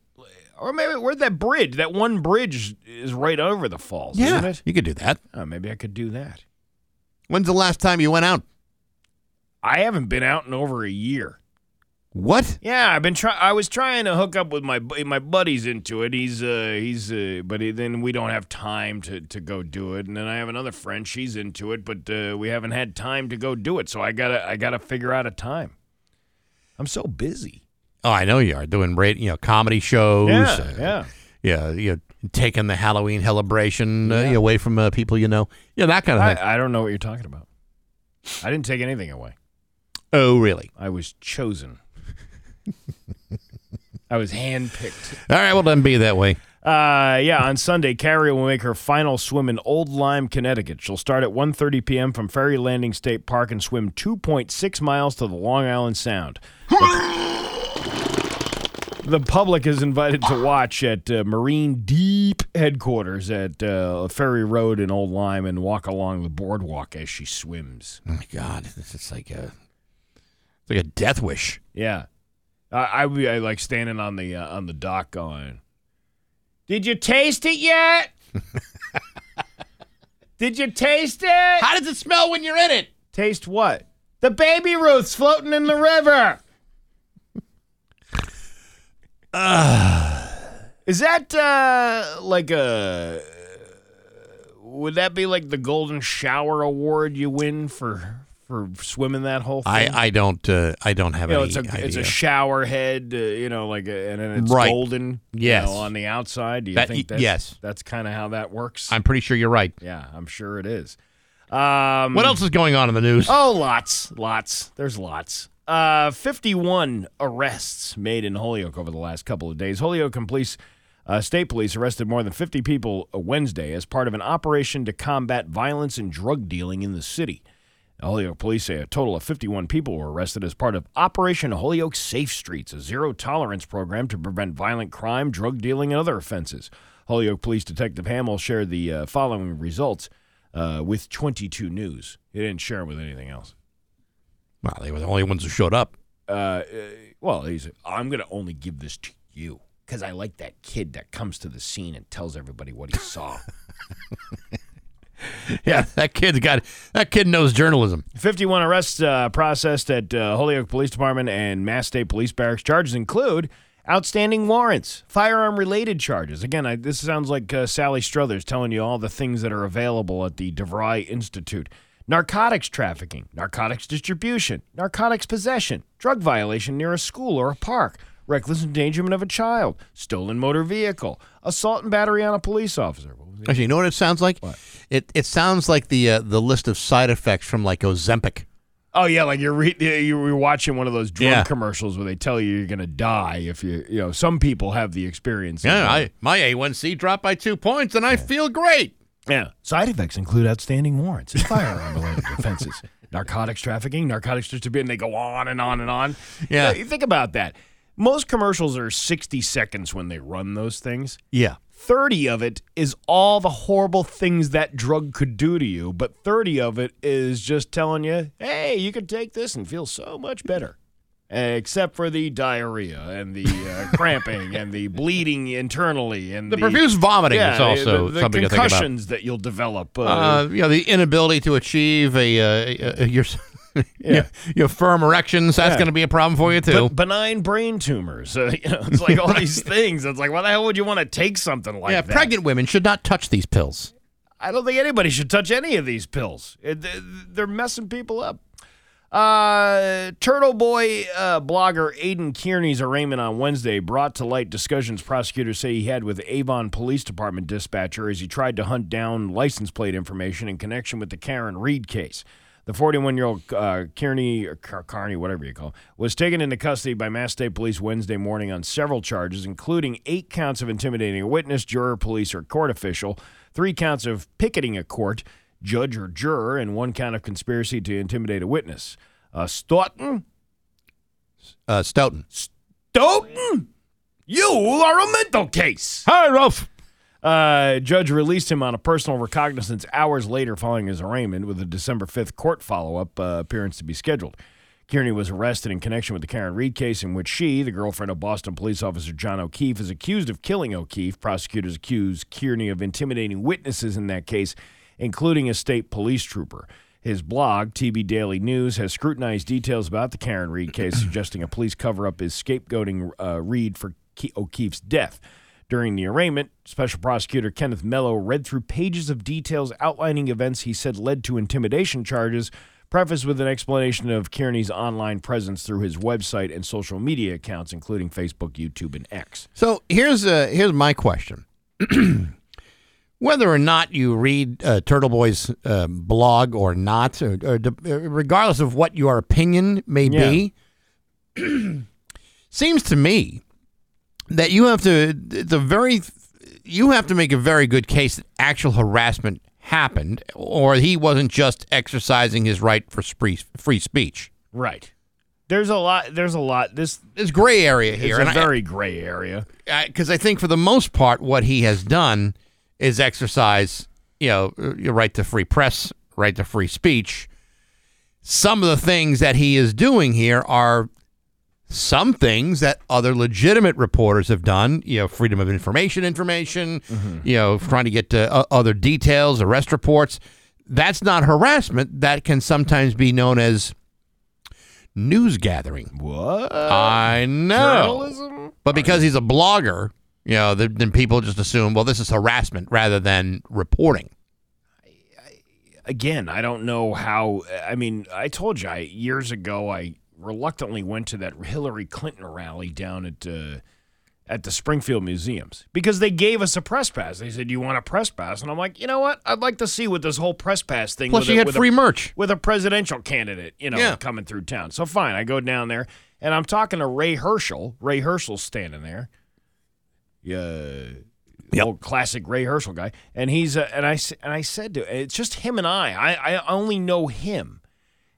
or maybe where'd that bridge? That one bridge is right over the falls,
yeah,
isn't it?
you could do that.
Oh, maybe I could do that.
When's the last time you went out?
I haven't been out in over a year.
What?
Yeah, I've been try. I was trying to hook up with my bu- my buddy's into it. He's uh he's uh, but he, then we don't have time to to go do it. And then I have another friend. She's into it, but uh, we haven't had time to go do it. So I gotta I gotta figure out a time. I'm so busy.
Oh, I know you are doing great, you know, comedy shows.
Yeah,
uh,
yeah.
yeah, you know, taking the Halloween celebration uh, away from uh, people you know. Yeah, that kind of thing.
I, I don't know what you're talking about. I didn't take anything away.
oh, really?
I was chosen. I was handpicked.
All right, well, doesn't be that way.
Uh, yeah, on Sunday, Carrie will make her final swim in Old Lyme, Connecticut. She'll start at 1.30 p.m. from Ferry Landing State Park and swim 2.6 miles to the Long Island Sound. The public is invited to watch at uh, Marine Deep headquarters at uh, Ferry Road in Old Lyme and walk along the boardwalk as she swims.
Oh, my God. This is like a, it's like a death wish.
Yeah, I, I would be I, like standing on the uh, on the dock going, Did you taste it yet? Did you taste it?
How does it smell when you're in it?
Taste what? The baby Ruth's floating in the river. Is that uh, like a? Would that be like the Golden Shower Award you win for for swimming that whole thing?
I, I don't uh, I don't have
you know,
any
it's a
idea.
it's a shower head, uh, you know, like a, and then it's
Right.
golden,
Yes.
you know, on the outside. Do you
That-
think
y-
that's,
yes.
that's kind of how that works?
I'm pretty sure you're right.
yeah, I'm sure it is. Um,
What else is going on in the news?
Oh, lots, lots. There's lots. Uh, 51 arrests made in Holyoke over the last couple of days. Holyoke and police, uh, state police arrested more than 50 people uh, Wednesday as part of an operation to combat violence and drug dealing in the city. Holyoke police say a total of 51 people were arrested as part of Operation Holyoke Safe Streets, a zero tolerance program to prevent violent crime, drug dealing, and other offenses. Holyoke Police Detective Hamill shared the uh, following results uh, with 22 News. He didn't share them with anything else.
Well, they were the only ones who showed up.
Uh, uh, well, he's I'm going to only give this to you because I like that kid that comes to the scene and tells everybody what he saw.
Yeah, that kid's got that kid knows journalism.
51 arrests uh, processed at uh, Holyoke Police Department and Mass State Police Barracks. Charges include outstanding warrants, firearm related charges. Again, I, this sounds like uh, Sally Struthers telling you all the things that are available at the DeVry Institute narcotics trafficking, narcotics distribution, narcotics possession, drug violation near a school or a park, reckless endangerment of a child, stolen motor vehicle, assault and battery on a police officer.
Actually, you know what it sounds like? It it sounds like the uh, the list of side effects from like Ozempic.
Oh yeah, like you're re- yeah, you were watching one of those drug
Yeah.
commercials where they tell you you're gonna die if you you know some people have the experience. of
Yeah,
that.
I, my A1C dropped by two points, and I feel great.
yeah. Side effects include outstanding warrants and firearm related offenses, narcotics trafficking, narcotics distribution. They go on and on and on.
Yeah.
you think about that. Most commercials are 60 seconds when they run those things.
Yeah.
30 of it is all the horrible things that drug could do to you, but 30 of it is just telling you, hey, you can take this and feel so much better. Except for the diarrhea and the uh, cramping and the bleeding internally and
The
the,
profuse vomiting
Yeah,
is also
the, the
something to think about.
concussions that you'll develop. Uh,
Uh, you know, the inability to achieve a, uh, a, a your, your your firm erections. That's
Yeah.
going to be a problem for you too.
ben- benign brain tumors. Uh, you know, it's like all these things. It's like, why the hell would you want to take something like
yeah,
that?
pregnant women should not touch these pills.
I don't think anybody should touch any of these pills. It- th- They're messing people up. Uh, Turtle Boy uh, blogger Aiden Kearney's arraignment on Wednesday brought to light discussions prosecutors say he had with Avon Police Department dispatcher as he tried to hunt down license plate information in connection with the Karen Reed case. The 41 year old uh, Kearney, or Car- Carney, whatever you call him, was taken into custody by Mass State Police Wednesday morning on several charges, including eight counts of intimidating a witness, juror, police, or court official, three counts of picketing a court, judge, or juror, and one count of conspiracy to intimidate a witness. Uh, Stoughton?
Uh, Stoughton.
Stoughton? You are a mental case.
Hi, Rolf.
Uh, judge released him on a personal recognizance hours later following his arraignment with a December 5th court follow up uh, appearance to be scheduled. Kearney was arrested in connection with the Karen Reed case, in which she, the girlfriend of Boston police officer John O'Keefe, is accused of killing O'Keefe. Prosecutors accuse Kearney of intimidating witnesses in that case, including a state police trooper. His blog, TB Daily News, has scrutinized details about the Karen Reed case, suggesting a police cover up is scapegoating uh, Reed for Ke- O'Keefe's death. During the arraignment, Special Prosecutor Kenneth Mello read through pages of details outlining events he said led to intimidation charges, prefaced with an explanation of Kearney's online presence through his website and social media accounts, including Facebook, YouTube, and X.
So here's uh, here's my question: Whether or not you read uh, Turtle Boy's uh, blog or not, or, or de- uh, regardless of what your opinion may be, seems to me that you have to it's a very you have to make a very good case that actual harassment happened, or he wasn't just exercising his right for spree, free speech.
Right. There's a lot. There's a lot. This
There's gray area here, and
It's a
I-
very gray area.
because I, think for the most part, what he has done is exercise, you know, uh, your right to free press, right to free speech. Some of the things that he is doing here are some things that other legitimate reporters have done, you know, freedom of information information,
Mm-hmm.
you know, trying to get to uh, other details, arrest reports. That's not harassment. That can sometimes be known as news gathering.
What?
I know. But because he's a blogger, you know, th- then people just assume, well, this is harassment rather than reporting.
again, I don't know how. I mean, I told you I, years ago I reluctantly went to that Hillary Clinton rally down at uh, at the Springfield Museums because they gave us a press pass. They said, "You want a press pass?" And I'm like, "You know what? I'd like to see what this whole press pass thing."
Plus,
with
you
a-
had
with
free
a,
merch
with a presidential candidate, you know,
Yeah.
coming through town. So fine, I go down there and I'm talking to Ray Herschel. Ray Herschel's standing there. Yeah old classic Ray Herschel guy, and he's uh, and I s- and I said to it's just him and I. I I only know him,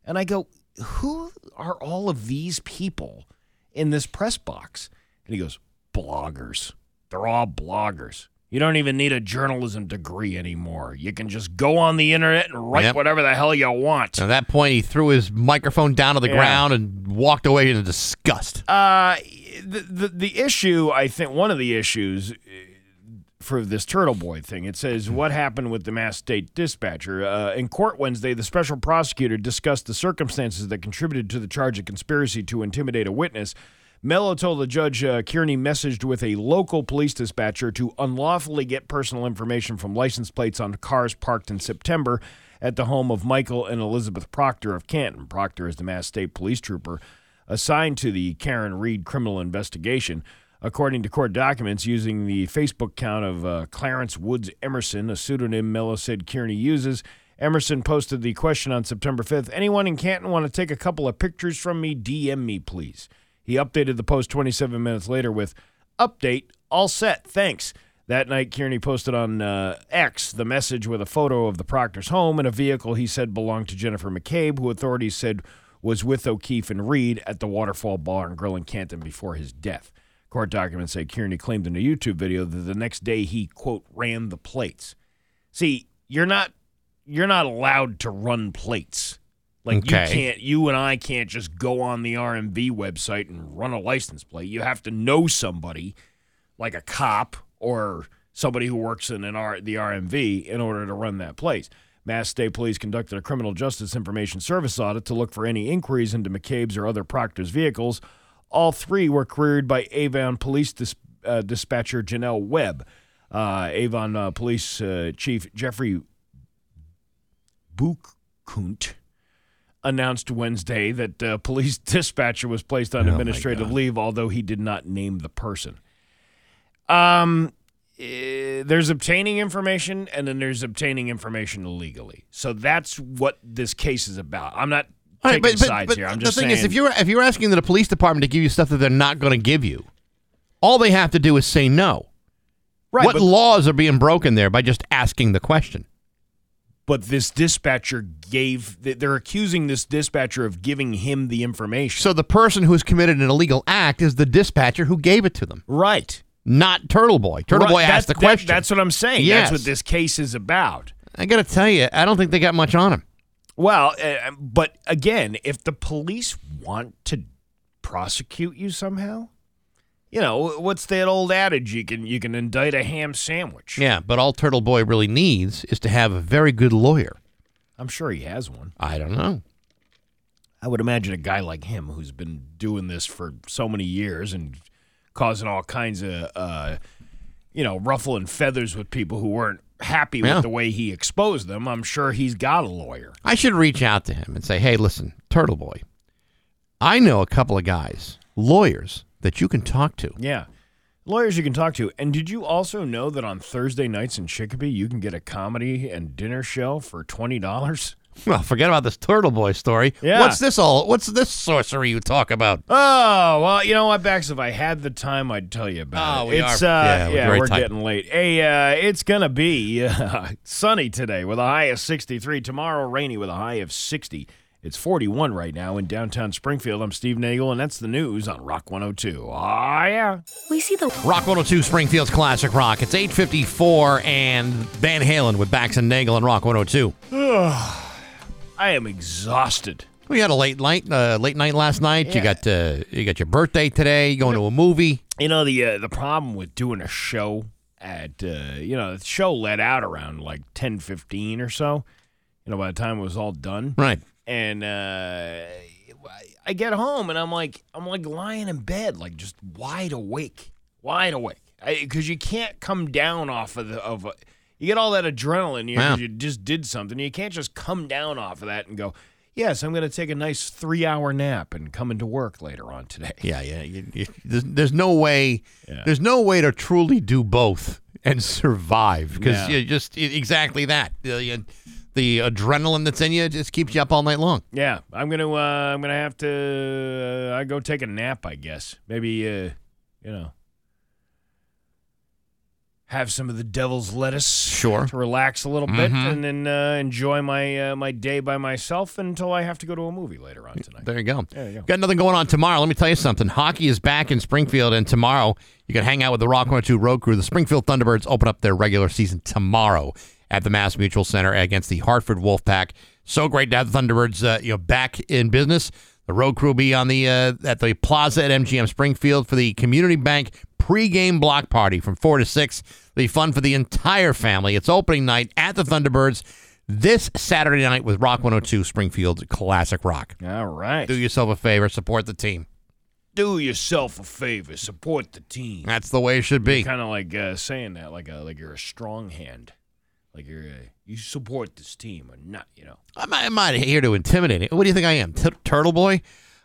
and I go, who are all of these people in this press box? And he goes, bloggers. They're all bloggers. You don't even need a journalism degree anymore. You can just go on the internet and write
Yep.
whatever the hell you want.
And at that point, he threw his microphone down to the
Yeah.
ground and walked away in disgust.
Uh, the, the the issue, I think, one of the issues uh, for this Turtle Boy thing, it says what happened with the Mass State Dispatcher uh, in court Wednesday. The special prosecutor discussed the circumstances that contributed to the charge of conspiracy to intimidate a witness. Mello told the judge uh, Kearney messaged with a local police dispatcher to unlawfully get personal information from license plates on cars parked in September at the home of Michael and Elizabeth Proctor of Canton. Proctor is the Mass State police trooper assigned to the Karen Reed criminal investigation. According to court documents, using the Facebook account of uh, Clarence Woods Emerson, a pseudonym Mello said Kearney uses, Emerson posted the question on September 5th Anyone in Canton want to take a couple of pictures from me? DM me, please. He updated the post 27 minutes later with Update, all set, thanks. That night, Kearney posted on uh, X the message with a photo of the Proctor's home and a vehicle he said belonged to Jennifer McCabe, who authorities said was with O'Keefe and Reed at the Waterfall Bar and Grill in Canton before his death. Court documents say Kearney claimed in a YouTube video that the next day he, quote, ran the plates. See, you're not you're not allowed to run plates. Like you
Okay.
can't you and I can't just go on the RMV website and run a license plate. You have to know somebody like a cop or somebody who works in an R- the RMV in order to run that place. Mass State Police conducted a criminal justice information service audit to look for any inquiries into McCabe's or other Proctor's vehicles. All three were queried by Avon Police dis- uh, Dispatcher Janelle Webb. Uh, Avon uh, Police uh, Chief Jeffrey Buchkunt announced Wednesday that uh, police dispatcher was placed
Oh
on administrative leave, although he did not name the person. Um, eh, there's obtaining information, and then there's obtaining information illegally. So that's what this case is about. I'm not
All right,
taking
but, but-
sides
but
here. I'm
the
just
thing
saying.
is, if you're if you're asking the police department to give you stuff that they're not going to give you, all they have to do is say no.
Right,
What
but-
laws are being broken there by just asking the question?
but this dispatcher gave. th- They're accusing this dispatcher of giving him the information.
So the person who's committed an illegal act is the dispatcher who gave it to them,
right?
Not Turtle Boy. Turtle
Right,
Boy asked the
that- that-
question.
that's what I'm saying.
Yes.
That's what this case is about.
I got to tell you, I don't think they got much on him.
Well, uh, but again, if the police want to prosecute you somehow, you know what's that old adage? You can you can indict a ham sandwich.
Yeah, but all Turtle Boy really needs is to have a very good lawyer.
I'm sure he has one.
I don't know.
I would imagine a guy like him who's been doing this for so many years and causing all kinds of, uh, you know, ruffling feathers with people who weren't happy
Yeah.
with the way he exposed them. I'm sure he's got a lawyer.
I should reach out to him and say, hey, listen, Turtle Boy, I know a couple of guys, lawyers, that you can talk to.
Yeah. Lawyers you can talk to. And did you also know that on Thursday nights in Chicopee, you can get a comedy and dinner show for $20?
Well, forget about this Turtle Boy story.
Yeah.
What's this all? What's this sorcery you talk about?
Oh, well, you know what, Bax? If I had the time, I'd tell you
Oh,
about it.
we
it's,
are-
Uh,
yeah,
yeah,
we're
we're,
very tight.
getting late. Hey, uh, it's going to be uh, sunny today with a high of 63. Tomorrow, rainy with a high of 60. It's 41 right now in downtown Springfield. I'm Steve Nagel, and that's the news on Rock 102. Ah, yeah.
We see the
Rock 102 Springfield's Classic Rock. It's 854 and oh Van Halen with Bax and Nagel and Rock 102.
I am exhausted.
We had a late night, uh, late night last night. You got uh, you got your birthday today. You going to a movie?
You know the uh, the problem with doing a show at uh, you know the show let out around like ten fifteen or so. You know by the time it was all done,
Right.
And uh, I get home and I'm like I'm like lying in bed like just wide awake, wide awake, because you can't come down off of the of a, you get all that adrenaline. You,
Yeah.
you just did something. You can't just come down off of that and go. Yes, I'm going to take a nice three hour nap and come into work later on today.
Yeah, yeah. You, you, there's, there's no way. There's no way to truly do both and survive because
Yeah.
you just e- exactly that. Uh, you- the adrenaline that's in you just keeps you up all night long.
Yeah, I'm gonna. Uh, I'm gonna have to. Uh, I go take a nap, I guess. Maybe, uh, you know, have some of the devil's lettuce.
Sure.
To relax a little bit,
Mhm.
and then uh, enjoy my uh, my day by myself until I have to go to a movie later on tonight.
There you go.
There you go.
Got nothing going on tomorrow. Let me tell you something. Hockey is back in Springfield, and tomorrow you can hang out with the Rock 102 Road Crew. The Springfield Thunderbirds open up their regular season tomorrow at the Mass Mutual Center against the Hartford Wolfpack. So great to have the Thunderbirds, uh, you know, back in business. The Road Crew will be on the uh, at the Plaza at MGM Springfield for the Community Bank pregame block party from four to six. It'll be fun for the entire family. It's opening night at the Thunderbirds this Saturday night with Rock 102 Springfield Classic Rock.
All right.
Do yourself a favor, support the team.
Do yourself a favor. Support the team.
That's the way it should be.
Kind of like uh, saying that, like a, like you're a strong hand, like you're uh you support this team or not, you know.
I'm, I'm not here to intimidate. it. What do you think I am, Tur- Turtle Boy?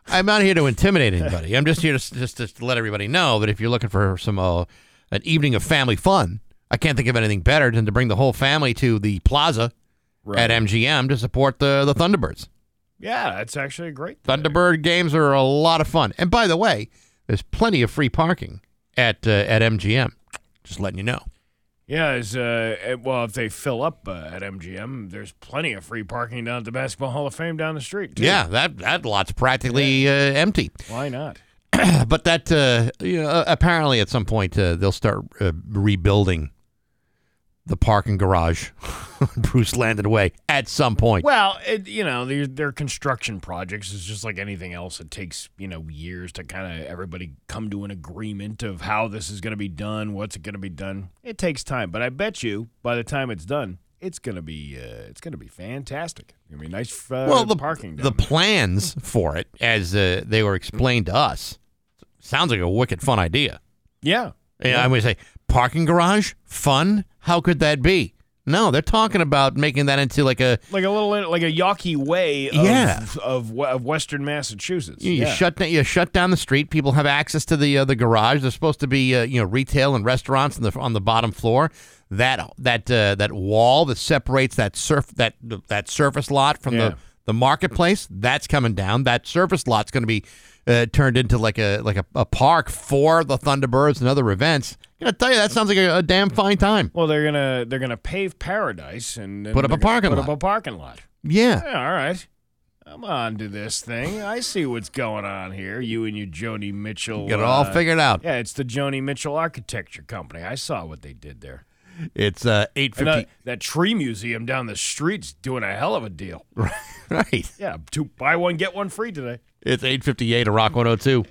I'm not here to intimidate anybody. I'm just here to s- just, just to let everybody know that if you're looking for some uh, an evening of family fun, I can't think of anything better than to bring the whole family to the plaza at MGM to support the the Thunderbirds.
Yeah, that's actually great.
Thunderbird games are a lot of fun. And by the way, there's plenty of free parking at uh, at MGM. Just letting you know.
Yeah, is uh, eh, well, if they fill up uh, at MGM, there's plenty of free parking down at the Basketball Hall of Fame down the street. Too.
Yeah, that that lot's practically uh, empty.
why not?
but that uh, you know, uh, apparently at some point uh, they'll start uh, rebuilding the parking garage on Bruce Landon Way at some point.
Well, it, you know, their, their construction projects is just like anything else. It takes you know years to kind of everybody come to an agreement of how this is going to be done, what's going to be done. It takes time, but I bet you by the time it's done, it's gonna be uh, it's gonna be fantastic. It's gonna be nice. Uh,
Well, the
parking.
the plans for it, as uh, they were explained to us, sounds like a wicked fun idea.
Yeah.
Yeah, I would say parking garage fun. How could that be? No, they're talking about making that into like a
like a little like a Yawkey way of
Yeah.
of, we- of Western Massachusetts.
You, you
Yeah.
shut down. You shut down the street. People have access to the uh, the garage. There's supposed to be uh, you know retail and restaurants on the on the bottom floor. That that uh, that wall that separates that surf that that surface lot from
Yeah.
the the marketplace. That's coming down. That surface lot's going to be uh, turned into like a like a, a park for the Thunderbirds and other events. I gotta tell you, that sounds like a, a damn fine time.
Well, they're gonna they're gonna pave paradise and, and
Put up
they're
a
gonna
parking
put
lot.
up a parking lot.
Yeah.
Yeah, all right. I'm on to this thing. I see what's going on here. You and your Joni Mitchell. uh,
Got it all figured out.
Yeah, it's the Joni Mitchell Architecture Company. I saw what they did there.
It's uh, eight
And,
fifty.
uh, that tree museum down the street's doing a hell of a deal.
right.
Yeah, two buy one get one free today.
It's eight fifty eight. A Rock one hundred oh two.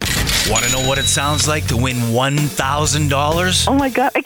Want to know what it sounds like to win $1,000?
Oh my God, I